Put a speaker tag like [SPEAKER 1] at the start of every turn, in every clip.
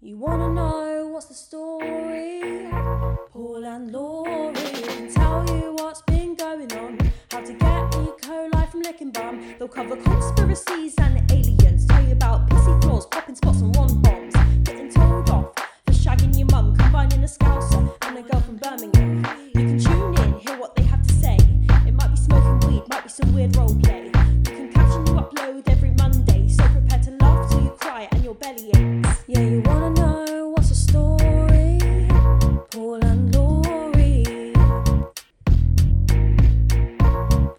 [SPEAKER 1] You wanna know what's the story? Paul and Laurie can tell you what's been going on. How to get E. coli from licking bum. They'll cover conspiracies and aliens. Tell you about pissy floors, popping spots and one bombs. Getting told off for shagging your mum, combining a scouser and a girl from Birmingham. You can tune in, hear what they have to say. It might be smoking weed, might be some weird role play. You can catch a new upload every Monday, so prepare to laugh till you cry and your belly aches. Yeah, you wanna know what's the story? Paul and Laurie.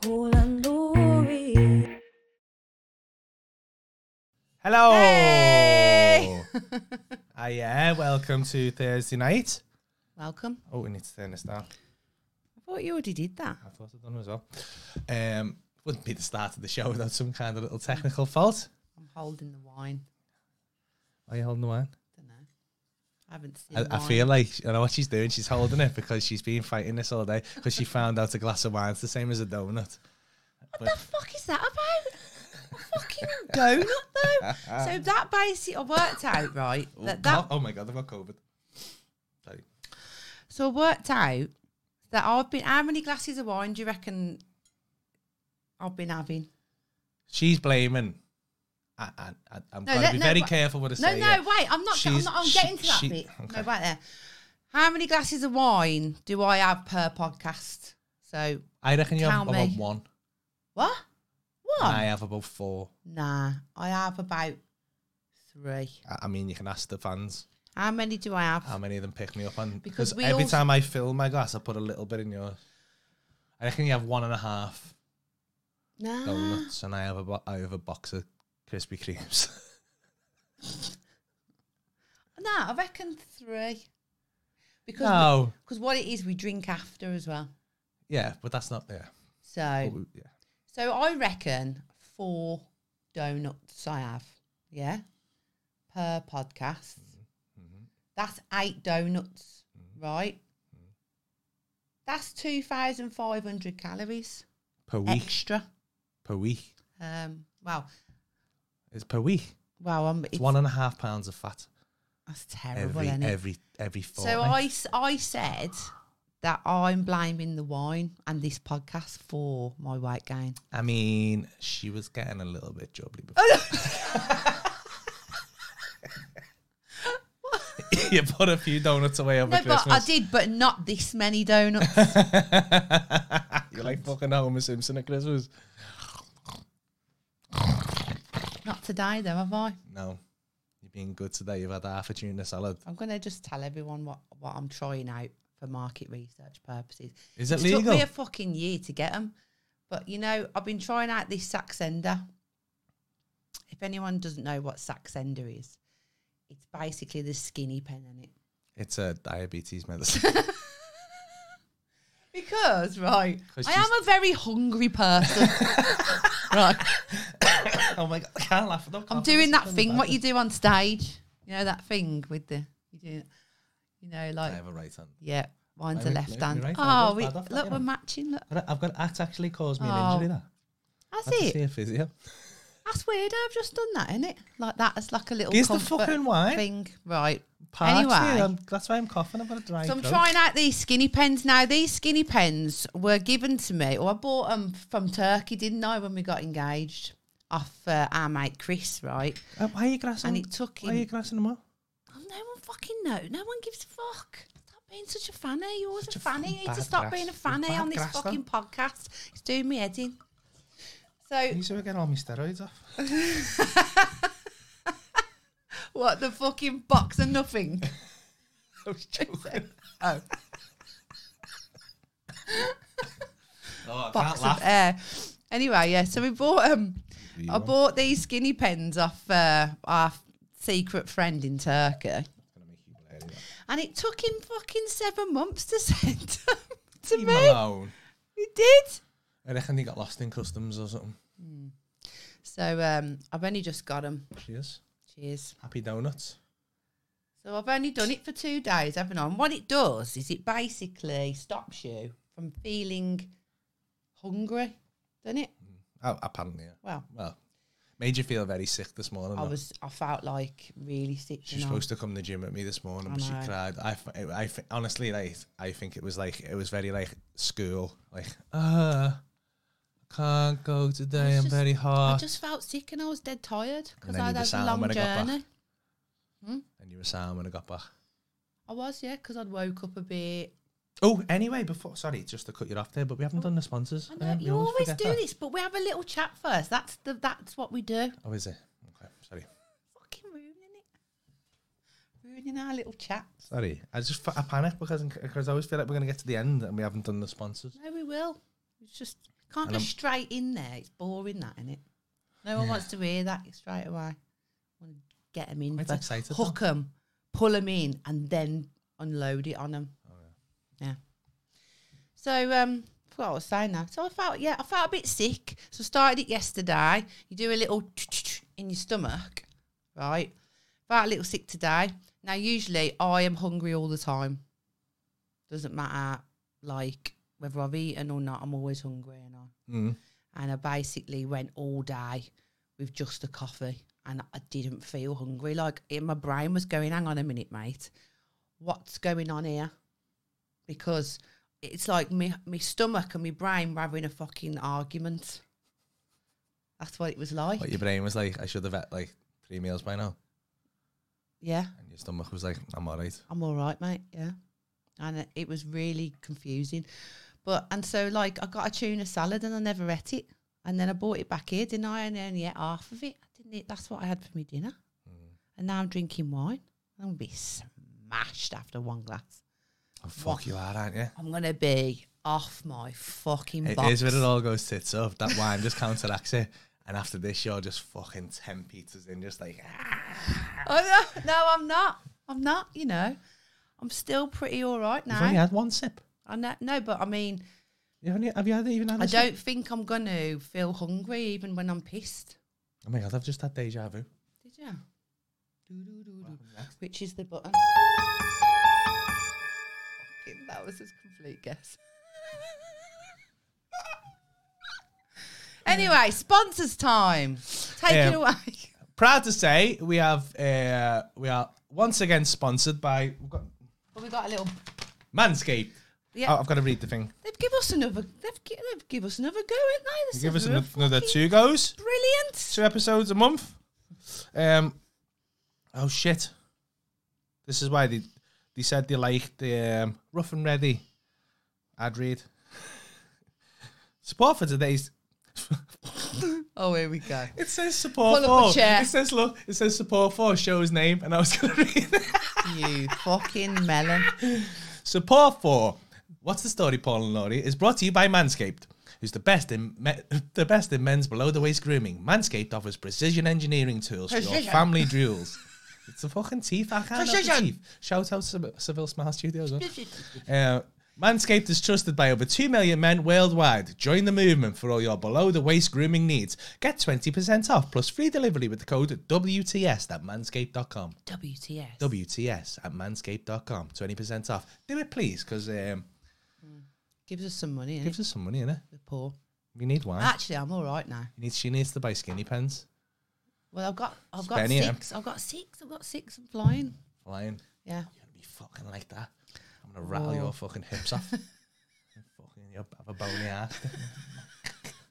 [SPEAKER 1] Paul and Laurie.
[SPEAKER 2] Hello.
[SPEAKER 3] Hey!
[SPEAKER 2] Ah, yeah. Welcome to Thursday night.
[SPEAKER 3] Welcome.
[SPEAKER 2] Oh, we need to turn this down.
[SPEAKER 3] I thought you already did that.
[SPEAKER 2] I thought I'd done as well. Um, wouldn't be the start of the show without some kind of little technical fault.
[SPEAKER 3] I'm holding the wine.
[SPEAKER 2] Are you holding the wine?
[SPEAKER 3] don't know. I haven't seen.
[SPEAKER 2] I, I
[SPEAKER 3] wine.
[SPEAKER 2] feel like I know what she's doing. She's holding it because she's been fighting this all day because she found out a glass of wine's the same as a donut.
[SPEAKER 3] What the fuck is that about? A fucking donut though. So that basically, I worked out right.
[SPEAKER 2] Oh,
[SPEAKER 3] That, that
[SPEAKER 2] oh my god, I've got COVID. Sorry.
[SPEAKER 3] so I worked out that I've been. How many glasses of wine do you reckon I've been having?
[SPEAKER 2] She's blaming. I, I, I, I'm
[SPEAKER 3] No,
[SPEAKER 2] going to
[SPEAKER 3] let-
[SPEAKER 2] be
[SPEAKER 3] no,
[SPEAKER 2] very
[SPEAKER 3] but-
[SPEAKER 2] careful what I
[SPEAKER 3] No,
[SPEAKER 2] say.
[SPEAKER 3] no,
[SPEAKER 2] here.
[SPEAKER 3] wait. I'm not. I'm
[SPEAKER 2] She's-
[SPEAKER 3] not. I'm
[SPEAKER 2] she-
[SPEAKER 3] getting to that
[SPEAKER 2] she-
[SPEAKER 3] bit.
[SPEAKER 2] okay.
[SPEAKER 3] No, right there. How many glasses of wine do I have per podcast? So
[SPEAKER 2] I reckon you have
[SPEAKER 3] Tell
[SPEAKER 2] about
[SPEAKER 3] me.
[SPEAKER 2] one.
[SPEAKER 3] what? What?
[SPEAKER 2] I have about four.
[SPEAKER 3] Nah, I have about three.
[SPEAKER 2] I- I mean, you can ask the fans
[SPEAKER 3] How many do I have?
[SPEAKER 2] how many of them pick me up on
[SPEAKER 3] Because
[SPEAKER 2] because
[SPEAKER 3] we
[SPEAKER 2] every
[SPEAKER 3] also-
[SPEAKER 2] time I fill my glass, I put a little bit in yours. I reckon you have one and a half
[SPEAKER 3] nah.
[SPEAKER 2] donuts, and I have a bo- I have a box of Krispy Kremes.
[SPEAKER 3] Nah, I reckon three. Because
[SPEAKER 2] no,
[SPEAKER 3] cause what it is, we drink after as well.
[SPEAKER 2] yeah, but that's not there.
[SPEAKER 3] So,
[SPEAKER 2] But we- yeah.
[SPEAKER 3] so I reckon four donuts I have. Yeah. Per podcast.
[SPEAKER 2] Mm-hmm.
[SPEAKER 3] That's eight donuts, right?
[SPEAKER 2] Mm-hmm.
[SPEAKER 3] That's 2,500 calories
[SPEAKER 2] Per week,
[SPEAKER 3] extra.
[SPEAKER 2] per week,
[SPEAKER 3] Um, wow.
[SPEAKER 2] it's per week.
[SPEAKER 3] Wow. I'm,
[SPEAKER 2] It's
[SPEAKER 3] it's,
[SPEAKER 2] one and a half pounds of fat
[SPEAKER 3] that's terrible,
[SPEAKER 2] every
[SPEAKER 3] isn't it?
[SPEAKER 2] every every four.
[SPEAKER 3] So I, s- I said that I'm blaming the wine and this podcast for my weight gain.
[SPEAKER 2] I mean, she was getting a little bit jubbly.
[SPEAKER 3] Oh,
[SPEAKER 2] before. you put a few donuts away over
[SPEAKER 3] No,
[SPEAKER 2] Christmas.
[SPEAKER 3] but I did, but not this many donuts.
[SPEAKER 2] You're like fucking Homer Simpson at Christmas.
[SPEAKER 3] not today, though, have I?
[SPEAKER 2] No, you're being good today. You've had half a tuna salad.
[SPEAKER 3] I'm going to just tell everyone what, what I'm trying out for market research purposes.
[SPEAKER 2] Is it
[SPEAKER 3] It
[SPEAKER 2] legal?
[SPEAKER 3] took me a fucking year to get them. But, you know, I've been trying out this Saxenda. If anyone doesn't know what Saxenda is, it's basically the skinny pen in it.
[SPEAKER 2] it's a diabetes medicine.
[SPEAKER 3] Because, right,
[SPEAKER 2] 'Cause
[SPEAKER 3] I
[SPEAKER 2] she's-
[SPEAKER 3] am a very hungry person. right.
[SPEAKER 2] oh my god, I can't laugh. at
[SPEAKER 3] I'm doing that thing, what you do on stage. You know, that thing with the, you do, you know,
[SPEAKER 2] I
[SPEAKER 3] like,
[SPEAKER 2] have a right hand.
[SPEAKER 3] yeah, mine's
[SPEAKER 2] I
[SPEAKER 3] a
[SPEAKER 2] mean,
[SPEAKER 3] left
[SPEAKER 2] my- my
[SPEAKER 3] hand.
[SPEAKER 2] right hand
[SPEAKER 3] oh,
[SPEAKER 2] was
[SPEAKER 3] we,
[SPEAKER 2] bad off that,
[SPEAKER 3] look,
[SPEAKER 2] you
[SPEAKER 3] we're
[SPEAKER 2] know.
[SPEAKER 3] matching. Look,
[SPEAKER 2] But I- I've got that's actually caused me
[SPEAKER 3] Oh.
[SPEAKER 2] an injury. That
[SPEAKER 3] that's
[SPEAKER 2] I had to see
[SPEAKER 3] it.
[SPEAKER 2] a physio.
[SPEAKER 3] That's weird. I've just done that, innit? Like that. It's like a little
[SPEAKER 2] Here's the
[SPEAKER 3] comfort
[SPEAKER 2] fucking wine.
[SPEAKER 3] thing, right?
[SPEAKER 2] Parched
[SPEAKER 3] anyway,
[SPEAKER 2] here, I'm- that's why I'm coughing. I've got a dry
[SPEAKER 3] So I'm
[SPEAKER 2] throat.
[SPEAKER 3] trying out these skinny pens now. These skinny pens were given to me, or I bought them from Turkey, didn't I, when we got engaged, off uh, our mate Chris, right?
[SPEAKER 2] Uh, why are you grassing?
[SPEAKER 3] And it took
[SPEAKER 2] Why are you
[SPEAKER 3] him.
[SPEAKER 2] grassing them up?
[SPEAKER 3] Oh, no one fucking know. No one gives a fuck. Stop being such a fanny. You're always
[SPEAKER 2] Such
[SPEAKER 3] a
[SPEAKER 2] a
[SPEAKER 3] fanny. You need
[SPEAKER 2] bad
[SPEAKER 3] to stop
[SPEAKER 2] grass.
[SPEAKER 3] being a
[SPEAKER 2] You're
[SPEAKER 3] fanny
[SPEAKER 2] bad
[SPEAKER 3] on this
[SPEAKER 2] grass, though.
[SPEAKER 3] fucking podcast. It's doing me head in. So
[SPEAKER 2] These are getting all my steroids off.
[SPEAKER 3] what the fucking box of nothing?
[SPEAKER 2] I was joking.
[SPEAKER 3] Oh,
[SPEAKER 2] oh, I
[SPEAKER 3] box of air. Anyway, yeah. So we bought um,
[SPEAKER 2] You
[SPEAKER 3] I bought these skinny pens off uh, our secret friend in Turkey, and it took him fucking seven months to send them to
[SPEAKER 2] Leave him
[SPEAKER 3] me.
[SPEAKER 2] alone.
[SPEAKER 3] He did.
[SPEAKER 2] I reckon they got lost in customs or something.
[SPEAKER 3] So um, I've only just got them.
[SPEAKER 2] Cheers.
[SPEAKER 3] Cheers.
[SPEAKER 2] Happy donuts.
[SPEAKER 3] So I've only done it for two days, haven't I? And what it does is it basically stops you from feeling hungry, doesn't it?
[SPEAKER 2] Oh, apparently, yeah.
[SPEAKER 3] Well,
[SPEAKER 2] Well, Made you feel very sick this morning.
[SPEAKER 3] I
[SPEAKER 2] though.
[SPEAKER 3] was, I felt like really sick.
[SPEAKER 2] She was
[SPEAKER 3] you know.
[SPEAKER 2] supposed to come to the gym with me this morning,
[SPEAKER 3] I
[SPEAKER 2] but she
[SPEAKER 3] know.
[SPEAKER 2] cried. I, f- I f- honestly, like, I think it was like it was very like school, like ah, I can't go
[SPEAKER 3] I
[SPEAKER 2] today.
[SPEAKER 3] was
[SPEAKER 2] I'm
[SPEAKER 3] just-
[SPEAKER 2] very
[SPEAKER 3] I
[SPEAKER 2] hard.
[SPEAKER 3] just felt sick and I was dead tired because
[SPEAKER 2] then
[SPEAKER 3] I
[SPEAKER 2] you
[SPEAKER 3] had
[SPEAKER 2] were
[SPEAKER 3] had a
[SPEAKER 2] sound
[SPEAKER 3] long
[SPEAKER 2] when I got back.
[SPEAKER 3] journey.
[SPEAKER 2] and you were sound when I got back.
[SPEAKER 3] I was, yeah, because I'd woke up a bit.
[SPEAKER 2] Oh, anyway, before sorry, just to cut you off there, but we haven't done the sponsors.
[SPEAKER 3] I know,
[SPEAKER 2] Um, we
[SPEAKER 3] you always
[SPEAKER 2] forget
[SPEAKER 3] do
[SPEAKER 2] that.
[SPEAKER 3] this, but we have a little chat first. That's the that's what we do.
[SPEAKER 2] Oh, is it? Okay, sorry,
[SPEAKER 3] Fucking ruining it, ruining our little chat.
[SPEAKER 2] sorry. I just fa- I panic because because I always feel like we're gonna get to the end and we haven't done the sponsors.
[SPEAKER 3] No, we will. It's just can't
[SPEAKER 2] And
[SPEAKER 3] go
[SPEAKER 2] I'm-
[SPEAKER 3] straight in there. It's boring, that isn't it? No one wants to hear that straight away. Want to get them in
[SPEAKER 2] Quite
[SPEAKER 3] first,
[SPEAKER 2] excited. though.
[SPEAKER 3] hook them, pull them in, and then unload it on them. yeah. So um, forgot what I was saying now. So I felt yeah, I felt a bit sick. So I started it yesterday. You do a little in your stomach, right? Felt a little sick today. Now usually I am hungry all the time. Doesn't matter like whether I've eaten or not. I'm always hungry, and I
[SPEAKER 2] Mm.
[SPEAKER 3] and I basically went all day with just a coffee, and I didn't feel hungry. Like it, my brain was going, "Hang on a minute, mate, what's going on here?" Because it's like me, my stomach and my brain were having a fucking argument. That's what it was like.
[SPEAKER 2] What your brain was like, I should have had like three meals by now,
[SPEAKER 3] yeah.
[SPEAKER 2] and your stomach was like, I'm all right.
[SPEAKER 3] I'm all right, mate. Yeah. And it, it was really confusing. But, and so, like, I got a tuna salad and I never ate it. And then I bought it back here, didn't I? And I only ate half of it. I didn't eat, that's what I had for my dinner.
[SPEAKER 2] Mm.
[SPEAKER 3] And now I'm drinking wine. I'm going to be smashed after one glass.
[SPEAKER 2] Oh, fuck you are, aren't you?
[SPEAKER 3] I'm going to be off my fucking
[SPEAKER 2] It
[SPEAKER 3] box.
[SPEAKER 2] is when it all goes tits up. That wine just counteracts it. And after this, you're just fucking 10 pizzas in, just like, "Ah."
[SPEAKER 3] Oh, no, no, I'm not. I'm not, you know. I'm still pretty all right
[SPEAKER 2] you've only
[SPEAKER 3] now.
[SPEAKER 2] had one sip.
[SPEAKER 3] I know, no, but I mean,
[SPEAKER 2] You've only, have you had even had a
[SPEAKER 3] I
[SPEAKER 2] sip?
[SPEAKER 3] don't think I'm going to feel hungry even when I'm pissed.
[SPEAKER 2] Oh my God, I've just had deja vu.
[SPEAKER 3] Did you? Do, do, do, do. Which is the button? Fucking, that was his complete guess. anyway, sponsors time. Take it
[SPEAKER 2] Um,
[SPEAKER 3] away.
[SPEAKER 2] Proud to say we have, uh, we are once again sponsored by we've got
[SPEAKER 3] Well, we got a little.
[SPEAKER 2] Manscaped.
[SPEAKER 3] Yeah,
[SPEAKER 2] Oh, I've got to read the thing.
[SPEAKER 3] they've give us another. They've give, they've give us another go, haven't they? This
[SPEAKER 2] Give
[SPEAKER 3] is
[SPEAKER 2] us
[SPEAKER 3] a
[SPEAKER 2] another, another
[SPEAKER 3] fucking
[SPEAKER 2] two goes,
[SPEAKER 3] Brilliant.
[SPEAKER 2] two episodes a month. Um, oh shit. This is why they, they said they liked the um, rough and ready ad read. Support for today's
[SPEAKER 3] Oh, here we go.
[SPEAKER 2] It says support
[SPEAKER 3] Pull up the
[SPEAKER 2] for.
[SPEAKER 3] chair.
[SPEAKER 2] It says look. It says support for show's name, and I was going to read it.
[SPEAKER 3] you fucking melon.
[SPEAKER 2] Support for what's the story, Paul and Laurie, is brought to you by Manscaped, who's the best in me- the best in men's below the waist grooming. Manscaped offers precision engineering tools for
[SPEAKER 3] Precision.
[SPEAKER 2] your family jewels. It's a fucking teeth. I can't help the
[SPEAKER 3] Precision.
[SPEAKER 2] teeth. Shout out to Seville Smile Studios. Huh? Uh, Manscaped is trusted by over 2 million men worldwide. Join the movement for all your below the waist grooming needs. Get 20% off plus free delivery with the code WTS at manscaped.com.
[SPEAKER 3] WTS.
[SPEAKER 2] WTS at manscaped.com. 20% off. Do it, please, because um,
[SPEAKER 3] gives us some money.
[SPEAKER 2] gives
[SPEAKER 3] Gives
[SPEAKER 2] us some money, innit?
[SPEAKER 3] us poor.
[SPEAKER 2] We need wine.
[SPEAKER 3] Actually, I'm all right now.
[SPEAKER 2] He needs, she needs to buy skinny pens.
[SPEAKER 3] Well, I've got, I've got
[SPEAKER 2] Spanier.
[SPEAKER 3] six. I've got six. I've got six. I'm flying.
[SPEAKER 2] Lion, you're
[SPEAKER 3] Yeah.
[SPEAKER 2] going to be fucking like that. I'm going to rattle
[SPEAKER 3] Whoa.
[SPEAKER 2] your fucking hips off. fucking, you'll have a bony ass.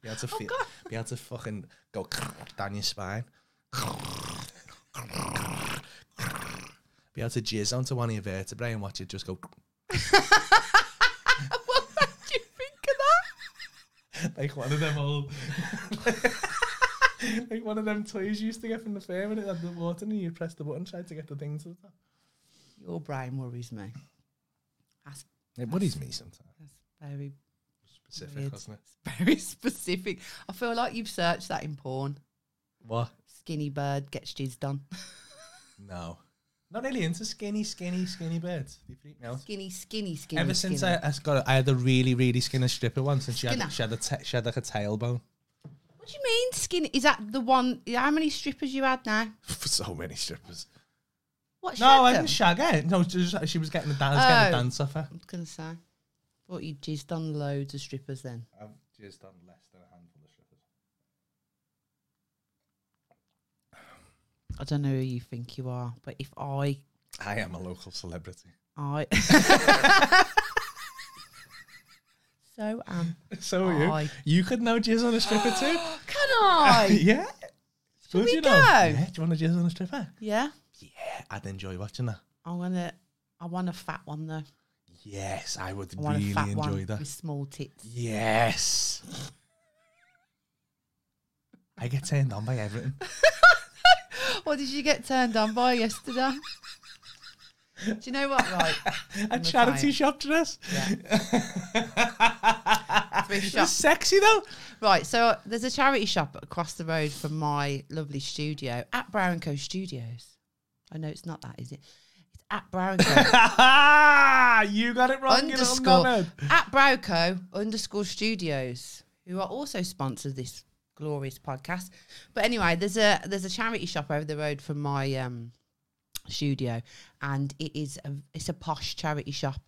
[SPEAKER 2] be, able to feel, be able to fucking go down your spine. be able to jizz onto one of your vertebrae and watch it just go
[SPEAKER 3] what made you think of that?
[SPEAKER 2] like one of them old like one of them toys you used to get from the fair when it had the water and you press the button tried to get the thing to the top.
[SPEAKER 3] Your brain worries me. That's,
[SPEAKER 2] It worries me sometimes.
[SPEAKER 3] that's very
[SPEAKER 2] Specific,
[SPEAKER 3] weird.
[SPEAKER 2] doesn't it?
[SPEAKER 3] It's very specific. I feel like you've searched that in porn.
[SPEAKER 2] What?
[SPEAKER 3] Skinny bird gets jizzed on.
[SPEAKER 2] No. Not really into skinny, skinny, skinny birds. They freak me out.
[SPEAKER 3] Skinny, skinny, skinny.
[SPEAKER 2] Ever since
[SPEAKER 3] skinny.
[SPEAKER 2] I, I got, I had a really, really skinny stripper once, and she had,
[SPEAKER 3] Skinner.
[SPEAKER 2] she had a, ta she had like a tailbone.
[SPEAKER 3] What do you mean skinny? Is that the one? How many strippers you had now?
[SPEAKER 2] For so many strippers.
[SPEAKER 3] What?
[SPEAKER 2] No, I didn't shag her. No, she was, she was getting the dance, getting the
[SPEAKER 3] Oh.
[SPEAKER 2] dance off her.
[SPEAKER 3] I'm gonna say. Thought you jizzed on loads of strippers then.
[SPEAKER 2] I've just done less than a handful of strippers.
[SPEAKER 3] I don't know who you think you are, but if I,
[SPEAKER 2] I am a local celebrity.
[SPEAKER 3] I, so um, am.
[SPEAKER 2] So are you.
[SPEAKER 3] I-
[SPEAKER 2] You could know jizz on a stripper too.
[SPEAKER 3] Can I?
[SPEAKER 2] yeah. Should
[SPEAKER 3] we
[SPEAKER 2] you
[SPEAKER 3] go?
[SPEAKER 2] Yeah. Do you want to jizz on a stripper?
[SPEAKER 3] yeah,
[SPEAKER 2] Yeah, I'd enjoy watching that.
[SPEAKER 3] I want to. I want a fat one though.
[SPEAKER 2] Yes, I would
[SPEAKER 3] I want
[SPEAKER 2] really
[SPEAKER 3] a fat
[SPEAKER 2] enjoy
[SPEAKER 3] one
[SPEAKER 2] that.
[SPEAKER 3] with small tits.
[SPEAKER 2] Yes. I get turned on by everything.
[SPEAKER 3] What did you get turned on by yesterday? Do you know what? Right,
[SPEAKER 2] A
[SPEAKER 3] I'm
[SPEAKER 2] charity
[SPEAKER 3] fine.
[SPEAKER 2] shop dress.
[SPEAKER 3] Thrift shop.
[SPEAKER 2] It's sexy though.
[SPEAKER 3] right. So uh, there's a charity shop across the road from my lovely studio at Brown Co Studios. I know it's not that, is it? It's at Brown Co.
[SPEAKER 2] you got it wrong, you little
[SPEAKER 3] underscore
[SPEAKER 2] knobhead.
[SPEAKER 3] at Browco underscore studios, who are also sponsors of this glorious podcast. But anyway, there's a there's a charity shop over the road from my um studio, and it is a it's a posh charity shop.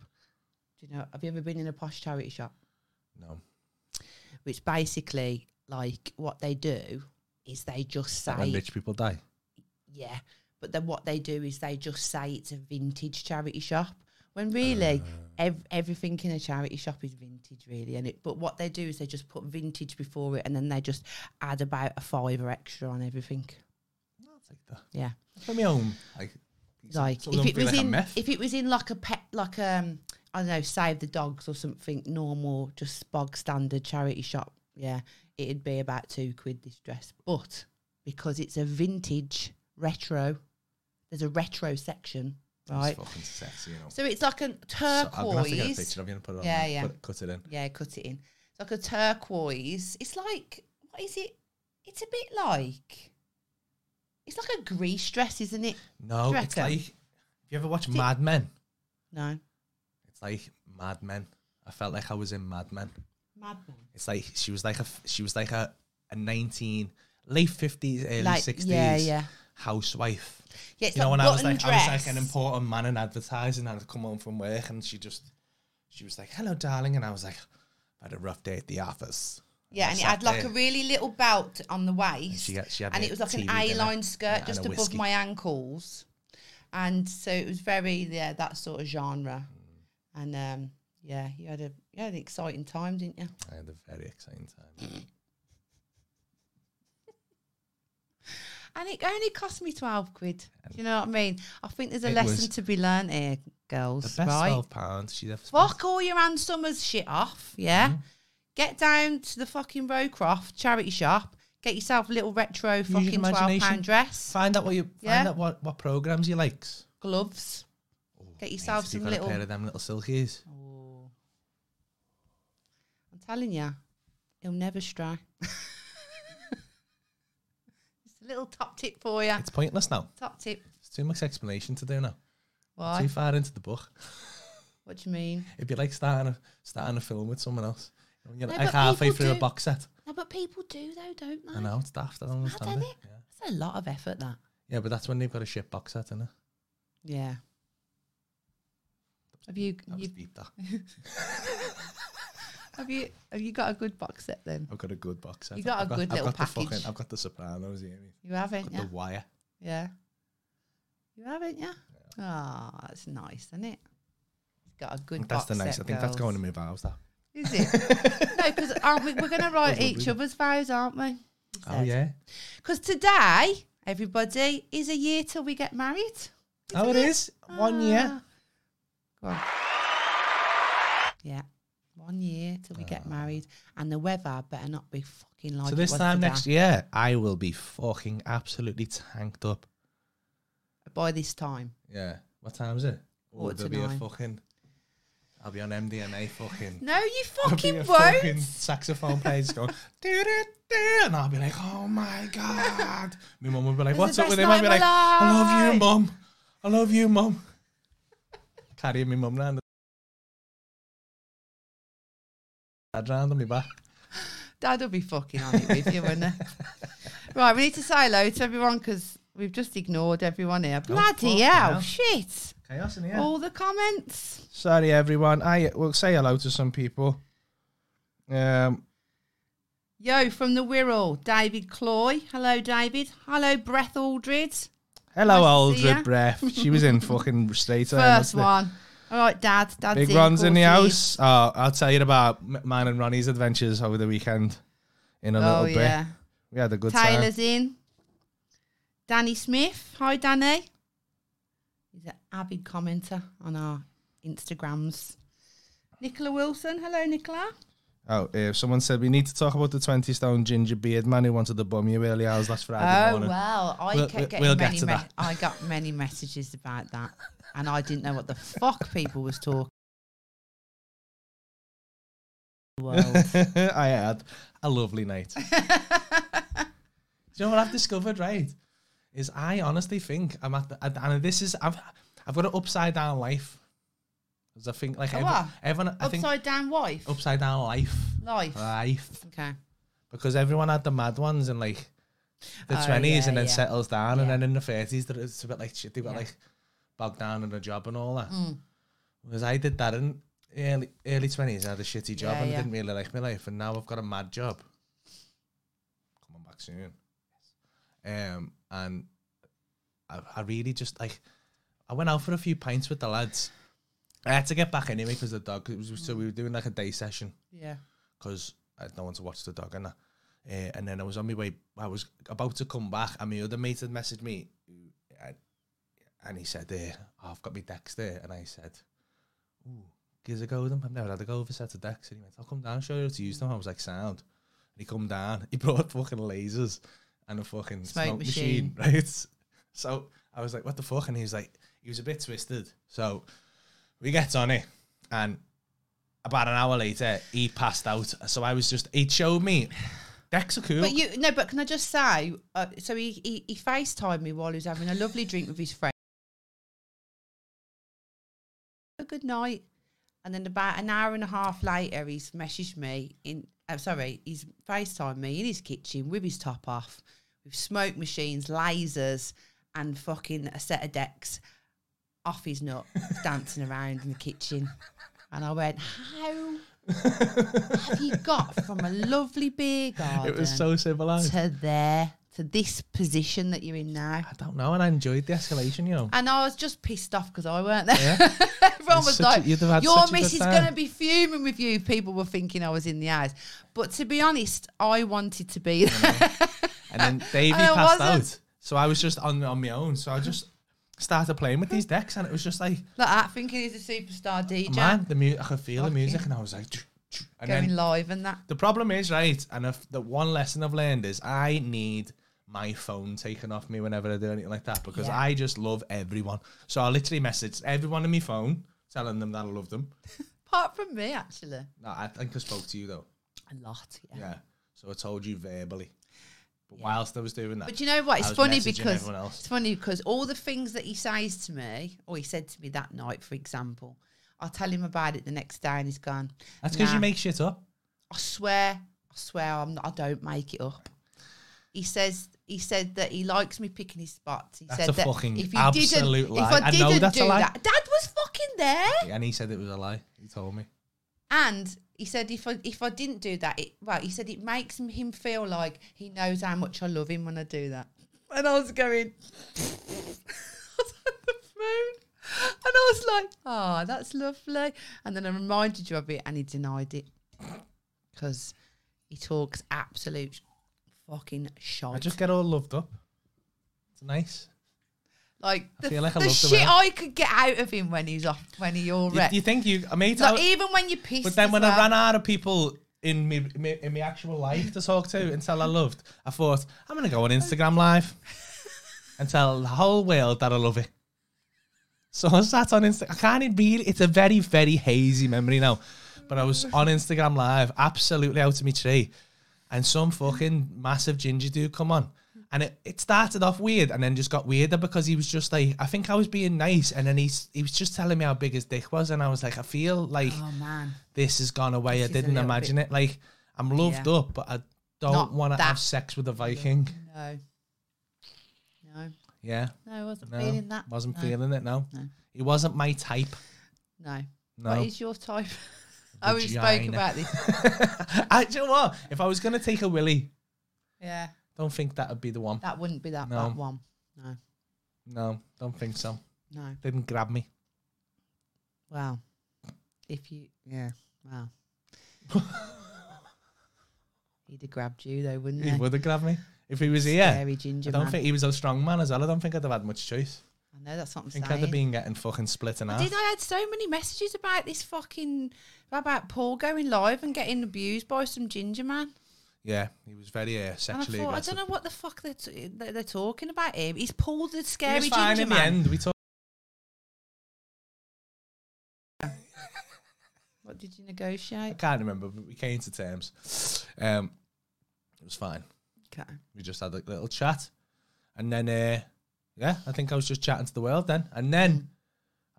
[SPEAKER 3] Do you know? Have you ever been in a posh charity shop?
[SPEAKER 2] No.
[SPEAKER 3] Which basically, like, what they do is they just
[SPEAKER 2] When
[SPEAKER 3] say
[SPEAKER 2] rich people die.
[SPEAKER 3] yeah. But then what they do is they just say it's a vintage charity shop when really
[SPEAKER 2] Uh.
[SPEAKER 3] ev- everything in a charity shop is vintage, really. And it, but what they do is they just put vintage before it, and then they just add about a fiver extra on everything.
[SPEAKER 2] I'll take that.
[SPEAKER 3] Yeah,
[SPEAKER 2] For my own. Like,
[SPEAKER 3] like
[SPEAKER 2] some of them
[SPEAKER 3] if it
[SPEAKER 2] feel
[SPEAKER 3] was
[SPEAKER 2] like a
[SPEAKER 3] in
[SPEAKER 2] meth.
[SPEAKER 3] if it was in like a pet like um I don't know save the dogs or something normal, just bog standard charity shop. Yeah, it'd be about two quid this dress, but because it's a vintage retro, there's a retro section,
[SPEAKER 2] It's
[SPEAKER 3] right?
[SPEAKER 2] fucking sexy, you know.
[SPEAKER 3] So it's like a
[SPEAKER 2] So I'm gonna have to get a
[SPEAKER 3] turquoise.
[SPEAKER 2] picture of you and put it on.
[SPEAKER 3] Yeah,
[SPEAKER 2] there.
[SPEAKER 3] yeah.
[SPEAKER 2] Put, cut it in.
[SPEAKER 3] yeah, cut it in. It's like a turquoise. It's like what is it? It's a bit like it's like a grease dress, isn't it?
[SPEAKER 2] No,
[SPEAKER 3] Do you
[SPEAKER 2] it's like.
[SPEAKER 3] reckon?
[SPEAKER 2] Have you ever watched Mad Men?
[SPEAKER 3] No,
[SPEAKER 2] It's like Mad Men. I felt like I was in Mad Men.
[SPEAKER 3] madman.
[SPEAKER 2] It's like she was like a f- she was like a, a nineteen late fifties early
[SPEAKER 3] Like,
[SPEAKER 2] sixties
[SPEAKER 3] yeah, yeah.
[SPEAKER 2] housewife.
[SPEAKER 3] Yeah, it's
[SPEAKER 2] you know
[SPEAKER 3] like
[SPEAKER 2] when I was
[SPEAKER 3] button
[SPEAKER 2] like I was like an
[SPEAKER 3] dress.
[SPEAKER 2] important man in advertising and I'd come home from work and she just she was like hello darling and I was like I had a rough day at the office.
[SPEAKER 3] Yeah, and it
[SPEAKER 2] sat
[SPEAKER 3] had like
[SPEAKER 2] there.
[SPEAKER 3] a really little belt on the waist, and,
[SPEAKER 2] she had- she had a
[SPEAKER 3] it was like an
[SPEAKER 2] TV dinner
[SPEAKER 3] A-line skirt
[SPEAKER 2] and a
[SPEAKER 3] just above
[SPEAKER 2] whiskey.
[SPEAKER 3] my ankles, and so it was very yeah that sort of genre,
[SPEAKER 2] Mm.
[SPEAKER 3] and um, yeah, you had a you had an exciting time, didn't you?
[SPEAKER 2] I had a very exciting time.
[SPEAKER 3] And it only cost me twelve quid. Do you know what I mean? I think there's a
[SPEAKER 2] It
[SPEAKER 3] lesson
[SPEAKER 2] was
[SPEAKER 3] to be learned here,
[SPEAKER 2] The
[SPEAKER 3] girls.
[SPEAKER 2] best
[SPEAKER 3] Right?
[SPEAKER 2] twelve pounds she'd ever spent.
[SPEAKER 3] Fuck all your Ann Summers shit off, yeah.
[SPEAKER 2] Mm-hmm.
[SPEAKER 3] Get down to the fucking Rowcroft charity shop. Get yourself a little retro
[SPEAKER 2] your
[SPEAKER 3] fucking twelve
[SPEAKER 2] imagination.
[SPEAKER 3] pound dress.
[SPEAKER 2] Find out what you find
[SPEAKER 3] Yeah.
[SPEAKER 2] out what, what programs you likes.
[SPEAKER 3] gloves.
[SPEAKER 2] Oh,
[SPEAKER 3] Get yourself
[SPEAKER 2] Mate, if you've
[SPEAKER 3] some
[SPEAKER 2] got
[SPEAKER 3] little.
[SPEAKER 2] a pair of them little silkies.
[SPEAKER 3] Oh. I'm telling you, he'll never stray. Just a little top tip for you.
[SPEAKER 2] It's pointless now.
[SPEAKER 3] Top tip.
[SPEAKER 2] It's too much explanation to do now. Too
[SPEAKER 3] Why?
[SPEAKER 2] far into the book.
[SPEAKER 3] What do you mean?
[SPEAKER 2] It'd be like starting a starting a film with someone else. You're
[SPEAKER 3] No,
[SPEAKER 2] like
[SPEAKER 3] but
[SPEAKER 2] halfway
[SPEAKER 3] people
[SPEAKER 2] through a
[SPEAKER 3] do. Ah.
[SPEAKER 2] box set.
[SPEAKER 3] No, but people do though, don't they?
[SPEAKER 2] I know it's daft. I don't
[SPEAKER 3] Mad,
[SPEAKER 2] understand
[SPEAKER 3] ain't
[SPEAKER 2] it. Yeah.
[SPEAKER 3] That's a lot of effort. That.
[SPEAKER 2] yeah, but that's when they've got a shit box set, innit?
[SPEAKER 3] Yeah. Have you,
[SPEAKER 2] That was
[SPEAKER 3] you
[SPEAKER 2] deep. That
[SPEAKER 3] have you have you got a good box set then?
[SPEAKER 2] I've got a good box set.
[SPEAKER 3] You got a
[SPEAKER 2] I've
[SPEAKER 3] good
[SPEAKER 2] I've
[SPEAKER 3] little
[SPEAKER 2] got the fucking-
[SPEAKER 3] package.
[SPEAKER 2] I've got the Sopranos. You hear me?
[SPEAKER 3] You haven't,
[SPEAKER 2] Got
[SPEAKER 3] yeah?
[SPEAKER 2] the Wire.
[SPEAKER 3] Yeah. You haven't, yeah? Ah, that's nice, isn't it? It's got a
[SPEAKER 2] I
[SPEAKER 3] good
[SPEAKER 2] think that's
[SPEAKER 3] box
[SPEAKER 2] the nice.
[SPEAKER 3] set,
[SPEAKER 2] I think that's going
[SPEAKER 3] girls.
[SPEAKER 2] to move out. That.
[SPEAKER 3] Is it? no, because we, we're going to write
[SPEAKER 2] That's
[SPEAKER 3] each
[SPEAKER 2] lovely.
[SPEAKER 3] other's vows, aren't we?
[SPEAKER 2] Oh yeah.
[SPEAKER 3] Because today, everybody, is a year till we get married.
[SPEAKER 2] Oh, it is one
[SPEAKER 3] Ah.
[SPEAKER 2] year.
[SPEAKER 3] Go on. Yeah. One year till we get married. And the weather better not be fucking like
[SPEAKER 2] Ah. So
[SPEAKER 3] it
[SPEAKER 2] this
[SPEAKER 3] was
[SPEAKER 2] time
[SPEAKER 3] today.
[SPEAKER 2] next year, I will be fucking absolutely tanked up.
[SPEAKER 3] By this time.
[SPEAKER 2] Yeah. What time is it? Oh,
[SPEAKER 3] Quarter
[SPEAKER 2] there'll
[SPEAKER 3] to
[SPEAKER 2] be a
[SPEAKER 3] nine.
[SPEAKER 2] fucking. I'll be on MDMA fucking.
[SPEAKER 3] No, you
[SPEAKER 2] I'll be
[SPEAKER 3] fucking
[SPEAKER 2] a
[SPEAKER 3] won't.
[SPEAKER 2] fucking saxophone player just going do do do, and I'll be like, oh my god. My mum would be like,
[SPEAKER 3] It's the
[SPEAKER 2] what's up with
[SPEAKER 3] best
[SPEAKER 2] him? I'd
[SPEAKER 3] night
[SPEAKER 2] be
[SPEAKER 3] of
[SPEAKER 2] like,
[SPEAKER 3] my
[SPEAKER 2] I love you,
[SPEAKER 3] life."
[SPEAKER 2] mum. I love you, mum. Carrying my mum round. the- Dad round on my back.
[SPEAKER 3] Dad'll be fucking on it with you, won't he? Right, we need to say hello to everyone because we've just ignored everyone here.
[SPEAKER 2] Oh,
[SPEAKER 3] Bloody
[SPEAKER 2] fucking
[SPEAKER 3] hell,
[SPEAKER 2] hell.
[SPEAKER 3] shit!
[SPEAKER 2] Chaos in here.
[SPEAKER 3] All the comments.
[SPEAKER 2] Sorry, everyone. I will say hello to some people. Um,
[SPEAKER 3] Yo, from the Wirral, David Cloy. Hello, David. Hello, Breath Aldred.
[SPEAKER 2] Hello,
[SPEAKER 3] Nice to see
[SPEAKER 2] Aldra
[SPEAKER 3] ya.
[SPEAKER 2] Breath. She was in fucking straight away.
[SPEAKER 3] First
[SPEAKER 2] wasn't it?
[SPEAKER 3] one. All right, Dad. Dad's
[SPEAKER 2] Big
[SPEAKER 3] in,
[SPEAKER 2] Ron's in the
[SPEAKER 3] course he is.
[SPEAKER 2] house. Oh, I'll tell you about M- mine and Ronnie's adventures over the weekend in a
[SPEAKER 3] Oh
[SPEAKER 2] little bit.
[SPEAKER 3] yeah.
[SPEAKER 2] We had a good time.
[SPEAKER 3] Taylor's in. Danny Smith. Hi, Danny. He's an avid commenter on our Instagrams. Nicola Wilson. Hello, Nicola.
[SPEAKER 2] Oh, uh, someone said we need to talk about the 20 stone ginger beard man who wanted to bum you early hours last Friday
[SPEAKER 3] Oh
[SPEAKER 2] morning.
[SPEAKER 3] well, I
[SPEAKER 2] We'll-
[SPEAKER 3] kept getting
[SPEAKER 2] we'll get
[SPEAKER 3] many.
[SPEAKER 2] to
[SPEAKER 3] me-
[SPEAKER 2] that.
[SPEAKER 3] I got many messages about that, and I didn't know what the fuck people was talking. World.
[SPEAKER 2] I had a lovely night. Do you know what I've discovered, right? Is I honestly think I'm at the, and- and this is, I've, I've got an upside down life. Because I think, like,
[SPEAKER 3] A
[SPEAKER 2] every-
[SPEAKER 3] what?
[SPEAKER 2] everyone, I think
[SPEAKER 3] Upside down wife.
[SPEAKER 2] upside Ah. down life.
[SPEAKER 3] Life.
[SPEAKER 2] Life.
[SPEAKER 3] okay.
[SPEAKER 2] because everyone had the mad ones in like the
[SPEAKER 3] Oh,
[SPEAKER 2] twenties
[SPEAKER 3] yeah,
[SPEAKER 2] and then
[SPEAKER 3] yeah.
[SPEAKER 2] settles down, and
[SPEAKER 3] Yeah.
[SPEAKER 2] then in the thirties it's a bit like shit. They got
[SPEAKER 3] Yeah.
[SPEAKER 2] like bogged down in a job and all that.
[SPEAKER 3] Mm.
[SPEAKER 2] Because I did that in early early twenties. I had a shitty job
[SPEAKER 3] Yeah,
[SPEAKER 2] and
[SPEAKER 3] yeah.
[SPEAKER 2] I didn't really like my life, and now I've got a mad job. Coming back soon. Um, and I, I really just like I went out for a few pints with the lads. I had to get back anyway because the dog. It was, so we were doing like a day session
[SPEAKER 3] Yeah.
[SPEAKER 2] because I had uh, no one to watch the dog and that. Uh, and then I was on my way. I was about to come back, and my other mate had messaged me, who- and, and he said, eh, oh, "I've got my decks there." And I said, "Ooh, give us a go with them. I've never had a go with a set of decks." And he went, "I'll come down and show you how to use them." I was like, "Sound." And he come down. He brought fucking lasers and a fucking
[SPEAKER 3] Smoke
[SPEAKER 2] smoke, machine,
[SPEAKER 3] machine.
[SPEAKER 2] right? So I was like, "What the fuck?" And he was like, "He was a bit twisted." So we get on it, and about an hour later, he passed out. So I was just, he showed me, decks are cool.
[SPEAKER 3] But you no, but can I just say? Uh, so he, he he FaceTimed me while he was having a lovely drink with his friend. A good night, and then about an hour and a half later, he's messaged me in. I'm sorry, he's FaceTimed me in his kitchen with his top off, with smoke machines, lasers, and fucking a set of decks off his nut, dancing around in the kitchen. And I went, how have you got from a lovely beer garden?
[SPEAKER 2] it was so civilized.
[SPEAKER 3] to there to this position that you're in now.
[SPEAKER 2] I don't know, and I enjoyed the escalation, you know.
[SPEAKER 3] And I was just pissed off because I weren't there.
[SPEAKER 2] Yeah.
[SPEAKER 3] Everyone
[SPEAKER 2] It's
[SPEAKER 3] was
[SPEAKER 2] such a-
[SPEAKER 3] like,
[SPEAKER 2] you'd have had
[SPEAKER 3] "Your
[SPEAKER 2] such a good
[SPEAKER 3] miss is
[SPEAKER 2] time."
[SPEAKER 3] going to be fuming with you." People were thinking I was in the eyes, but to be honest, I wanted to be. there.
[SPEAKER 2] And then Davey
[SPEAKER 3] And I
[SPEAKER 2] passed
[SPEAKER 3] wasn't.
[SPEAKER 2] out. So I was just on, on my own. So I just started playing with these decks, and it was just like,
[SPEAKER 3] like that, thinking he's a superstar DJ,
[SPEAKER 2] man, the mu- I could feel the
[SPEAKER 3] Fucking-
[SPEAKER 2] music, and I was like, "Tch, tch," and
[SPEAKER 3] going
[SPEAKER 2] then
[SPEAKER 3] live and that.
[SPEAKER 2] The problem is, right, and if the one lesson I've learned is I need my phone taken off me whenever I do anything like that because
[SPEAKER 3] Yeah.
[SPEAKER 2] I just love everyone. So I literally message everyone on my phone telling them that I love them.
[SPEAKER 3] Apart from me, actually,
[SPEAKER 2] No, I think I spoke to you though.
[SPEAKER 3] a lot. Yeah.
[SPEAKER 2] Yeah. So I told you verbally. But whilst I was doing that,
[SPEAKER 3] But you know what? It's
[SPEAKER 2] was
[SPEAKER 3] funny
[SPEAKER 2] messaging
[SPEAKER 3] because
[SPEAKER 2] everyone else.
[SPEAKER 3] it's funny because all the things that he says to me, or he said to me that night, for example, I tell him about it the next day, and he's gone.
[SPEAKER 2] that's because
[SPEAKER 3] "Nah."
[SPEAKER 2] you make shit up.
[SPEAKER 3] I swear, I swear, I'm not, I don't make it up. He says he said that he likes me picking his spots. He
[SPEAKER 2] That's
[SPEAKER 3] said
[SPEAKER 2] a
[SPEAKER 3] that
[SPEAKER 2] fucking
[SPEAKER 3] if you
[SPEAKER 2] absolute
[SPEAKER 3] didn't,
[SPEAKER 2] lie.
[SPEAKER 3] if I,
[SPEAKER 2] I know
[SPEAKER 3] didn't
[SPEAKER 2] that's a
[SPEAKER 3] do
[SPEAKER 2] lie.
[SPEAKER 3] that, Dad was fucking there.
[SPEAKER 2] And he said it was a lie. He told me.
[SPEAKER 3] And he said if I if I didn't do that, it, well, he said it makes him- him feel like he knows how much I love him when I do that. And I was going, I was on the phone, and I was like, oh, that's lovely. And then I reminded you of it, and he denied it because he talks absolute fucking
[SPEAKER 2] I
[SPEAKER 3] shite.
[SPEAKER 2] just get all loved up. It's nice.
[SPEAKER 3] like the,
[SPEAKER 2] feel like I
[SPEAKER 3] the
[SPEAKER 2] love the
[SPEAKER 3] shit
[SPEAKER 2] man.
[SPEAKER 3] I could get out of him when he's off, when he's all
[SPEAKER 2] You,
[SPEAKER 3] wrecked.
[SPEAKER 2] you think you, I mean,
[SPEAKER 3] like even when you're pissed.
[SPEAKER 2] But then
[SPEAKER 3] as
[SPEAKER 2] when I
[SPEAKER 3] well.
[SPEAKER 2] ran out of people in me, me in my actual life to talk to and tell I loved, I thought I'm gonna go on Instagram live and tell the whole world that I love it. So I sat on Instagram. I can't even really. It's a very very hazy memory now, but I was on Instagram live, absolutely out of my tree, and some fucking massive ginger dude come on. And it, it started off weird and then just got weirder because he was just like, I think I was being nice. And then he's, he was just telling me how big his dick was. And I was like, I feel like
[SPEAKER 3] Oh man.
[SPEAKER 2] this has gone away.
[SPEAKER 3] This
[SPEAKER 2] I
[SPEAKER 3] is a
[SPEAKER 2] didn't
[SPEAKER 3] little
[SPEAKER 2] imagine it. Like I'm loved
[SPEAKER 3] Yeah.
[SPEAKER 2] up, but I don't
[SPEAKER 3] Not
[SPEAKER 2] want to
[SPEAKER 3] that.
[SPEAKER 2] have sex with a Viking.
[SPEAKER 3] No. No.
[SPEAKER 2] Yeah,
[SPEAKER 3] No, I wasn't
[SPEAKER 2] no,
[SPEAKER 3] feeling that.
[SPEAKER 2] wasn't
[SPEAKER 3] No,
[SPEAKER 2] feeling it. No,
[SPEAKER 3] No.
[SPEAKER 2] he wasn't my type.
[SPEAKER 3] No.
[SPEAKER 2] No,
[SPEAKER 3] What is your type? oh, we spoke
[SPEAKER 2] Vagina.
[SPEAKER 3] about this.
[SPEAKER 2] I do you know what? If I was gonna take a Willie,
[SPEAKER 3] Yeah.
[SPEAKER 2] don't think that would be the one.
[SPEAKER 3] That wouldn't be that,
[SPEAKER 2] No.
[SPEAKER 3] that one. No.
[SPEAKER 2] No, don't think so.
[SPEAKER 3] No.
[SPEAKER 2] Didn't grab me.
[SPEAKER 3] Wow. If you, yeah, wow. He'd have grabbed you though, wouldn't he?
[SPEAKER 2] He would have grabbed me if he was here.
[SPEAKER 3] Scary ginger
[SPEAKER 2] I don't
[SPEAKER 3] man.
[SPEAKER 2] think he was a strong man as well. I don't think I'd have had much choice.
[SPEAKER 3] I know that's what I'm
[SPEAKER 2] I think I'd
[SPEAKER 3] saying.
[SPEAKER 2] have been getting fucking split in
[SPEAKER 3] I
[SPEAKER 2] half.
[SPEAKER 3] did. I had so many messages about this fucking about Paul going live and getting abused by some ginger man.
[SPEAKER 2] Yeah, he was very uh,
[SPEAKER 3] And I
[SPEAKER 2] sexually
[SPEAKER 3] thought, I
[SPEAKER 2] aggressive.
[SPEAKER 3] don't know what the fuck they're, t- they're they're talking about him. He's Paul the
[SPEAKER 2] He
[SPEAKER 3] scary
[SPEAKER 2] was fine
[SPEAKER 3] ginger
[SPEAKER 2] in the
[SPEAKER 3] man.
[SPEAKER 2] end. We talked.
[SPEAKER 3] What did you
[SPEAKER 2] I
[SPEAKER 3] negotiate?
[SPEAKER 2] can't remember, but we came to terms. Um, it was fine.
[SPEAKER 3] Okay.
[SPEAKER 2] We just had a little chat, and then uh, yeah, I think I was just chatting to the world then, and then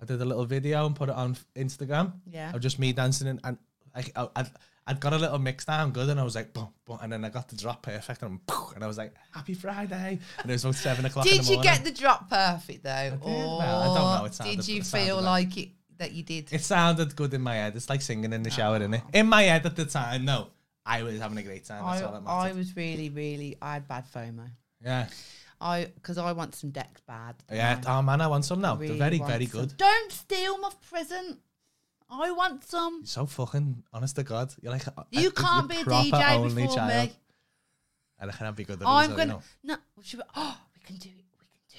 [SPEAKER 2] I did a little video and put it on Instagram.
[SPEAKER 3] Yeah.
[SPEAKER 2] It was just me dancing and, and I, I, I'd, I'd got a little mix down good and I was like, boom, boom, and then I got the drop perfect and, boom, and I was like, happy Friday. And it was about seven o'clock in
[SPEAKER 3] Did
[SPEAKER 2] the
[SPEAKER 3] you
[SPEAKER 2] morning.
[SPEAKER 3] get the drop perfect though, or
[SPEAKER 2] Well, I don't know. It sounded-
[SPEAKER 3] did you
[SPEAKER 2] it sounded
[SPEAKER 3] feel
[SPEAKER 2] like-
[SPEAKER 3] like it that you did?
[SPEAKER 2] it sounded good in my head. It's like singing in the shower, innit? In my head at the time, no. I was having a great time. That's all that
[SPEAKER 3] I
[SPEAKER 2] mattered.
[SPEAKER 3] was really, really. I had bad FOMO.
[SPEAKER 2] yeah.
[SPEAKER 3] I because I want some decks bad.
[SPEAKER 2] Yeah.
[SPEAKER 3] I
[SPEAKER 2] Oh, man, I want some now.
[SPEAKER 3] really
[SPEAKER 2] They're very,
[SPEAKER 3] want
[SPEAKER 2] very
[SPEAKER 3] some.
[SPEAKER 2] good.
[SPEAKER 3] Don't steal my present. I want some.
[SPEAKER 2] You're so fucking honest to God. You're like, a-
[SPEAKER 3] You
[SPEAKER 2] a-
[SPEAKER 3] can't be
[SPEAKER 2] you're
[SPEAKER 3] a
[SPEAKER 2] proper
[SPEAKER 3] DJ
[SPEAKER 2] only
[SPEAKER 3] before
[SPEAKER 2] child.
[SPEAKER 3] me. Oh,
[SPEAKER 2] And I can't be good at
[SPEAKER 3] I'm
[SPEAKER 2] it, so, you
[SPEAKER 3] gonna
[SPEAKER 2] know.
[SPEAKER 3] no. Should we, oh, we can do it. We can do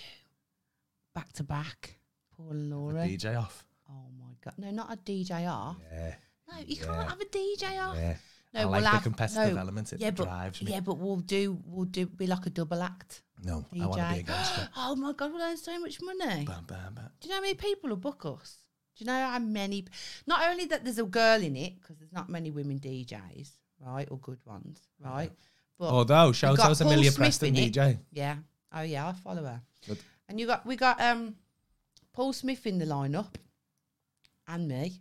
[SPEAKER 3] back to back. Paul and
[SPEAKER 2] A
[SPEAKER 3] Laura.
[SPEAKER 2] DJ off.
[SPEAKER 3] Oh my god. No, not a DJ off.
[SPEAKER 2] Yeah.
[SPEAKER 3] No, you
[SPEAKER 2] Yeah.
[SPEAKER 3] can't have a DJ off.
[SPEAKER 2] Yeah.
[SPEAKER 3] No,
[SPEAKER 2] I like
[SPEAKER 3] we'll
[SPEAKER 2] the
[SPEAKER 3] have-
[SPEAKER 2] competitive
[SPEAKER 3] no,
[SPEAKER 2] element. It
[SPEAKER 3] yeah, but
[SPEAKER 2] drives me.
[SPEAKER 3] yeah, but we'll do we'll do be like a double act.
[SPEAKER 2] No,
[SPEAKER 3] DJ.
[SPEAKER 2] I want to be a gangster.
[SPEAKER 3] oh my god, we'll earn so much money.
[SPEAKER 2] bam, bam, bam.
[SPEAKER 3] Do you know how many people will book us? Do you know how many? Not only that there's a girl in it because there's not many women DJs, right, or good ones, right? But
[SPEAKER 2] Although, Oh, shout
[SPEAKER 3] got
[SPEAKER 2] out to
[SPEAKER 3] Paul
[SPEAKER 2] Amelia
[SPEAKER 3] Smith
[SPEAKER 2] Preston,
[SPEAKER 3] in it.
[SPEAKER 2] DJ.
[SPEAKER 3] yeah, oh yeah, I follow her.
[SPEAKER 2] Good.
[SPEAKER 3] And you got we got um Paul Smith in the lineup, and me,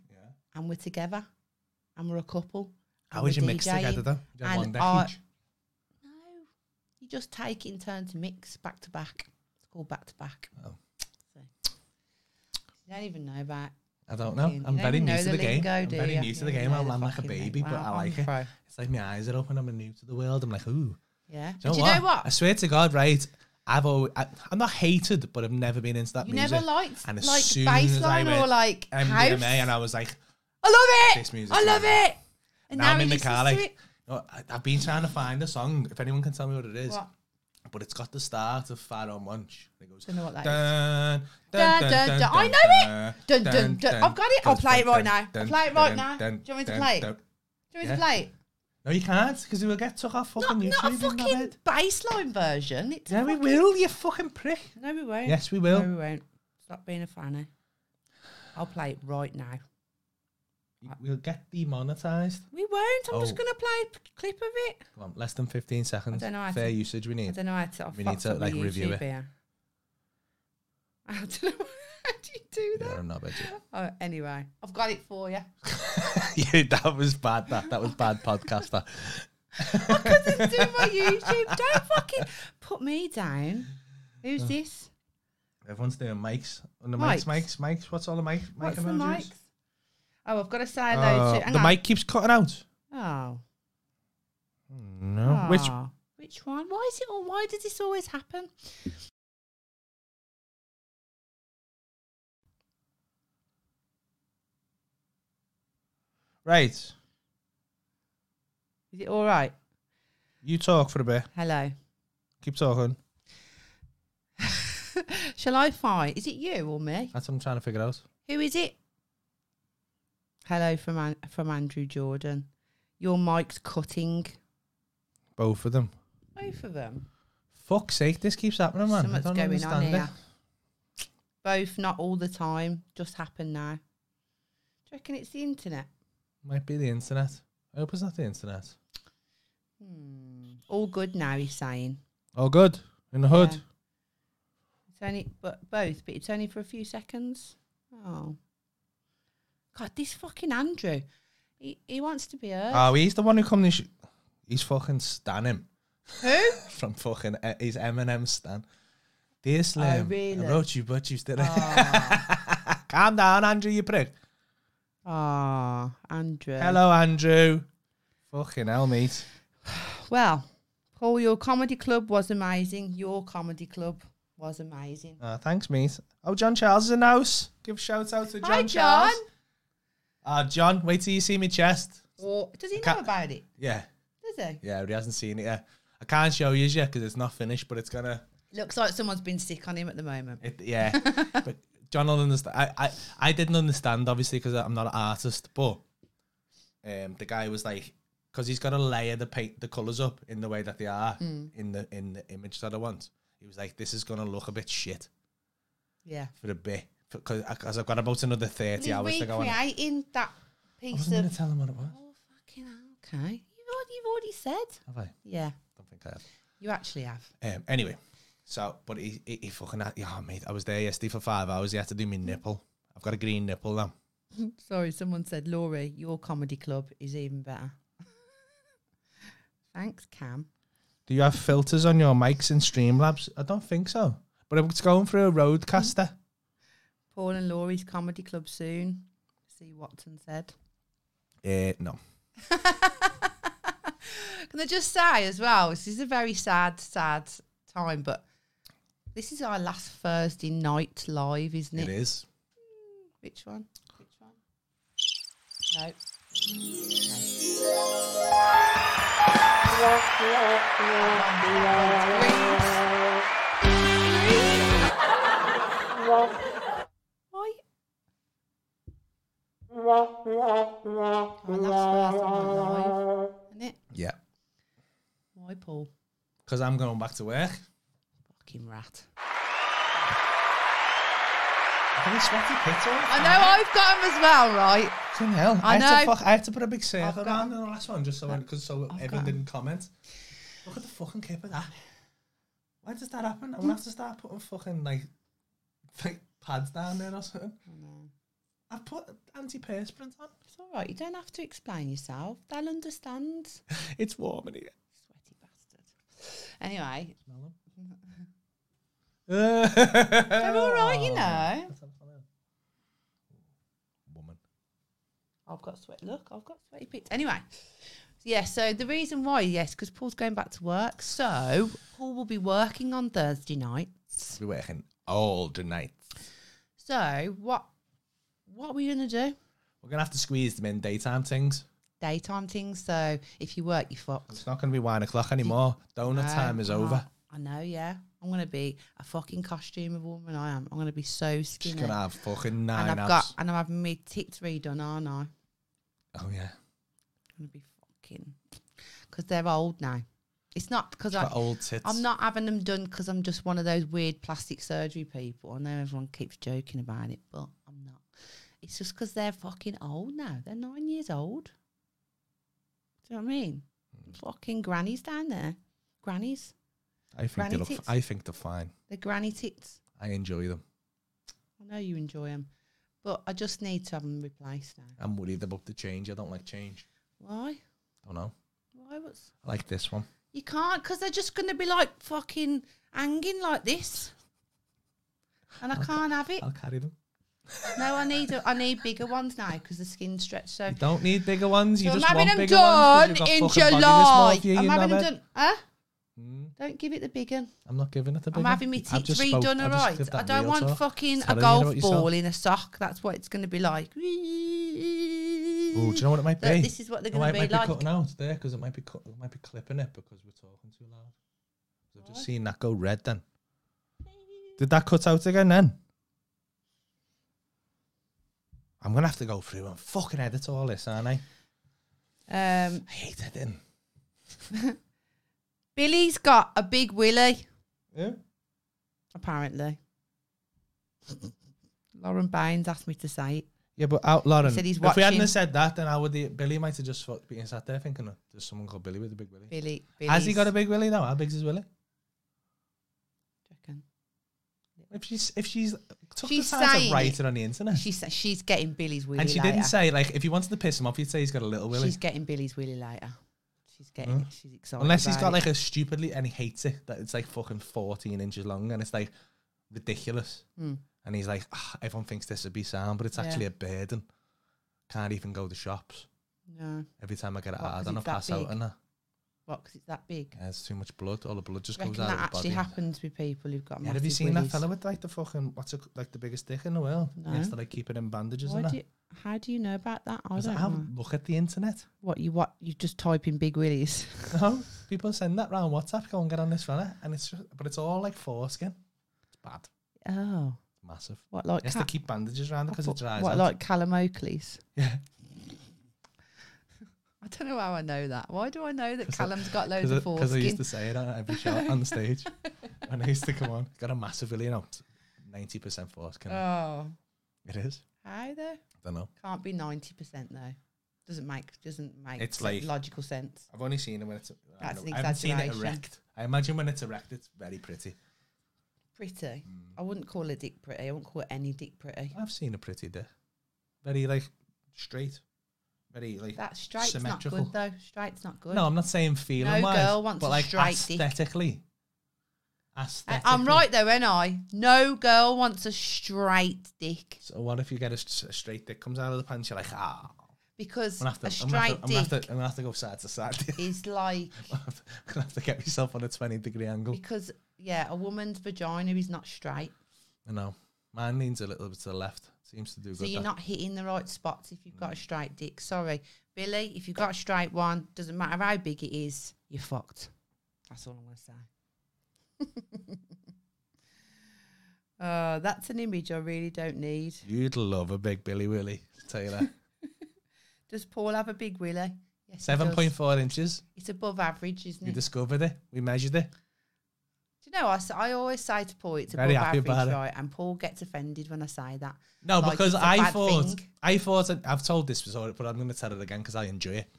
[SPEAKER 3] and we're together, and we're a couple.
[SPEAKER 2] How
[SPEAKER 3] and
[SPEAKER 2] is
[SPEAKER 3] we're
[SPEAKER 2] your mix
[SPEAKER 3] DJing.
[SPEAKER 2] together, though? You have
[SPEAKER 3] and
[SPEAKER 2] one deck
[SPEAKER 3] I-
[SPEAKER 2] each.
[SPEAKER 3] No, you just take it in turn to mix back to back. It's called back to back.
[SPEAKER 2] Oh.
[SPEAKER 3] So, you don't even know about.
[SPEAKER 2] I don't know.
[SPEAKER 3] You
[SPEAKER 2] I'm
[SPEAKER 3] don't
[SPEAKER 2] very
[SPEAKER 3] even
[SPEAKER 2] new
[SPEAKER 3] know
[SPEAKER 2] to the game.
[SPEAKER 3] lingo,
[SPEAKER 2] I'm
[SPEAKER 3] do
[SPEAKER 2] very
[SPEAKER 3] you?
[SPEAKER 2] new to
[SPEAKER 3] You
[SPEAKER 2] the
[SPEAKER 3] don't
[SPEAKER 2] game.
[SPEAKER 3] know
[SPEAKER 2] I'm
[SPEAKER 3] the
[SPEAKER 2] I'm like a
[SPEAKER 3] fucking
[SPEAKER 2] baby,
[SPEAKER 3] thing.
[SPEAKER 2] but I
[SPEAKER 3] Wow,
[SPEAKER 2] like
[SPEAKER 3] I'm
[SPEAKER 2] it.
[SPEAKER 3] pro.
[SPEAKER 2] It's like my eyes are open. I'm new to the world. I'm like, ooh.
[SPEAKER 3] Yeah. And
[SPEAKER 2] Do you know,
[SPEAKER 3] do you
[SPEAKER 2] what?
[SPEAKER 3] know what?
[SPEAKER 2] I swear to God, right? I've always, I, I'm not hated, but I've never been into that
[SPEAKER 3] You
[SPEAKER 2] music.
[SPEAKER 3] never liked
[SPEAKER 2] And as
[SPEAKER 3] like
[SPEAKER 2] soon as I
[SPEAKER 3] baseline or
[SPEAKER 2] went
[SPEAKER 3] like house.
[SPEAKER 2] MDMA, and I was like,
[SPEAKER 3] I love
[SPEAKER 2] This
[SPEAKER 3] it.
[SPEAKER 2] music's
[SPEAKER 3] I love
[SPEAKER 2] amazing.
[SPEAKER 3] it. And
[SPEAKER 2] now, I'm
[SPEAKER 3] he
[SPEAKER 2] in the
[SPEAKER 3] listens
[SPEAKER 2] car.
[SPEAKER 3] to
[SPEAKER 2] Like,
[SPEAKER 3] it.
[SPEAKER 2] no, I- I've been trying to find a song. If anyone can tell me what it is,
[SPEAKER 3] What?
[SPEAKER 2] but it's got the start of Fat on Munch. It goes.
[SPEAKER 3] Don't know what that is.
[SPEAKER 2] dun,
[SPEAKER 3] Dun, dun, dun. I know it. Dun, dun, dun. I've got it. I'll play it right now. I'll play it right now. Do you want me to play it? Do you want me to
[SPEAKER 2] Yeah.
[SPEAKER 3] play it?
[SPEAKER 2] No, you can't, because we'll get took off
[SPEAKER 3] Not,
[SPEAKER 2] fucking YouTube.
[SPEAKER 3] not a
[SPEAKER 2] and all
[SPEAKER 3] fucking
[SPEAKER 2] that.
[SPEAKER 3] baseline version. It's a
[SPEAKER 2] Yeah, we
[SPEAKER 3] fucking-
[SPEAKER 2] will, you fucking prick.
[SPEAKER 3] No, we won't.
[SPEAKER 2] Yes, we
[SPEAKER 3] No,
[SPEAKER 2] will.
[SPEAKER 3] we won't. Stop being a fanny. I'll play it right now.
[SPEAKER 2] We'll get demonetized.
[SPEAKER 3] We won't. I'm just
[SPEAKER 2] Oh.
[SPEAKER 3] going to play a p- clip of it.
[SPEAKER 2] Come on, less than 15 seconds.
[SPEAKER 3] I don't know how
[SPEAKER 2] Fair
[SPEAKER 3] to-
[SPEAKER 2] usage we
[SPEAKER 3] I
[SPEAKER 2] need.
[SPEAKER 3] don't know how to. I've
[SPEAKER 2] We need
[SPEAKER 3] fucked
[SPEAKER 2] to,
[SPEAKER 3] up my
[SPEAKER 2] like, review
[SPEAKER 3] YouTube
[SPEAKER 2] it.
[SPEAKER 3] here. I don't know. How do you do that?
[SPEAKER 2] Yeah, I'm not
[SPEAKER 3] Oh, anyway, I've got it for you.
[SPEAKER 2] yeah, that was bad. That that was bad podcaster.
[SPEAKER 3] do my YouTube. Don't fucking put me down. Who's
[SPEAKER 2] Oh.
[SPEAKER 3] this?
[SPEAKER 2] Everyone's doing mics. And the mics, mics,
[SPEAKER 3] Mics.
[SPEAKER 2] mics. What's all the mic? mic
[SPEAKER 3] What's the
[SPEAKER 2] emojis?
[SPEAKER 3] mics? Oh, I've got to say hello
[SPEAKER 2] Uh,
[SPEAKER 3] to. hang
[SPEAKER 2] the
[SPEAKER 3] on.
[SPEAKER 2] mic keeps cutting out.
[SPEAKER 3] Oh.
[SPEAKER 2] No. Which
[SPEAKER 3] Ah. Which one? Why is it all? Why does this always happen?
[SPEAKER 2] right.
[SPEAKER 3] Is it all right?
[SPEAKER 2] You talk for a bit.
[SPEAKER 3] Hello.
[SPEAKER 2] Keep talking.
[SPEAKER 3] Shall I find? Is it you or me?
[SPEAKER 2] That's what I'm trying to figure out.
[SPEAKER 3] Who is it? Hello from An- from Andrew Jordan. Your mic's cutting.
[SPEAKER 2] Both of them.
[SPEAKER 3] Both of them.
[SPEAKER 2] Fuck's sake, this keeps happening, man. I
[SPEAKER 3] Something's
[SPEAKER 2] don't
[SPEAKER 3] going on
[SPEAKER 2] understand it.
[SPEAKER 3] here. Both, not all the time. Just happen now. Do you reckon it's the internet?
[SPEAKER 2] Might be the internet. I hope it's not the internet.
[SPEAKER 3] Hmm. All good now. He's saying
[SPEAKER 2] All good in the hood.
[SPEAKER 3] Yeah. it's only but both, but it's only for a few seconds. Oh, God! This fucking Andrew. He, he wants to be heard.
[SPEAKER 2] Oh, he's the one who come this. He's fucking Stan him
[SPEAKER 3] Who?
[SPEAKER 2] from fucking. Uh, he's Eminem Stan. Dear Slim,
[SPEAKER 3] Oh, really?
[SPEAKER 2] I wrote you, but you still.
[SPEAKER 3] Ah,
[SPEAKER 2] Calm down, Andrew, you prick.
[SPEAKER 3] Ah, Andrew.
[SPEAKER 2] Hello, Andrew. Fucking hell, mate.
[SPEAKER 3] Well, Paul, your comedy club was amazing. Your comedy club. was amazing.
[SPEAKER 2] Uh, thanks, mate. Oh, John Charles is in the house. Give a shout out to John,
[SPEAKER 3] Hi,
[SPEAKER 2] Charles.
[SPEAKER 3] John.
[SPEAKER 2] Ah, John, wait till you see me chest.
[SPEAKER 3] Or does he know
[SPEAKER 2] Ca-
[SPEAKER 3] about it?
[SPEAKER 2] Yeah,
[SPEAKER 3] Does he?
[SPEAKER 2] yeah, but he hasn't seen it yet. I can't show you yet because it's not finished, but it's gonna.
[SPEAKER 3] Looks like someone's been sick on him at the moment.
[SPEAKER 2] It, yeah, but John will understand. I, I, I didn't understand obviously because I'm not an artist, but um, the guy was like, because he's got to layer the paint, the colors up in the way that they are in the in the image that I want. He was like, this is gonna look a bit shit
[SPEAKER 3] Yeah.
[SPEAKER 2] for a bit because I've got about another thirty
[SPEAKER 3] You're
[SPEAKER 2] hours to go on. I
[SPEAKER 3] recreating that piece
[SPEAKER 2] wasn't gonna
[SPEAKER 3] of.
[SPEAKER 2] tell him what it was.
[SPEAKER 3] Oh, fucking hell. Okay. You've already, you've already said.
[SPEAKER 2] Have I?
[SPEAKER 3] Yeah.
[SPEAKER 2] Don't think I have.
[SPEAKER 3] You actually have.
[SPEAKER 2] Um, anyway, so but he, he, he fucking had, yeah, mate. I was there yesterday for five hours. He had to do me nipple. I've got a green nipple now.
[SPEAKER 3] Sorry, someone said, Laurie, your comedy club is even better. Thanks, Cam.
[SPEAKER 2] Do you have filters on your mics in Streamlabs? I don't think so. But it's going through a roadcaster.
[SPEAKER 3] Paul and Laurie's comedy club soon. See Watson said.
[SPEAKER 2] Uh, no.
[SPEAKER 3] Can I just say as well, this is a very sad, sad time, but this is our last Thursday night live, isn't
[SPEAKER 2] It
[SPEAKER 3] it?
[SPEAKER 2] is.
[SPEAKER 3] Which one? Which one? No. Why? Our last Thursday night live, isn't it?
[SPEAKER 2] Yeah.
[SPEAKER 3] Why, Paul?
[SPEAKER 2] Because I'm going back to work.
[SPEAKER 3] Fucking rat.
[SPEAKER 2] I think it's sweaty pits all.
[SPEAKER 3] I know I've got him as well, right?
[SPEAKER 2] Fucking hell.
[SPEAKER 3] I
[SPEAKER 2] I, Had
[SPEAKER 3] know.
[SPEAKER 2] to fuck, I had to put a big circle
[SPEAKER 3] I've got
[SPEAKER 2] around in the last one just so, I- cause so
[SPEAKER 3] I've got
[SPEAKER 2] Evan
[SPEAKER 3] 'em.
[SPEAKER 2] didn't comment. Look at the fucking clip of that. Why does that happen? I'm going to have to start putting fucking like, like pads down there or something. I've put antiperspirant on.
[SPEAKER 3] It's all right. You don't have to explain yourself. They'll understand.
[SPEAKER 2] It's warm in here.
[SPEAKER 3] Sweaty bastard. Anyway,
[SPEAKER 2] They're
[SPEAKER 3] they're all right, you know.
[SPEAKER 2] Woman.
[SPEAKER 3] I've got sweat. Look, I've got sweaty pits. Anyway, yeah. So the reason why, yes, because Paul's going back to work. So Paul will be working on Thursday nights.
[SPEAKER 2] We're working all the night.
[SPEAKER 3] So what? What are we gonna do?
[SPEAKER 2] We're gonna have to squeeze them in daytime things.
[SPEAKER 3] Daytime things. So if you work, you fucked.
[SPEAKER 2] It's not gonna be wine o'clock anymore. Donut
[SPEAKER 3] No,
[SPEAKER 2] time is
[SPEAKER 3] I'm
[SPEAKER 2] over.
[SPEAKER 3] not. I know. Yeah, I'm gonna be a fucking costume of woman. I am. I'm gonna be so
[SPEAKER 2] She's
[SPEAKER 3] skinny.
[SPEAKER 2] gonna have fucking
[SPEAKER 3] and
[SPEAKER 2] nine
[SPEAKER 3] I've
[SPEAKER 2] apps.
[SPEAKER 3] got and I'm having my tits redone, aren't I?
[SPEAKER 2] oh yeah,
[SPEAKER 3] gonna be fucking because they're old now. It's not because
[SPEAKER 2] got
[SPEAKER 3] I.
[SPEAKER 2] old tits.
[SPEAKER 3] I'm not having them done because I'm just one of those weird plastic surgery people. I know everyone keeps joking about it, but I'm not. It's just because they're fucking old now. They're nine years old. Do you know what I mean? Fucking grannies down there. Grannies.
[SPEAKER 2] I think
[SPEAKER 3] granny
[SPEAKER 2] they look.
[SPEAKER 3] tits.
[SPEAKER 2] I think they're fine.
[SPEAKER 3] They're granny tits.
[SPEAKER 2] I enjoy them.
[SPEAKER 3] I know you enjoy them, but I just need to have them replaced now.
[SPEAKER 2] I'm worried about the change. I don't like change.
[SPEAKER 3] Why?
[SPEAKER 2] Don't know.
[SPEAKER 3] Why was
[SPEAKER 2] I like this one.
[SPEAKER 3] You can't because they're just going to be like fucking hanging like this. And I can't have it.
[SPEAKER 2] I'll carry them.
[SPEAKER 3] No, I need a, I need bigger ones now because the skin's stretched. So,
[SPEAKER 2] You don't need bigger ones. You
[SPEAKER 3] so I'm
[SPEAKER 2] just
[SPEAKER 3] having
[SPEAKER 2] want
[SPEAKER 3] them
[SPEAKER 2] bigger ones.
[SPEAKER 3] done
[SPEAKER 2] 'cause you've
[SPEAKER 3] in
[SPEAKER 2] got fucking body
[SPEAKER 3] July.
[SPEAKER 2] dysmorphia,
[SPEAKER 3] I'm
[SPEAKER 2] you
[SPEAKER 3] having them
[SPEAKER 2] knobhead.
[SPEAKER 3] done. Huh?
[SPEAKER 2] Mm.
[SPEAKER 3] Don't give it the big one.
[SPEAKER 2] I'm not giving it a big
[SPEAKER 3] I'm
[SPEAKER 2] one.
[SPEAKER 3] having my
[SPEAKER 2] I've
[SPEAKER 3] teeth
[SPEAKER 2] just spoke- I've
[SPEAKER 3] redone all
[SPEAKER 2] just
[SPEAKER 3] right.
[SPEAKER 2] given
[SPEAKER 3] I
[SPEAKER 2] that
[SPEAKER 3] don't
[SPEAKER 2] real
[SPEAKER 3] want
[SPEAKER 2] talk.
[SPEAKER 3] fucking a
[SPEAKER 2] Telling you
[SPEAKER 3] golf
[SPEAKER 2] about yourself.
[SPEAKER 3] ball in a sock. That's what it's going to be like.
[SPEAKER 2] Oh, do you know what it might
[SPEAKER 3] Look,
[SPEAKER 2] be?
[SPEAKER 3] this is what they're
[SPEAKER 2] No,
[SPEAKER 3] going to
[SPEAKER 2] it
[SPEAKER 3] be
[SPEAKER 2] might
[SPEAKER 3] like.
[SPEAKER 2] be cutting out there because it might be cut, it might be clipping it because we're talking too loud. 'Cause I've just seen that go red. Then did that cut out again? Then I'm gonna have to go through and fucking edit all this, aren't I?
[SPEAKER 3] Um,
[SPEAKER 2] I hate editing.
[SPEAKER 3] Billy's got a big willy.
[SPEAKER 2] Yeah.
[SPEAKER 3] apparently. Lauren Bynes asked me to say it.
[SPEAKER 2] Yeah, but out, Lauren.
[SPEAKER 3] said he's
[SPEAKER 2] if we hadn't
[SPEAKER 3] watching.
[SPEAKER 2] have said that, then I would. Billy might have just fucked being sat there thinking, "There's someone called Billy with a big Willy."
[SPEAKER 3] Billy,
[SPEAKER 2] Has he got a big Willy now? How big's his Willy? If she's if she's took
[SPEAKER 3] She's
[SPEAKER 2] the time
[SPEAKER 3] saying
[SPEAKER 2] to write it. on the internet,
[SPEAKER 3] She sa- she's getting Billy's wheelie.
[SPEAKER 2] and she
[SPEAKER 3] later.
[SPEAKER 2] didn't say like if you wanted to piss him off, you'd say he's got a little Willy.
[SPEAKER 3] She's getting Billy's wheelie later. She's getting.
[SPEAKER 2] Huh?
[SPEAKER 3] She's excited.
[SPEAKER 2] Unless he's got
[SPEAKER 3] about it.
[SPEAKER 2] like a stupidly and he hates it that it's like fucking 14 inches long and it's like ridiculous.
[SPEAKER 3] Mm.
[SPEAKER 2] And he's like, "Ah, everyone thinks this would be sound, but it's
[SPEAKER 3] Yeah.
[SPEAKER 2] actually a burden. Can't even go to shops.
[SPEAKER 3] No.
[SPEAKER 2] Every time I get it
[SPEAKER 3] What, 'cause
[SPEAKER 2] hard, and I
[SPEAKER 3] it's that
[SPEAKER 2] pass
[SPEAKER 3] big?
[SPEAKER 2] out and that.
[SPEAKER 3] spot because it's that big.
[SPEAKER 2] There's too much blood. All the blood just
[SPEAKER 3] I reckon
[SPEAKER 2] goes out
[SPEAKER 3] that
[SPEAKER 2] of the body.
[SPEAKER 3] actually happens with people who've got.
[SPEAKER 2] Yeah, have you
[SPEAKER 3] massive
[SPEAKER 2] seen that
[SPEAKER 3] willies.
[SPEAKER 2] fella with like the fucking what's it, like the biggest dick in the world?
[SPEAKER 3] No.
[SPEAKER 2] Yes, they like keep it in bandages
[SPEAKER 3] Why
[SPEAKER 2] and that.
[SPEAKER 3] do you, how do you know about that? I
[SPEAKER 2] I was
[SPEAKER 3] don't
[SPEAKER 2] like,
[SPEAKER 3] know.
[SPEAKER 2] "Have a look at the internet.
[SPEAKER 3] What you what you just type in big willies?
[SPEAKER 2] No, people send that round WhatsApp. Go and get on this fella, and it's just, but it's all like foreskin. It's bad,
[SPEAKER 3] Oh,
[SPEAKER 2] massive.
[SPEAKER 3] what like
[SPEAKER 2] Yes,
[SPEAKER 3] Ca-
[SPEAKER 2] they keep bandages around because it dries
[SPEAKER 3] what
[SPEAKER 2] out.
[SPEAKER 3] like Callum Oakley's?
[SPEAKER 2] yeah,
[SPEAKER 3] I don't know how I know that. Why do I know that
[SPEAKER 2] 'Cause I-
[SPEAKER 3] Callum's got loads of
[SPEAKER 2] because I used
[SPEAKER 3] foreskin?
[SPEAKER 2] to say it on every show on the stage when I used to come on. Got a massive, you know, ninety percent foreskin.
[SPEAKER 3] Oh,
[SPEAKER 2] it is.
[SPEAKER 3] how though?
[SPEAKER 2] I don't know.
[SPEAKER 3] Can't be ninety percent though. Doesn't make doesn't make
[SPEAKER 2] It's
[SPEAKER 3] se-
[SPEAKER 2] like-
[SPEAKER 3] logical sense.
[SPEAKER 2] I've only seen it when it's. I
[SPEAKER 3] That's
[SPEAKER 2] don't
[SPEAKER 3] an
[SPEAKER 2] know, I haven't seen it
[SPEAKER 3] exaggeration.
[SPEAKER 2] erect. I imagine when it's erect, it's very pretty. Mm.
[SPEAKER 3] Pretty. I wouldn't call a dick pretty. I wouldn't call any dick pretty.
[SPEAKER 2] I've seen a pretty dick, very like straight, very like.
[SPEAKER 3] That straight's not
[SPEAKER 2] Symmetrical.
[SPEAKER 3] good though. Straight's not good.
[SPEAKER 2] No, I'm not saying feeling wise,
[SPEAKER 3] girl wants
[SPEAKER 2] but
[SPEAKER 3] a
[SPEAKER 2] like
[SPEAKER 3] straight dick.
[SPEAKER 2] aesthetically.
[SPEAKER 3] I-
[SPEAKER 2] Aesthetically.
[SPEAKER 3] I'm right though, ain't I? No girl wants a straight dick
[SPEAKER 2] So what if you get a, s- a straight dick comes out of the pants? You're like, ah,
[SPEAKER 3] because
[SPEAKER 2] I'm gonna have to,
[SPEAKER 3] a
[SPEAKER 2] I'm gonna have to, I'm
[SPEAKER 3] straight
[SPEAKER 2] gonna have
[SPEAKER 3] dick
[SPEAKER 2] to, I'm gonna have to go side to side.
[SPEAKER 3] is like
[SPEAKER 2] I'm gonna have to get myself on a 20 degree angle.
[SPEAKER 3] because yeah, a woman's vagina is not straight,
[SPEAKER 2] I know. Mine leans a little bit to the left. Seems to do
[SPEAKER 3] so
[SPEAKER 2] good.
[SPEAKER 3] you're
[SPEAKER 2] that.
[SPEAKER 3] not hitting the right spots if you've got a straight dick. Sorry, Billy, if you've got a straight one, doesn't matter how big it is, you're fucked. That's all I'm gonna say. Uh, that's an image I really don't need.
[SPEAKER 2] You'd love a big Billy Willy, Taylor.
[SPEAKER 3] Does Paul have a big willy? Yes, he does.
[SPEAKER 2] 7.4 inches.
[SPEAKER 3] It's above average, isn't
[SPEAKER 2] We
[SPEAKER 3] it?
[SPEAKER 2] discovered it. We measured it.
[SPEAKER 3] Do you know, I, s- I always say to Paul, it's
[SPEAKER 2] Very
[SPEAKER 3] above
[SPEAKER 2] happy
[SPEAKER 3] average,
[SPEAKER 2] about it.
[SPEAKER 3] right? And Paul gets offended when I say that.
[SPEAKER 2] No,
[SPEAKER 3] Like,
[SPEAKER 2] because
[SPEAKER 3] it's a
[SPEAKER 2] I
[SPEAKER 3] bad
[SPEAKER 2] thought
[SPEAKER 3] thing.
[SPEAKER 2] I thought and I've told this before, but I'm going to tell it again because I enjoy it.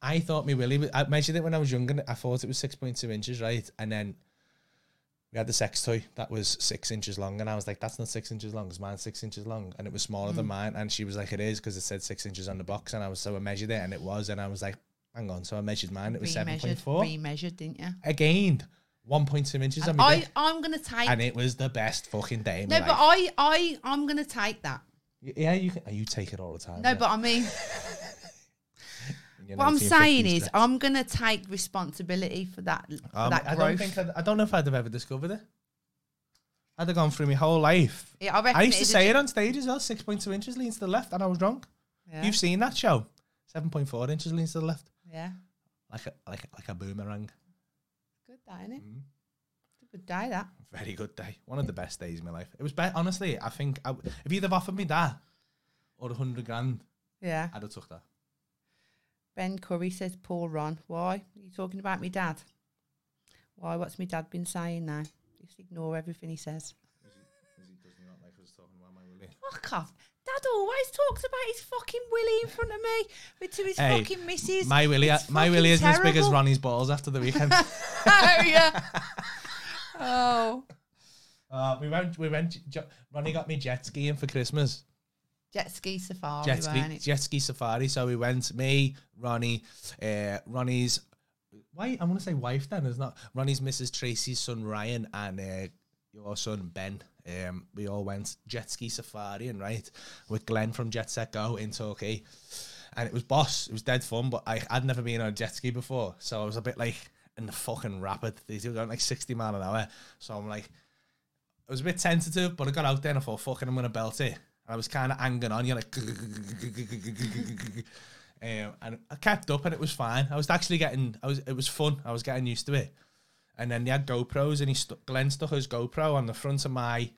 [SPEAKER 2] I thought me Willie. I measured it when I was younger. I thought it was six point two inches, right? And then we had the sex toy that was six inches long, and I was like, "That's not six inches long. Cause mine's six inches long, and it was smaller
[SPEAKER 3] Mm.
[SPEAKER 2] than mine." And she was like, "It is because it said six inches on the box." And I was so I measured it, and it was, and I was like, "Hang on." So I measured mine. It was seven point
[SPEAKER 3] Remeasured,
[SPEAKER 2] four.
[SPEAKER 3] remeasured, didn't you?
[SPEAKER 2] I gained one point two inches on
[SPEAKER 3] And
[SPEAKER 2] my
[SPEAKER 3] I,
[SPEAKER 2] dick,
[SPEAKER 3] I'm going to take.
[SPEAKER 2] and it was the best fucking day. Of
[SPEAKER 3] no,
[SPEAKER 2] my
[SPEAKER 3] but
[SPEAKER 2] life.
[SPEAKER 3] I, I, I'm going to take that.
[SPEAKER 2] yeah, you can, you take it all the time.
[SPEAKER 3] No,
[SPEAKER 2] yeah.
[SPEAKER 3] but I mean,
[SPEAKER 2] in your
[SPEAKER 3] what I'm
[SPEAKER 2] 1950s
[SPEAKER 3] saying is,
[SPEAKER 2] dress.
[SPEAKER 3] I'm going to take responsibility for that. For
[SPEAKER 2] Um,
[SPEAKER 3] that
[SPEAKER 2] I
[SPEAKER 3] growth.
[SPEAKER 2] don't think I'd, I don't know if I'd have ever discovered it. I'd have gone through my whole life.
[SPEAKER 3] Yeah, I, reckon
[SPEAKER 2] I used to
[SPEAKER 3] is a-
[SPEAKER 2] say it on stage as well. Six point two inches leans to the left, and I was wrong.
[SPEAKER 3] Yeah,
[SPEAKER 2] You've seen that show. Seven point four inches leans to the left,
[SPEAKER 3] yeah.
[SPEAKER 2] like a like a, like a boomerang.
[SPEAKER 3] good that, isn't it?
[SPEAKER 2] Mhm.
[SPEAKER 3] It's a good day that.
[SPEAKER 2] Very good day. One of the best days of my life. It was be- honestly. I think I, w- if you'd have offered me that or a hundred grand,
[SPEAKER 3] Yeah.
[SPEAKER 2] I'd have took that.
[SPEAKER 3] Ben Curry says, Paul Ron, why? Are you talking about me dad? Why? What's me dad been saying now? Just ignore everything he says. Fuck off. Dad always talks about his fucking Willie in front of me, but to his
[SPEAKER 2] Hey,
[SPEAKER 3] fucking missus.
[SPEAKER 2] My Willie,
[SPEAKER 3] It's
[SPEAKER 2] my
[SPEAKER 3] fucking
[SPEAKER 2] Willie isn't as big as
[SPEAKER 3] terrible.
[SPEAKER 2] Ronnie's balls after the weekend.
[SPEAKER 3] oh, yeah. Oh.
[SPEAKER 2] Uh, we went, we went. Jo- Ronnie got me jet skiing for Christmas.
[SPEAKER 3] Jet ski safari,
[SPEAKER 2] jet
[SPEAKER 3] Oh, weren't
[SPEAKER 2] ski,
[SPEAKER 3] it?
[SPEAKER 2] jet ski safari. So we went. Me, Ronnie, uh, Ronnie's. Why I'm gonna say wife then is not Ronnie's Mrs. Tracy's son Ryan and uh, your son Ben. Um, we all went jet ski safari and right with Glenn from Jet Set Go in Turkey, and it was boss. It was dead fun, but I I'd never been on a jet ski before, so I was a bit like in the fucking rapid. These were going like 60 mile an hour, so I'm like. I was a bit tentative, but I got out there and I thought, fucking, I'm going to belt it. And I was kind of hanging on, you're like, um, and I kept up and it was fine. I was actually getting, I was, it was fun. I was getting used to it. And then they had GoPros and he stuck, Glenn stuck his GoPro on the front of my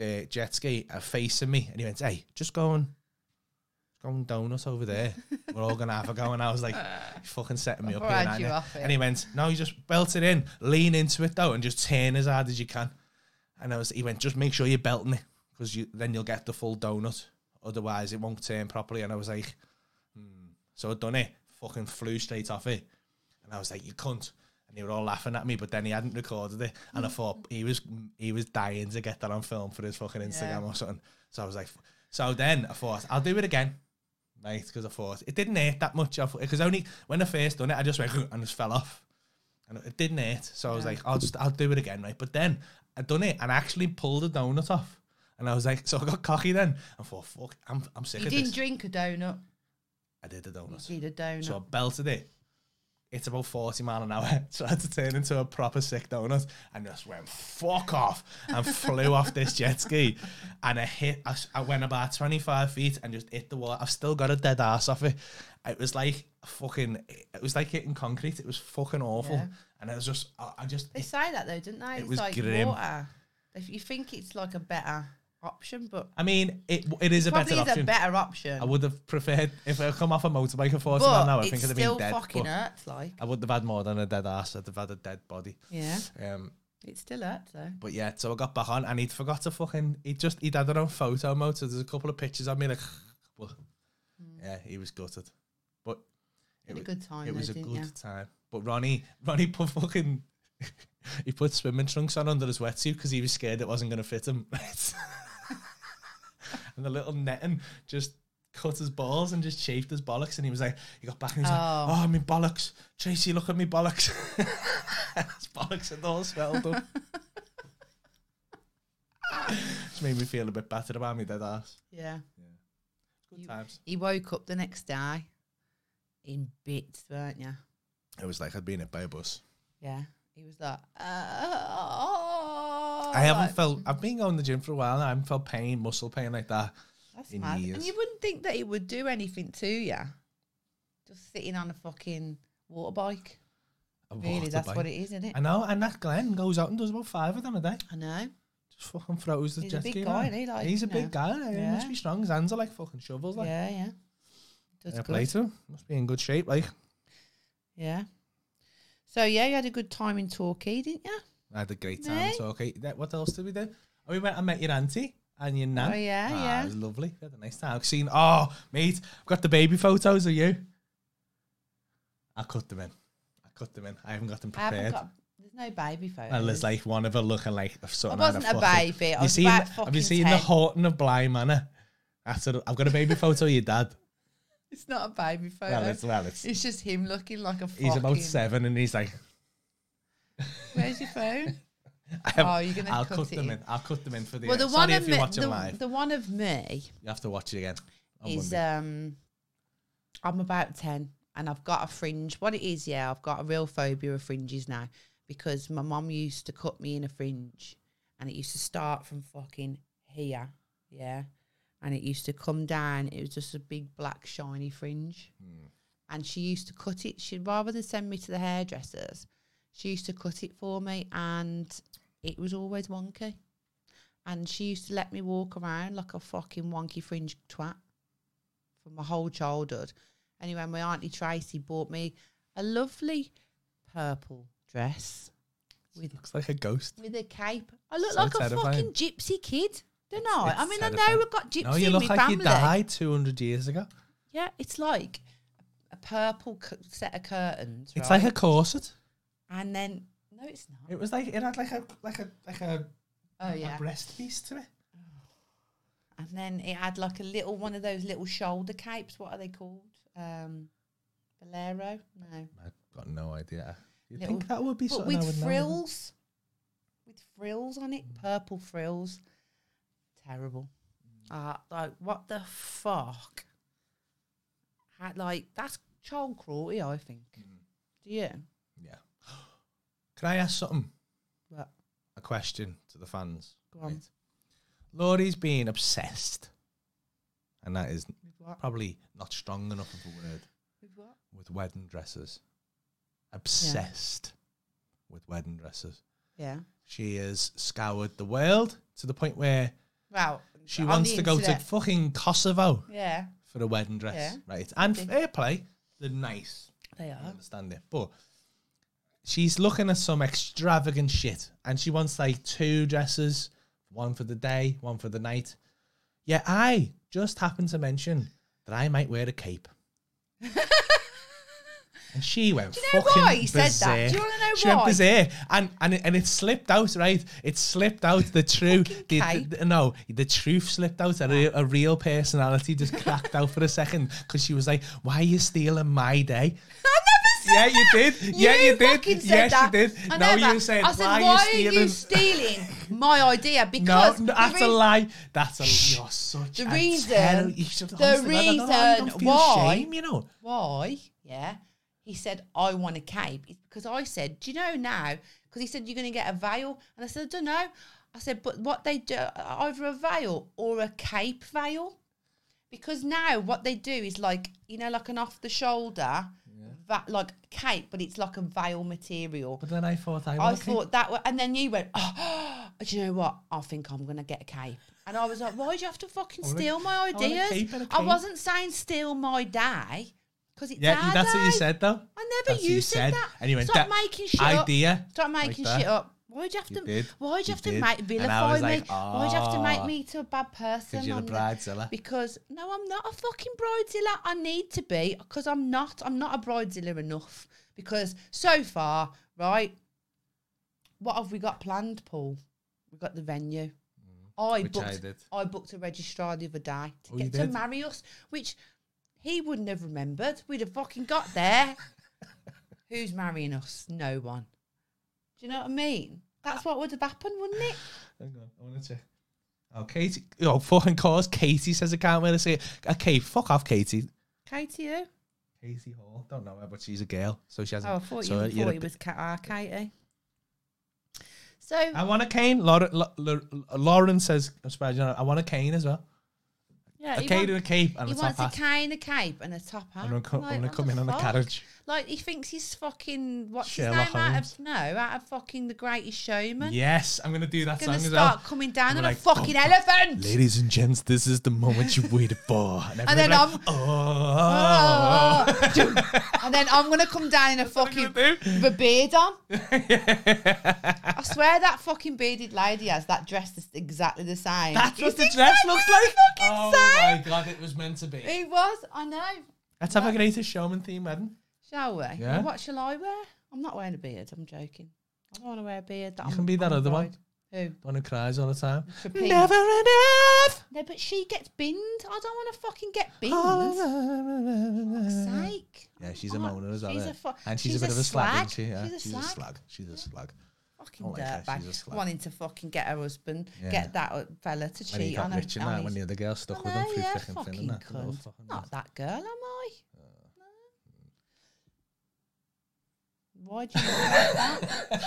[SPEAKER 2] uh, jet ski uh, facing me. And he went, hey, just go and, go and donuts over there. We're all going to have a go. And I was like, "You're fucking setting me up
[SPEAKER 3] I've
[SPEAKER 2] here.
[SPEAKER 3] had
[SPEAKER 2] aren't
[SPEAKER 3] you
[SPEAKER 2] you?"
[SPEAKER 3] off it.
[SPEAKER 2] And he went, no, you just belt it in, lean into it though, and just turn as hard as you can. And I was, he went, just make sure you're belting it, because you then you'll get the full donut. Otherwise, it won't turn properly. And I was like, hmm. so I done it. Fucking flew straight off it. And I was like, you cunt. And they were all laughing at me, but then he hadn't recorded it. And I thought he was he was dying to get that on film for his fucking Instagram
[SPEAKER 3] Yeah.
[SPEAKER 2] or something. So I was like, f- so then I thought I'll do it again. Right, because I thought it didn't hurt that much. Because only when I first done it, I just went and just fell off and it didn't hurt. So I was
[SPEAKER 3] Yeah.
[SPEAKER 2] like, I'll just I'll do it again, right? But then I done it and I actually pulled a donut off. And I was like, so I got cocky then. I thought, fuck, I'm I'm sick
[SPEAKER 3] You
[SPEAKER 2] of
[SPEAKER 3] didn't
[SPEAKER 2] this.
[SPEAKER 3] drink a donut.
[SPEAKER 2] I did the
[SPEAKER 3] You
[SPEAKER 2] donut.
[SPEAKER 3] did a donut.
[SPEAKER 2] So I belted it. It's about 40 mile an hour. Tried to turn into a proper sick donut and just went fuck off and flew off this jet ski. And I hit, I, s- I went about 25 feet and just hit the wall. I've still got a dead ass off it. It was like fucking, it was like hitting concrete. It was fucking awful.
[SPEAKER 3] Yeah.
[SPEAKER 2] And it was just, I, I just,
[SPEAKER 3] They say that though, didn't they? it's
[SPEAKER 2] was
[SPEAKER 3] like
[SPEAKER 2] grim.
[SPEAKER 3] water. If you think it's like a better option, but
[SPEAKER 2] I mean, it, it is a
[SPEAKER 3] probably
[SPEAKER 2] better
[SPEAKER 3] is
[SPEAKER 2] option.
[SPEAKER 3] a better option.
[SPEAKER 2] I would have preferred if I come off a motorbike at 40 mile
[SPEAKER 3] but
[SPEAKER 2] an hour. I
[SPEAKER 3] it
[SPEAKER 2] think I'd have
[SPEAKER 3] still
[SPEAKER 2] been dead.
[SPEAKER 3] fucking
[SPEAKER 2] but
[SPEAKER 3] hurts. Like
[SPEAKER 2] I wouldn't have had more than a dead ass. I'd have had a dead body.
[SPEAKER 3] yeah,
[SPEAKER 2] Um,
[SPEAKER 3] it still hurts though.
[SPEAKER 2] but yeah, so I got back on, and he'd forgot to fucking. He just he'd had her own photo mode. So there's a couple of pictures of me. Like, well, yeah, he was gutted, but it
[SPEAKER 3] Had a
[SPEAKER 2] was
[SPEAKER 3] good time.
[SPEAKER 2] it
[SPEAKER 3] though,
[SPEAKER 2] was a
[SPEAKER 3] didn't
[SPEAKER 2] good
[SPEAKER 3] ya?
[SPEAKER 2] time. But Ronnie, Ronnie put fucking. He put swimming trunks on under his wetsuit because he was scared it wasn't going to fit him. and the little netting just cut his balls and just chafed his bollocks. And he was like, he got back and he's
[SPEAKER 3] Oh.
[SPEAKER 2] like, oh, me bollocks. Tracy, look at me bollocks. his bollocks had all swelled up. Which made me feel a bit battered about me dead ass.
[SPEAKER 3] Yeah.
[SPEAKER 2] Good
[SPEAKER 3] You-
[SPEAKER 2] times.
[SPEAKER 3] He woke up the next day in bits, weren't you?
[SPEAKER 2] It was like I'd been at by a bus.
[SPEAKER 3] Yeah. He was like, "Uh, oh,
[SPEAKER 2] I haven't
[SPEAKER 3] like,
[SPEAKER 2] felt. I've been going to the gym for a while. And I haven't felt pain, muscle pain like that.
[SPEAKER 3] That's
[SPEAKER 2] in
[SPEAKER 3] mad.
[SPEAKER 2] years.
[SPEAKER 3] And you wouldn't think that it would do anything to you. Just sitting on a fucking water bike.
[SPEAKER 2] I
[SPEAKER 3] Really,
[SPEAKER 2] walked
[SPEAKER 3] that's
[SPEAKER 2] about.
[SPEAKER 3] what it is, isn't it?
[SPEAKER 2] I know, and that Glenn goes out and does about five of them a day.
[SPEAKER 3] I know.
[SPEAKER 2] Just fucking throws the
[SPEAKER 3] He's a
[SPEAKER 2] jet
[SPEAKER 3] big
[SPEAKER 2] ski.
[SPEAKER 3] guy,
[SPEAKER 2] around.
[SPEAKER 3] isn't he? Like,
[SPEAKER 2] He's a
[SPEAKER 3] you
[SPEAKER 2] big
[SPEAKER 3] know.
[SPEAKER 2] guy. like, He must
[SPEAKER 3] Yeah.
[SPEAKER 2] be strong. His hands are like fucking shovels. Like,
[SPEAKER 3] yeah, yeah. Does
[SPEAKER 2] yeah,
[SPEAKER 3] good.
[SPEAKER 2] play to him. Must be in good shape. Like,
[SPEAKER 3] Yeah. So yeah, you had a good time in Torquay, didn't you?
[SPEAKER 2] I had a great time.
[SPEAKER 3] Mate.
[SPEAKER 2] It's okay. That- What else did we do? Oh, we went and met your auntie and your nan.
[SPEAKER 3] Oh, yeah,
[SPEAKER 2] Ah,
[SPEAKER 3] yeah.
[SPEAKER 2] It was lovely. We had a nice time. I've seen. Oh, mate, I've got the baby photos of you. I cut them in. I cut them in. I haven't got them
[SPEAKER 3] I
[SPEAKER 2] prepared.
[SPEAKER 3] haven't got. There's no baby photos.
[SPEAKER 2] And there's like one of her looking like a sort
[SPEAKER 3] I
[SPEAKER 2] of
[SPEAKER 3] wasn't a
[SPEAKER 2] fucking-
[SPEAKER 3] baby. I
[SPEAKER 2] You
[SPEAKER 3] was
[SPEAKER 2] seen,
[SPEAKER 3] about
[SPEAKER 2] have you
[SPEAKER 3] fucking
[SPEAKER 2] seen
[SPEAKER 3] 10.
[SPEAKER 2] the Horton of Bly Manor? After the- I've got a baby photo of your dad.
[SPEAKER 3] It's not a baby photo.
[SPEAKER 2] Well, it's well, it's
[SPEAKER 3] it's just him looking like a. Fucking,
[SPEAKER 2] he's about seven and he's like,
[SPEAKER 3] Where's your phone?
[SPEAKER 2] I have,
[SPEAKER 3] Oh, you're gonna
[SPEAKER 2] I'll
[SPEAKER 3] cut
[SPEAKER 2] cut,
[SPEAKER 3] it
[SPEAKER 2] them
[SPEAKER 3] in.
[SPEAKER 2] in. I'll cut them in for the.
[SPEAKER 3] Well, the
[SPEAKER 2] Sorry
[SPEAKER 3] one
[SPEAKER 2] if
[SPEAKER 3] of
[SPEAKER 2] you
[SPEAKER 3] me,
[SPEAKER 2] watch them
[SPEAKER 3] the,
[SPEAKER 2] live,
[SPEAKER 3] the one of me
[SPEAKER 2] you have to watch it again. on
[SPEAKER 3] is
[SPEAKER 2] Monday.
[SPEAKER 3] um, I'm about ten, and I've got a fringe. What it is, yeah, I've got a real phobia of fringes now because my mum used to cut me in a fringe, and it used to start from fucking here, yeah, and it used to come down. It was just a big black shiny fringe,
[SPEAKER 2] Hmm.
[SPEAKER 3] and she used to cut it. She'd rather than send me to the hairdressers, she used to cut it for me, and it was always wonky. And she used to let me walk around like a fucking wonky fringe twat from my whole childhood. Anyway, my auntie Tracy bought me a lovely purple dress with
[SPEAKER 2] looks like a ghost.
[SPEAKER 3] with a cape. I look
[SPEAKER 2] So
[SPEAKER 3] like a
[SPEAKER 2] terrifying.
[SPEAKER 3] fucking gypsy kid, don't I? I
[SPEAKER 2] it's
[SPEAKER 3] mean, I
[SPEAKER 2] terrifying.
[SPEAKER 3] know we've got gypsy
[SPEAKER 2] No, you
[SPEAKER 3] in
[SPEAKER 2] look
[SPEAKER 3] my
[SPEAKER 2] like you
[SPEAKER 3] family.
[SPEAKER 2] died 200 years ago.
[SPEAKER 3] Yeah, it's like a purple cu- set of curtains.
[SPEAKER 2] It's
[SPEAKER 3] right?
[SPEAKER 2] like a corset.
[SPEAKER 3] and then no, it's not.
[SPEAKER 2] It was like it had like a like a like a,
[SPEAKER 3] Oh
[SPEAKER 2] a
[SPEAKER 3] yeah,
[SPEAKER 2] breast piece to it.
[SPEAKER 3] and then it had like a little one of those little shoulder capes. What are they called? Um, bolero? No.
[SPEAKER 2] I've got no idea. You
[SPEAKER 3] Little-
[SPEAKER 2] think that would be
[SPEAKER 3] but
[SPEAKER 2] something I
[SPEAKER 3] with
[SPEAKER 2] would know, wouldn't it?
[SPEAKER 3] frills, with frills on it, purple frills. Terrible.
[SPEAKER 2] Mm.
[SPEAKER 3] Uh, like what the fuck? Had like that's child cruelty, I think.
[SPEAKER 2] Mm.
[SPEAKER 3] Do you?
[SPEAKER 2] Yeah. Can I ask something?
[SPEAKER 3] But
[SPEAKER 2] a question to the fans.
[SPEAKER 3] Go on.
[SPEAKER 2] Laurie's been obsessed, and that is
[SPEAKER 3] with what?
[SPEAKER 2] probably not strong enough of a word,
[SPEAKER 3] With what?
[SPEAKER 2] with wedding dresses. Obsessed with wedding dresses.
[SPEAKER 3] Yeah.
[SPEAKER 2] She has scoured the world to the point where
[SPEAKER 3] Wow.
[SPEAKER 2] she
[SPEAKER 3] on
[SPEAKER 2] wants
[SPEAKER 3] the
[SPEAKER 2] to go to
[SPEAKER 3] internet.
[SPEAKER 2] fucking Kosovo
[SPEAKER 3] Yeah,
[SPEAKER 2] for a wedding dress,
[SPEAKER 3] Yeah.
[SPEAKER 2] right? And
[SPEAKER 3] Okay.
[SPEAKER 2] fair play, they're nice.
[SPEAKER 3] they
[SPEAKER 2] I
[SPEAKER 3] are.
[SPEAKER 2] understand it. But she's looking at some extravagant shit and she wants like two dresses, one for the day, one for the night. Yeah, I just happened to mention that I might wear a cape. and she went
[SPEAKER 3] Do you know
[SPEAKER 2] fucking
[SPEAKER 3] why he said that? Do you
[SPEAKER 2] berserk.
[SPEAKER 3] wanna know
[SPEAKER 2] she went
[SPEAKER 3] why?
[SPEAKER 2] berserk. And, and, it, and it slipped out, right? It slipped out the true, the, the,
[SPEAKER 3] cape.
[SPEAKER 2] the- no, the truth slipped out. A, re- a real personality just cracked out for a second because she was like, why are you stealing my day? Yeah, you did. yeah, you did.
[SPEAKER 3] fucking
[SPEAKER 2] Yes,
[SPEAKER 3] said that.
[SPEAKER 2] you did.
[SPEAKER 3] I
[SPEAKER 2] now
[SPEAKER 3] never-
[SPEAKER 2] you said,
[SPEAKER 3] I said,
[SPEAKER 2] why, are you stealing?
[SPEAKER 3] stealing my idea?
[SPEAKER 2] no,
[SPEAKER 3] Because
[SPEAKER 2] no,
[SPEAKER 3] the
[SPEAKER 2] that's a
[SPEAKER 3] reas-
[SPEAKER 2] lie. That's a you're such
[SPEAKER 3] The
[SPEAKER 2] a
[SPEAKER 3] reason-
[SPEAKER 2] terror- you should-
[SPEAKER 3] the
[SPEAKER 2] honestly, I don't know, I don't
[SPEAKER 3] reason
[SPEAKER 2] feel
[SPEAKER 3] why-
[SPEAKER 2] shame, you know.
[SPEAKER 3] Why? Yeah. he said, I want a cape, it's because I said, Do you know now? Because he said, You're going to get a veil. And I said, I don't know. I said, But what they do, either a veil or a cape veil. Because now what they do is like, you know, like an off the shoulder, va- like cape, but it's like a veil material.
[SPEAKER 2] But then I thought I,
[SPEAKER 3] I
[SPEAKER 2] was okay.
[SPEAKER 3] thought that, wa- and then you went, oh, do you know what? I think I'm gonna get a cape. And I was like, why do you have to fucking
[SPEAKER 2] want a-
[SPEAKER 3] steal my
[SPEAKER 2] want a
[SPEAKER 3] ideas?
[SPEAKER 2] cape and a
[SPEAKER 3] I
[SPEAKER 2] cape.
[SPEAKER 3] wasn't saying steal my day because it's
[SPEAKER 2] Yeah,
[SPEAKER 3] our
[SPEAKER 2] you- that's what you
[SPEAKER 3] day.
[SPEAKER 2] said though.
[SPEAKER 3] I never
[SPEAKER 2] That's what
[SPEAKER 3] you
[SPEAKER 2] you
[SPEAKER 3] said
[SPEAKER 2] said.
[SPEAKER 3] that.
[SPEAKER 2] And you went,
[SPEAKER 3] Stop
[SPEAKER 2] "That
[SPEAKER 3] making shit
[SPEAKER 2] idea.
[SPEAKER 3] up. Stop
[SPEAKER 2] like
[SPEAKER 3] making
[SPEAKER 2] that."
[SPEAKER 3] shit up. Why do you have
[SPEAKER 2] You
[SPEAKER 3] to?
[SPEAKER 2] did.
[SPEAKER 3] Why do you
[SPEAKER 2] You
[SPEAKER 3] have to
[SPEAKER 2] did.
[SPEAKER 3] make
[SPEAKER 2] And I
[SPEAKER 3] vilify
[SPEAKER 2] was
[SPEAKER 3] me?
[SPEAKER 2] like,
[SPEAKER 3] why do you have to make
[SPEAKER 2] "Ah,
[SPEAKER 3] me to a bad person?
[SPEAKER 2] you're the
[SPEAKER 3] on the-
[SPEAKER 2] bridezilla."
[SPEAKER 3] Because no, I'm not a fucking bridezilla. I need to be because I'm not. I'm not a bridezilla enough. Because so far, right, what have we got planned, Paul? We got the venue. I
[SPEAKER 2] Mm. which
[SPEAKER 3] booked.
[SPEAKER 2] I
[SPEAKER 3] I,
[SPEAKER 2] did.
[SPEAKER 3] booked a registrar the other day to
[SPEAKER 2] Oh, you
[SPEAKER 3] get to
[SPEAKER 2] did?
[SPEAKER 3] marry us, which he wouldn't have remembered. We'd have fucking got there. Who's marrying us? No one. Do you know what I mean? That's what would have happened, wouldn't it?
[SPEAKER 2] Hang on, I want to check. Oh, Katie. Oh, fucking cause. Katie says I can't wear a say Okay, fuck off, Katie.
[SPEAKER 3] Katie, who?
[SPEAKER 2] Katie Hall. Don't know her, but she's a girl, so she hasn't.
[SPEAKER 3] Oh, I thought
[SPEAKER 2] so
[SPEAKER 3] you
[SPEAKER 2] you're
[SPEAKER 3] thought
[SPEAKER 2] a
[SPEAKER 3] it
[SPEAKER 2] bi-
[SPEAKER 3] was Cat R, Katie.
[SPEAKER 2] eh?
[SPEAKER 3] So
[SPEAKER 2] I want a cane. Lauren, La- La- Lauren says, I'm surprised you know, I want a cane as well.
[SPEAKER 3] yeah,
[SPEAKER 2] a cane and a cape and
[SPEAKER 3] he
[SPEAKER 2] a top
[SPEAKER 3] wants a
[SPEAKER 2] hat.
[SPEAKER 3] cane, a cape, and a top hat.
[SPEAKER 2] I'm gonna come,
[SPEAKER 3] Like,
[SPEAKER 2] I'm gonna
[SPEAKER 3] what
[SPEAKER 2] come
[SPEAKER 3] the
[SPEAKER 2] in on a
[SPEAKER 3] fuck?
[SPEAKER 2] carriage.
[SPEAKER 3] Like he thinks he's fucking what's
[SPEAKER 2] Sherlock
[SPEAKER 3] his name out
[SPEAKER 2] Holmes.
[SPEAKER 3] of no out of fucking the Greatest Showman.
[SPEAKER 2] Yes, I'm gonna do that
[SPEAKER 3] Gonna
[SPEAKER 2] song as
[SPEAKER 3] start
[SPEAKER 2] well.
[SPEAKER 3] coming down
[SPEAKER 2] And
[SPEAKER 3] on
[SPEAKER 2] we're
[SPEAKER 3] a
[SPEAKER 2] like,
[SPEAKER 3] fucking
[SPEAKER 2] "Bum,
[SPEAKER 3] elephant.
[SPEAKER 2] Ladies and gents, this is the moment you waited for. And,
[SPEAKER 3] And then
[SPEAKER 2] everyone's like,
[SPEAKER 3] Oh.
[SPEAKER 2] oh.
[SPEAKER 3] and then I'm gonna come down in a
[SPEAKER 2] what I'm
[SPEAKER 3] fucking
[SPEAKER 2] gonna do.
[SPEAKER 3] with a beard on. I swear that fucking bearded lady has that dress that's exactly the same.
[SPEAKER 2] That's what
[SPEAKER 3] It's
[SPEAKER 2] the dress
[SPEAKER 3] exactly
[SPEAKER 2] looks
[SPEAKER 3] the
[SPEAKER 2] like.
[SPEAKER 3] fucking
[SPEAKER 2] Oh
[SPEAKER 3] same.
[SPEAKER 2] my god, it was meant to be.
[SPEAKER 3] It was. I know.
[SPEAKER 2] Let's have a greatest showman theme wedding.
[SPEAKER 3] Shall we?
[SPEAKER 2] Yeah.
[SPEAKER 3] Well, What shall I wear? I'm not wearing a beard. I'm joking. I don't want to wear a beard. That
[SPEAKER 2] You
[SPEAKER 3] I'm-
[SPEAKER 2] can be that
[SPEAKER 3] I'm
[SPEAKER 2] other one.
[SPEAKER 3] Who?
[SPEAKER 2] The one who cries all the time.
[SPEAKER 3] Trapeze.
[SPEAKER 2] Never enough.
[SPEAKER 3] No, but she gets binned. I don't want to fucking get binned.
[SPEAKER 2] Oh,
[SPEAKER 3] For sake.
[SPEAKER 2] yeah, she's a
[SPEAKER 3] I'm-
[SPEAKER 2] moaner as well.
[SPEAKER 3] Oh, she's a
[SPEAKER 2] eh?
[SPEAKER 3] fu-
[SPEAKER 2] and she's,
[SPEAKER 3] she's
[SPEAKER 2] a bit
[SPEAKER 3] a
[SPEAKER 2] of a slag, isn't
[SPEAKER 3] slag.
[SPEAKER 2] she? Yeah,
[SPEAKER 3] She's a slag.
[SPEAKER 2] She's a slag.
[SPEAKER 3] Fucking
[SPEAKER 2] Oh, like her,
[SPEAKER 3] dirtbag.
[SPEAKER 2] she's a slag.
[SPEAKER 3] Wanting to fucking get her husband,
[SPEAKER 2] Yeah.
[SPEAKER 3] get that o- fella to cheat
[SPEAKER 2] When he
[SPEAKER 3] on
[SPEAKER 2] got
[SPEAKER 3] her.
[SPEAKER 2] rich and
[SPEAKER 3] on
[SPEAKER 2] that,
[SPEAKER 3] his-
[SPEAKER 2] when the other girl
[SPEAKER 3] I
[SPEAKER 2] stuck with him
[SPEAKER 3] know,
[SPEAKER 2] through
[SPEAKER 3] yeah,
[SPEAKER 2] thick and thin,
[SPEAKER 3] fucking
[SPEAKER 2] and that. Little
[SPEAKER 3] cunt.
[SPEAKER 2] fucking
[SPEAKER 3] Not that girl, am I? No. Why do you not like that?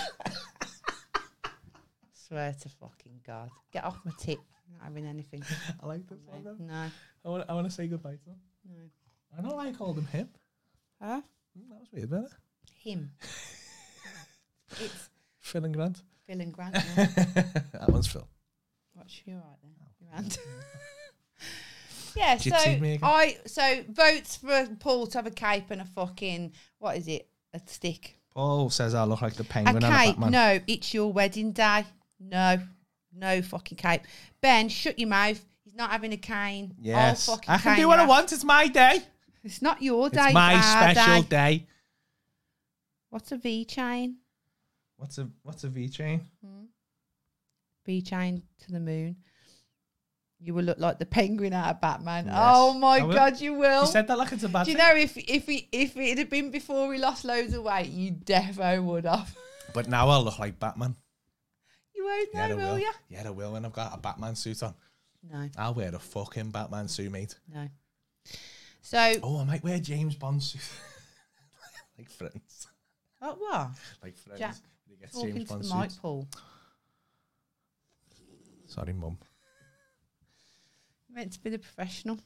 [SPEAKER 3] Swear to fucking God. Get off my tip. Not having anything.
[SPEAKER 2] I like this one though.
[SPEAKER 3] No.
[SPEAKER 2] I want, I want to say goodbye to him.
[SPEAKER 3] No.
[SPEAKER 2] I know I called him him.
[SPEAKER 3] Huh?
[SPEAKER 2] Mm, That was weird, wasn't it?
[SPEAKER 3] Him. it's
[SPEAKER 2] Phil and Grant.
[SPEAKER 3] Phil and Grant. yeah.
[SPEAKER 2] that one's Phil.
[SPEAKER 3] Watch you all right then. Your hand. yeah,
[SPEAKER 2] Gypsy
[SPEAKER 3] so
[SPEAKER 2] Megan.
[SPEAKER 3] I so votes for Paul to have a cape and a fucking what is it? A stick.
[SPEAKER 2] Paul says I look like the
[SPEAKER 3] A
[SPEAKER 2] penguin and a
[SPEAKER 3] cape.
[SPEAKER 2] Batman.
[SPEAKER 3] No, it's your wedding day. No. No fucking cape. Ben, shut your mouth. He's not having a cane.
[SPEAKER 2] Yes.
[SPEAKER 3] I'll fucking
[SPEAKER 2] I can
[SPEAKER 3] cane
[SPEAKER 2] do what I
[SPEAKER 3] you.
[SPEAKER 2] want. It's my day.
[SPEAKER 3] It's not your day.
[SPEAKER 2] It's my
[SPEAKER 3] it's our
[SPEAKER 2] special
[SPEAKER 3] day.
[SPEAKER 2] day.
[SPEAKER 3] What's a V chain?
[SPEAKER 2] What's a what's a V chain?
[SPEAKER 3] V chain to the moon. You will look like the penguin out of Batman.
[SPEAKER 2] Yes,
[SPEAKER 3] Oh my
[SPEAKER 2] I will.
[SPEAKER 3] god, you will.
[SPEAKER 2] You said that like it's a bad
[SPEAKER 3] Oh. Do you
[SPEAKER 2] thing.
[SPEAKER 3] know if if he, if it had been before we lost loads of weight, you defo would have.
[SPEAKER 2] But now I look like Batman.
[SPEAKER 3] You won't
[SPEAKER 2] Yeah,
[SPEAKER 3] know,
[SPEAKER 2] I
[SPEAKER 3] will,
[SPEAKER 2] will.
[SPEAKER 3] you?
[SPEAKER 2] Yeah, I will when I've got a Batman suit on.
[SPEAKER 3] No,
[SPEAKER 2] I'll wear a fucking Batman suit, mate.
[SPEAKER 3] no. So
[SPEAKER 2] Oh, I might wear James Bond suit. like friends.
[SPEAKER 3] oh, what?
[SPEAKER 2] Like friends.
[SPEAKER 3] Jack,
[SPEAKER 2] They get
[SPEAKER 3] Talking
[SPEAKER 2] James
[SPEAKER 3] to
[SPEAKER 2] Bond
[SPEAKER 3] the
[SPEAKER 2] suit.
[SPEAKER 3] mic, Paul.
[SPEAKER 2] Sorry, mum.
[SPEAKER 3] You're meant to be the professional,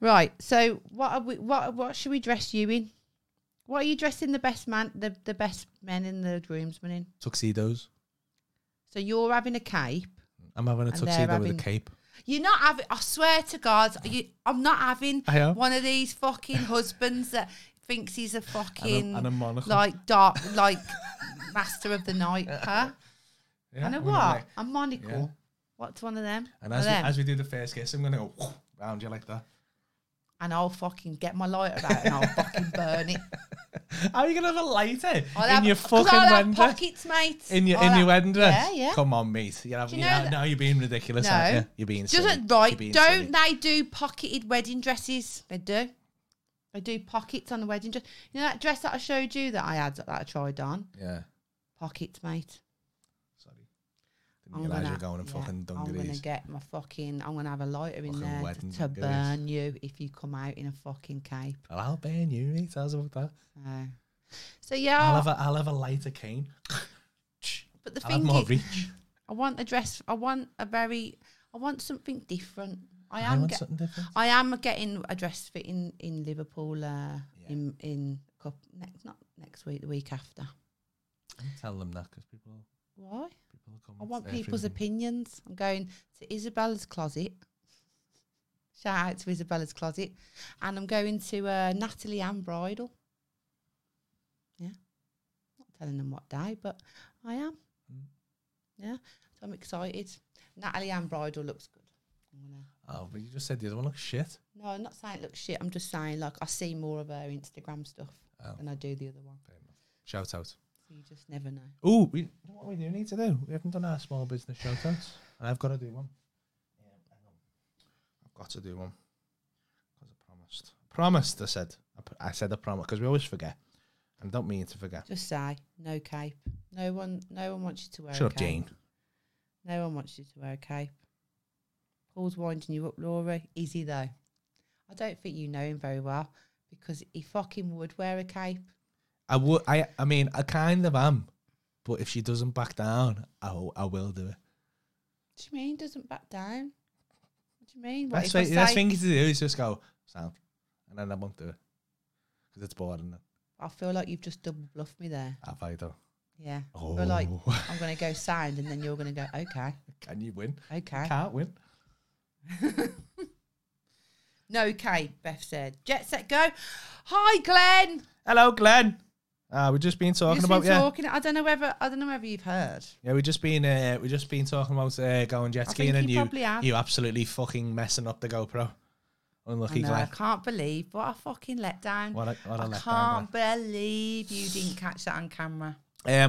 [SPEAKER 3] right? So what are we? What what should we dress you in? What are you dressing the best man, the, the best men in the groomsmen in?
[SPEAKER 2] Tuxedos.
[SPEAKER 3] So you're having a cape.
[SPEAKER 2] I'm having a
[SPEAKER 3] they're
[SPEAKER 2] tuxedo with
[SPEAKER 3] having-
[SPEAKER 2] a cape.
[SPEAKER 3] You're not having. I swear to God, you, I'm not having
[SPEAKER 2] I am.
[SPEAKER 3] one of these fucking husbands that thinks he's a fucking
[SPEAKER 2] and a monocle.
[SPEAKER 3] like dark like master of the night, huh?
[SPEAKER 2] Yeah,
[SPEAKER 3] and a
[SPEAKER 2] I'm gonna
[SPEAKER 3] what?
[SPEAKER 2] like-
[SPEAKER 3] a monocle.
[SPEAKER 2] yeah.
[SPEAKER 3] What's one of them?
[SPEAKER 2] And
[SPEAKER 3] One
[SPEAKER 2] as
[SPEAKER 3] of
[SPEAKER 2] we,
[SPEAKER 3] them.
[SPEAKER 2] as we do the first kiss, I'm gonna go round you like that.
[SPEAKER 3] and I'll fucking get my lighter out and I'll fucking burn it.
[SPEAKER 2] How are you gonna have a lighter
[SPEAKER 3] I'll
[SPEAKER 2] in
[SPEAKER 3] have,
[SPEAKER 2] your
[SPEAKER 3] 'cause
[SPEAKER 2] fucking
[SPEAKER 3] I'll
[SPEAKER 2] wedding
[SPEAKER 3] have
[SPEAKER 2] dress?
[SPEAKER 3] pockets, mate.
[SPEAKER 2] In your
[SPEAKER 3] I'll
[SPEAKER 2] in your
[SPEAKER 3] have-
[SPEAKER 2] wedding dress?
[SPEAKER 3] Yeah, yeah.
[SPEAKER 2] Come on, mate. You're having,
[SPEAKER 3] you
[SPEAKER 2] you
[SPEAKER 3] know
[SPEAKER 2] know,
[SPEAKER 3] that-
[SPEAKER 2] now you're being ridiculous,
[SPEAKER 3] No.
[SPEAKER 2] aren't you? You're being silly.
[SPEAKER 3] Doesn't
[SPEAKER 2] You're
[SPEAKER 3] right?
[SPEAKER 2] being
[SPEAKER 3] Don't
[SPEAKER 2] silly.
[SPEAKER 3] they do pocketed wedding dresses? They do. They do pockets on the wedding dress. You know that dress that I showed you that I had that I tried on.
[SPEAKER 2] Yeah.
[SPEAKER 3] Pockets, mate.
[SPEAKER 2] Sorry. Didn't realise you were going in fucking
[SPEAKER 3] I'm gonna
[SPEAKER 2] dungarees.
[SPEAKER 3] get my fucking. I'm gonna have a lighter in
[SPEAKER 2] Fucking
[SPEAKER 3] there
[SPEAKER 2] wedding
[SPEAKER 3] to, to
[SPEAKER 2] dungarees.
[SPEAKER 3] burn you if you come out in a fucking cape.
[SPEAKER 2] Well, I'll burn you, mate. How's about that?
[SPEAKER 3] So So yeah,
[SPEAKER 2] I'll have a, I'll have a lighter cane.
[SPEAKER 3] but the
[SPEAKER 2] I'll have
[SPEAKER 3] thing
[SPEAKER 2] more
[SPEAKER 3] is,
[SPEAKER 2] reach.
[SPEAKER 3] I want a dress. I want a very. I want something different. I
[SPEAKER 2] I
[SPEAKER 3] am.
[SPEAKER 2] want
[SPEAKER 3] get-
[SPEAKER 2] something different.
[SPEAKER 3] I am getting a dress fit in in Liverpool. Uh, in in a coup next not next week, the week after.
[SPEAKER 2] Tell them that because people,
[SPEAKER 3] Why?
[SPEAKER 2] people will come.
[SPEAKER 3] I
[SPEAKER 2] and
[SPEAKER 3] want
[SPEAKER 2] say
[SPEAKER 3] people's
[SPEAKER 2] everything.
[SPEAKER 3] opinions. I'm going to Isabella's closet. Shout out to Isabella's closet, and I'm going to uh, Natalie Ann Bridal. Yeah, not telling them what day, but I am.
[SPEAKER 2] Mm.
[SPEAKER 3] Yeah, so I'm excited. Natalie Ann Bridal looks good. I'm gonna
[SPEAKER 2] Oh, but you just said the other one looks shit.
[SPEAKER 3] No, I'm not saying it looks shit. I'm just saying like I see more of her Instagram stuff
[SPEAKER 2] Oh.
[SPEAKER 3] than I do the other one.
[SPEAKER 2] Shout out.
[SPEAKER 3] So you just never know.
[SPEAKER 2] Oh, we you know what we do need to do. We haven't done our small business shout outs, and I've got to do one. Yeah, hang on. I've got to do one because I promised. Promised, I said. I, p- I said I promised because we always forget, and don't mean to forget.
[SPEAKER 3] Just say no cape. No one, no one wants you to wear.
[SPEAKER 2] Shut
[SPEAKER 3] a
[SPEAKER 2] up,
[SPEAKER 3] cape.
[SPEAKER 2] Jane.
[SPEAKER 3] No one wants you to wear a cape. Paul's winding you up, Laura. Is he though? I don't think you know him very well because he fucking would wear a cape.
[SPEAKER 2] I would. I. I mean, I kind of am, but if she doesn't back down, I, w- I will do it.
[SPEAKER 3] What do you mean? Doesn't back down. What do you mean? What
[SPEAKER 2] Best,
[SPEAKER 3] if I
[SPEAKER 2] way, best
[SPEAKER 3] say-
[SPEAKER 2] thing to do is just go sound, and then I won't do it because it's boring.
[SPEAKER 3] I feel like you've just double bluffed me there.
[SPEAKER 2] Have I done?
[SPEAKER 3] Yeah.
[SPEAKER 2] Oh,
[SPEAKER 3] But like, I'm gonna go sound, and then you're gonna go okay,
[SPEAKER 2] can you win?
[SPEAKER 3] okay.
[SPEAKER 2] Can't win.
[SPEAKER 3] No cape, Beth said. Jet set go. Hi, Glenn.
[SPEAKER 2] Hello, Glenn. Uh, we've just been talking
[SPEAKER 3] You've
[SPEAKER 2] about
[SPEAKER 3] been
[SPEAKER 2] yeah,
[SPEAKER 3] talking. I don't know whether I don't know whether you've heard.
[SPEAKER 2] yeah. We've just been uh, we've just been talking about uh, going jet
[SPEAKER 3] I
[SPEAKER 2] skiing,
[SPEAKER 3] think
[SPEAKER 2] and
[SPEAKER 3] you
[SPEAKER 2] you
[SPEAKER 3] probably have.
[SPEAKER 2] you absolutely fucking messing up the GoPro.
[SPEAKER 3] I,
[SPEAKER 2] Unlucky
[SPEAKER 3] know, I
[SPEAKER 2] Glenn.
[SPEAKER 3] can't believe what a fucking letdown.
[SPEAKER 2] What a, what a
[SPEAKER 3] I
[SPEAKER 2] letdown,
[SPEAKER 3] can't believe you didn't catch that on
[SPEAKER 2] Glenn.
[SPEAKER 3] camera.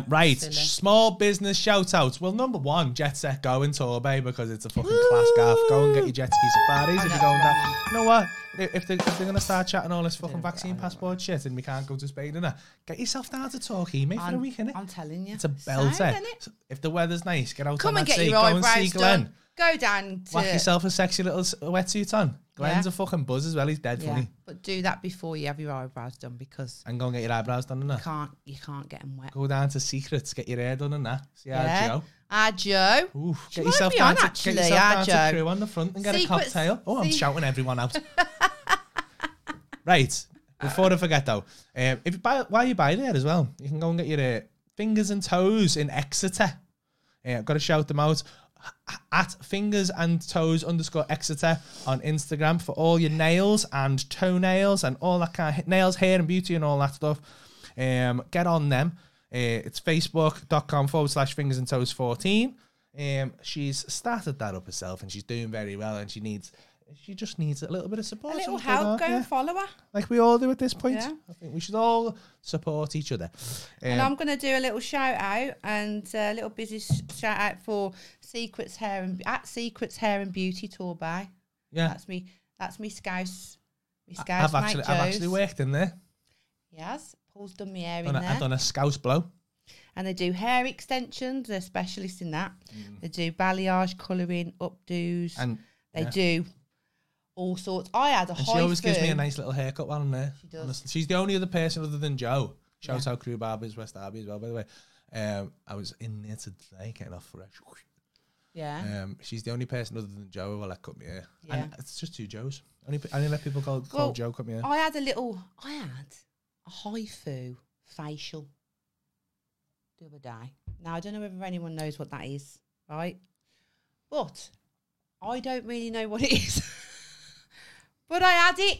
[SPEAKER 2] Um, right,
[SPEAKER 3] Silly.
[SPEAKER 2] small business shout outs. Well, number one, Jet Set Go in Torbay because it's a fucking class gaff. Go and get your jet ski safaris if you're going down. You know what? If, they, if they're going to start chatting all this fucking vaccine passport shit and we can't go to Spain and that, get yourself down to Torquay, mate, for a
[SPEAKER 3] I'm,
[SPEAKER 2] week, innit?
[SPEAKER 3] I'm telling you,
[SPEAKER 2] It's a
[SPEAKER 3] Sound,
[SPEAKER 2] belter.
[SPEAKER 3] innit?
[SPEAKER 2] So If the weather's nice, get out
[SPEAKER 3] Come
[SPEAKER 2] on
[SPEAKER 3] and
[SPEAKER 2] that
[SPEAKER 3] get
[SPEAKER 2] sea.
[SPEAKER 3] your
[SPEAKER 2] Go and see
[SPEAKER 3] eyebrows
[SPEAKER 2] Glenn.
[SPEAKER 3] done. Go down to
[SPEAKER 2] Whack yourself a sexy little s- wetsuit on. Glenn's
[SPEAKER 3] Yeah.
[SPEAKER 2] a fucking buzz as well. He's dead
[SPEAKER 3] yeah,
[SPEAKER 2] funny.
[SPEAKER 3] but do that before you have your eyebrows done because
[SPEAKER 2] And go and get your eyebrows done and that.
[SPEAKER 3] you can't you can't get them wet.
[SPEAKER 2] Go down to Secrets, get your hair done and that. See how
[SPEAKER 3] Yeah.
[SPEAKER 2] Joe.
[SPEAKER 3] Ah, Joe.
[SPEAKER 2] Oof,
[SPEAKER 3] She
[SPEAKER 2] get
[SPEAKER 3] might
[SPEAKER 2] yourself
[SPEAKER 3] be
[SPEAKER 2] down,
[SPEAKER 3] on
[SPEAKER 2] to,
[SPEAKER 3] actually,
[SPEAKER 2] get yourself
[SPEAKER 3] ah,
[SPEAKER 2] down
[SPEAKER 3] Joe.
[SPEAKER 2] to crew on the front and get
[SPEAKER 3] Secrets-
[SPEAKER 2] a cocktail. Oh, I'm
[SPEAKER 3] se-
[SPEAKER 2] shouting everyone out. right. Before I forget though, um, if you buy, while you buy there as well, you can go and get your uh, fingers and toes in Exeter. Yeah, I've got to shout them out H- at fingers and toes underscore Exeter on Instagram for all your nails and toenails and all that kind of nails, hair and beauty and all that stuff. Um, get on them. Uh, it's facebook.com forward slash fingers and toes 14. Um, she's started that up herself and she's doing very well and she needs, she just needs a little bit of
[SPEAKER 3] A
[SPEAKER 2] support.
[SPEAKER 3] little
[SPEAKER 2] sometimes,
[SPEAKER 3] help, go
[SPEAKER 2] yeah.
[SPEAKER 3] and follow her.
[SPEAKER 2] Like we all do at this point.
[SPEAKER 3] Yeah.
[SPEAKER 2] I think we should all support each other.
[SPEAKER 3] And
[SPEAKER 2] Um,
[SPEAKER 3] I'm going to do a little shout out and a little busy sh- shout out for Secrets Hair and at Secrets Hair and Beauty Torbay.
[SPEAKER 2] yeah.
[SPEAKER 3] That's me. That's me scouse. Me scouse.
[SPEAKER 2] I've
[SPEAKER 3] mate
[SPEAKER 2] actually, I've actually
[SPEAKER 3] Joe's.
[SPEAKER 2] worked in there.
[SPEAKER 3] Yes, Paul's done me hair in
[SPEAKER 2] Done a,
[SPEAKER 3] there,
[SPEAKER 2] I've done a scouse blow.
[SPEAKER 3] and they do hair extensions. They're specialists in that. They do balayage, colouring, updos.
[SPEAKER 2] Mm. And
[SPEAKER 3] they
[SPEAKER 2] yeah.
[SPEAKER 3] do all sorts. I had a
[SPEAKER 2] And
[SPEAKER 3] high.
[SPEAKER 2] she always gives me a nice little haircut while I'm there.
[SPEAKER 3] She does.
[SPEAKER 2] Honestly. She's the only other person other than Joe. Shout out Crew Barbers, West Derby as well, by the way. Um, I was in there today getting off fresh.
[SPEAKER 3] Yeah.
[SPEAKER 2] Um, she's the only person other than Joe who will let cut me hair. And
[SPEAKER 3] Ah. Yeah.
[SPEAKER 2] it's just two Joes. Only, pe- only let people call, call
[SPEAKER 3] Well,
[SPEAKER 2] Joe cut me hair.
[SPEAKER 3] I had a little, I had a haifu facial the other day. Now, I don't know whether anyone knows what that is, right? But I don't really know what it is. but I had it,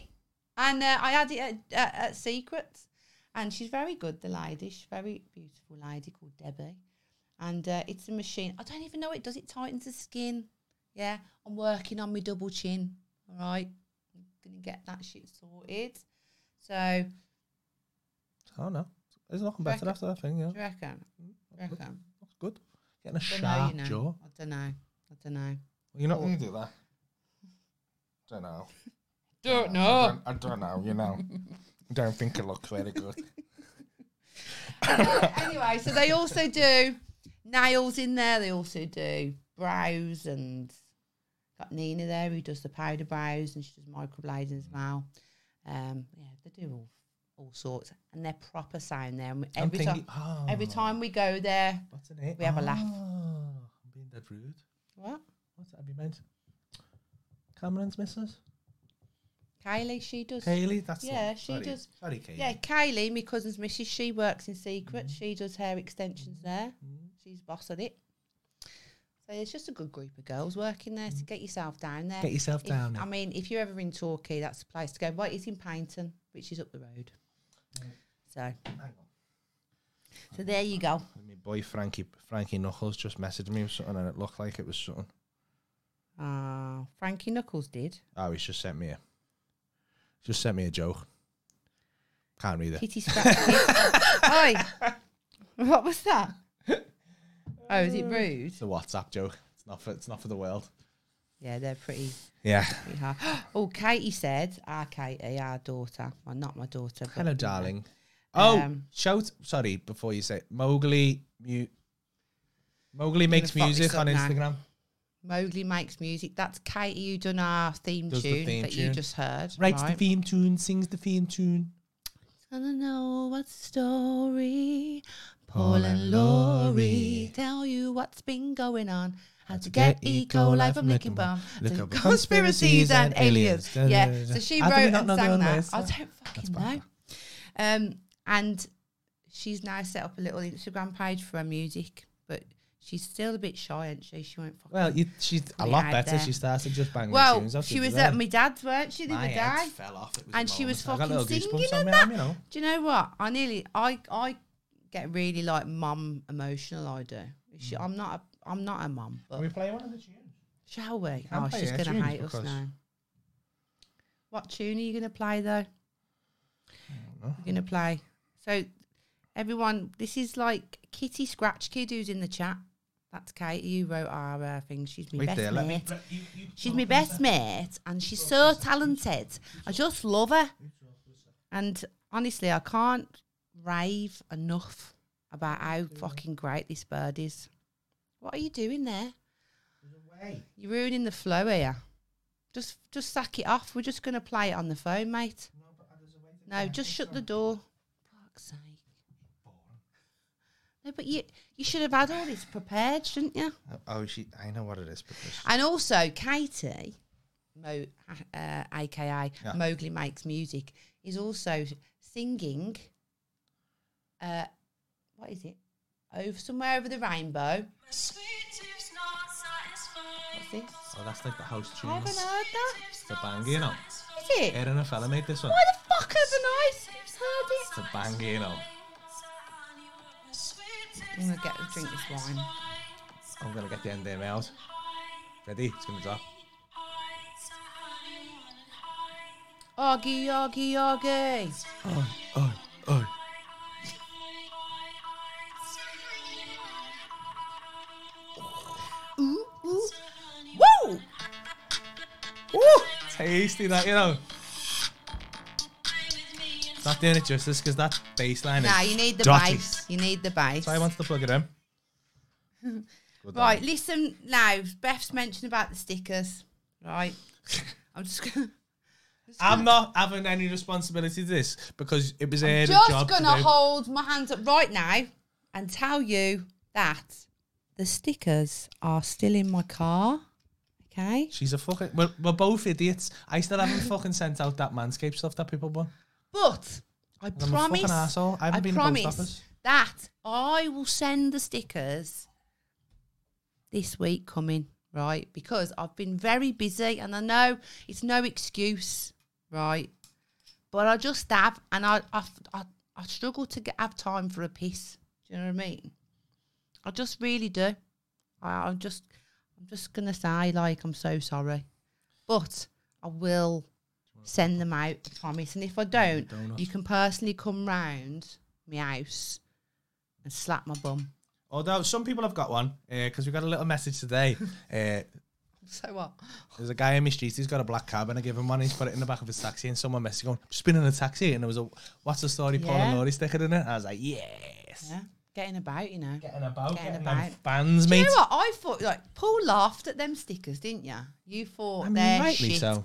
[SPEAKER 3] and uh, I had it at, at, at Secrets. And she's very good, the lady. She's a very beautiful lady called Debbie. And uh, it's a machine. I don't even know what it does. It tightens the skin. Yeah. I'm working on my double chin. All right gonna get that shit sorted. So do
[SPEAKER 2] Oh no, there's nothing
[SPEAKER 3] Do you
[SPEAKER 2] better
[SPEAKER 3] reckon-
[SPEAKER 2] after that thing. Yeah,
[SPEAKER 3] you reckon?
[SPEAKER 2] Mm-hmm.
[SPEAKER 3] reckon?
[SPEAKER 2] That's good. Getting a
[SPEAKER 3] Don't know,
[SPEAKER 2] sharp
[SPEAKER 3] you know.
[SPEAKER 2] jaw.
[SPEAKER 3] I don't know. I don't know.
[SPEAKER 2] You're not
[SPEAKER 3] Or-
[SPEAKER 2] going to do that. Don't know.
[SPEAKER 3] Don't
[SPEAKER 2] I don't know. You know. don't think it looks very good.
[SPEAKER 3] anyway, so they also do nails in there. They also do brows and got Nina there who does the powder brows and she does microblading as well. Um, yeah, they do all all sorts, and they're proper sign there. And we-
[SPEAKER 2] I'm
[SPEAKER 3] every
[SPEAKER 2] thinking,
[SPEAKER 3] time,
[SPEAKER 2] oh,
[SPEAKER 3] every time we go there,
[SPEAKER 2] What's the name?
[SPEAKER 3] we have a laugh.
[SPEAKER 2] Oh, I'm being that rude.
[SPEAKER 3] what?
[SPEAKER 2] What's that? Have you meant? Cameron's missus?
[SPEAKER 3] Kylie, she does.
[SPEAKER 2] Kaylee? That's the one.
[SPEAKER 3] Yeah, she
[SPEAKER 2] Sorry.
[SPEAKER 3] does.
[SPEAKER 2] Sorry, Kaylee.
[SPEAKER 3] Yeah, Kylie, my cousin's missus, she works in secret.
[SPEAKER 2] Mm-hmm.
[SPEAKER 3] She does hair extensions there. She's boss at it. So it's just a good group of girls working there. So get yourself down there.
[SPEAKER 2] Mm-hmm. Get yourself
[SPEAKER 3] If-
[SPEAKER 2] down
[SPEAKER 3] I
[SPEAKER 2] there.
[SPEAKER 3] mean, if you're ever in Torquay, that's the place to go. Well, it's in Paynton, which is up the road. So,
[SPEAKER 2] Hang on.
[SPEAKER 3] so there you go.
[SPEAKER 2] My boy Frankie Frankie Knuckles just messaged me with something and it looked like it was something.
[SPEAKER 3] Ah, Frankie Knuckles did.
[SPEAKER 2] Oh, he's just sent me a just sent me a joke. Can't read it.
[SPEAKER 3] Kitty scratch. Oi, what was that? Oh, is it rude?
[SPEAKER 2] It's a WhatsApp joke. It's not for it's not for the world.
[SPEAKER 3] Yeah, they're pretty
[SPEAKER 2] Yeah.
[SPEAKER 3] pretty hard. Oh, Katie said, our Katie, our daughter. Well, not my daughter. but-
[SPEAKER 2] Hello, darling. Oh,
[SPEAKER 3] Um,
[SPEAKER 2] shout! Sorry, before you say it. Mowgli, mu- Mowgli makes
[SPEAKER 3] fuck
[SPEAKER 2] music
[SPEAKER 3] this up
[SPEAKER 2] on
[SPEAKER 3] now.
[SPEAKER 2] Instagram.
[SPEAKER 3] Mowgli makes music. That's Katie who done our theme
[SPEAKER 2] Does the
[SPEAKER 3] tune
[SPEAKER 2] theme
[SPEAKER 3] that you
[SPEAKER 2] tune.
[SPEAKER 3] just heard.
[SPEAKER 2] Writes
[SPEAKER 3] right?
[SPEAKER 2] the theme tune, sings the theme tune.
[SPEAKER 3] Gonna know what story
[SPEAKER 2] Paul
[SPEAKER 3] Paul
[SPEAKER 2] and
[SPEAKER 3] and Laurie
[SPEAKER 2] Laurie.
[SPEAKER 3] tell you what's been going on. How to
[SPEAKER 2] get
[SPEAKER 3] get
[SPEAKER 2] E.
[SPEAKER 3] E. coli
[SPEAKER 2] coli
[SPEAKER 3] from
[SPEAKER 2] from Licking
[SPEAKER 3] licking bomb.
[SPEAKER 2] Look
[SPEAKER 3] The
[SPEAKER 2] up conspiracies
[SPEAKER 3] conspiracies and
[SPEAKER 2] and
[SPEAKER 3] aliens.
[SPEAKER 2] aliens. Da, da, da,
[SPEAKER 3] Yeah.
[SPEAKER 2] da.
[SPEAKER 3] So she
[SPEAKER 2] How do we
[SPEAKER 3] wrote
[SPEAKER 2] not
[SPEAKER 3] and
[SPEAKER 2] know the
[SPEAKER 3] sang that.
[SPEAKER 2] words?
[SPEAKER 3] I don't fucking know.
[SPEAKER 2] bad.
[SPEAKER 3] Um, and she's now set up a little Instagram page for her music, but she's still a bit shy, ain't she? She won't fucking.
[SPEAKER 2] Well, you, she's a
[SPEAKER 3] Put it
[SPEAKER 2] lot
[SPEAKER 3] out
[SPEAKER 2] better.
[SPEAKER 3] there.
[SPEAKER 2] She started just banging
[SPEAKER 3] Well,
[SPEAKER 2] tunes. out,
[SPEAKER 3] she
[SPEAKER 2] didn't
[SPEAKER 3] was
[SPEAKER 2] they?
[SPEAKER 3] at my dad's, weren't she, the
[SPEAKER 2] My
[SPEAKER 3] other
[SPEAKER 2] head
[SPEAKER 3] day?
[SPEAKER 2] fell off. It was
[SPEAKER 3] And
[SPEAKER 2] a
[SPEAKER 3] she was
[SPEAKER 2] moment. I got
[SPEAKER 3] fucking
[SPEAKER 2] little goosebumps
[SPEAKER 3] singing
[SPEAKER 2] on
[SPEAKER 3] and
[SPEAKER 2] me,
[SPEAKER 3] that.
[SPEAKER 2] You know.
[SPEAKER 3] Do you know what? I nearly I I get really like mum emotional. I do. She, I'm not a I'm not a mum,
[SPEAKER 2] Mm. Can we
[SPEAKER 3] but
[SPEAKER 2] play one of the tunes?
[SPEAKER 3] shall we?
[SPEAKER 2] can
[SPEAKER 3] Oh,
[SPEAKER 2] play
[SPEAKER 3] she's
[SPEAKER 2] it,
[SPEAKER 3] gonna
[SPEAKER 2] tunes,
[SPEAKER 3] hate us
[SPEAKER 2] because-
[SPEAKER 3] now. What tune are you gonna play though? We're gonna play. So everyone, this is like Kitty Scratch Kid who's in the chat. That's Katie who wrote our uh, thing. She's my
[SPEAKER 2] Wait
[SPEAKER 3] best
[SPEAKER 2] there, let me-
[SPEAKER 3] mate. She's my best mate, and she's so talented. I just love her. And honestly, I can't rave enough about how fucking great this bird is. What are you doing there? You're ruining the flow here. Just, just sack it off. We're just gonna play it on the phone, mate. No, just shut the door. Fuck's sake. No, but you, you should have had all this prepared, shouldn't you?
[SPEAKER 2] Oh, she. I know what it is because
[SPEAKER 3] And also, Katie, Mo, uh, aka
[SPEAKER 2] Yeah.
[SPEAKER 3] Mowgli Makes Music, is also singing. Uh, what is it? Over somewhere over the rainbow. What's this?
[SPEAKER 2] oh, that's like the house
[SPEAKER 3] I haven't heard
[SPEAKER 2] tunes.
[SPEAKER 3] that.
[SPEAKER 2] It's a banger, you know.
[SPEAKER 3] Is it?
[SPEAKER 2] Erin and fella made this one.
[SPEAKER 3] Why the fuck haven't I s- heard it?
[SPEAKER 2] It's a banger, you know.
[SPEAKER 3] I'm gonna get drink this wine.
[SPEAKER 2] I'm gonna get the end there out. Ready? It's gonna drop.
[SPEAKER 3] Augie, Augie, Augie.
[SPEAKER 2] Oh, oh.
[SPEAKER 3] Ooh, ooh. Woo!
[SPEAKER 2] Woo! Tasty that, you know. It's not doing it justice because that bass line
[SPEAKER 3] Now
[SPEAKER 2] is.
[SPEAKER 3] you need the
[SPEAKER 2] dotty.
[SPEAKER 3] bass. You need the bass.
[SPEAKER 2] So I wanted to plug it in. Good
[SPEAKER 3] Right,
[SPEAKER 2] lad.
[SPEAKER 3] listen now. Beth's mentioned about the stickers. Right. I'm just gonna
[SPEAKER 2] I'm not having any responsibility to this because it was Erin's
[SPEAKER 3] just
[SPEAKER 2] job to
[SPEAKER 3] gonna
[SPEAKER 2] do.
[SPEAKER 3] hold my hands up right now and tell you that the stickers are still in my car. Okay.
[SPEAKER 2] She's a fucking. We're, we're both idiots. I still haven't fucking sent out that manscape stuff that people won.
[SPEAKER 3] But I
[SPEAKER 2] a
[SPEAKER 3] promise
[SPEAKER 2] fucking arsehole. I haven't been to post office.
[SPEAKER 3] promise that I will send the stickers this week coming, right? Because I've been very busy and I know it's no excuse, right? But I just have and I I, I, I struggle to get, have time for a piss. Do you know what I mean? I just really do. I, I'm just I'm just gonna say like I'm so sorry. But I will send them out, I promise. And if I don't, you can personally come round my house and slap my bum.
[SPEAKER 2] Although some people have got one because we got a little message today. uh,
[SPEAKER 3] So what?
[SPEAKER 2] there's a guy in my street. He's got a black cab, and I give him one. He's put it in the back of his taxi, and someone messaged going, "Just been in a taxi," and there was a "What's the story?" Paul
[SPEAKER 3] Yeah.
[SPEAKER 2] and Laurie sticker in it. And I was like, "Yes."
[SPEAKER 3] Yeah, getting about, you know.
[SPEAKER 2] Getting about,
[SPEAKER 3] Getting
[SPEAKER 2] getting, them
[SPEAKER 3] about.
[SPEAKER 2] fans,
[SPEAKER 3] Do you
[SPEAKER 2] mate.
[SPEAKER 3] know what? I thought like Paul laughed at them stickers, didn't you? You thought
[SPEAKER 2] I mean,
[SPEAKER 3] they're
[SPEAKER 2] rightly
[SPEAKER 3] shit.
[SPEAKER 2] so.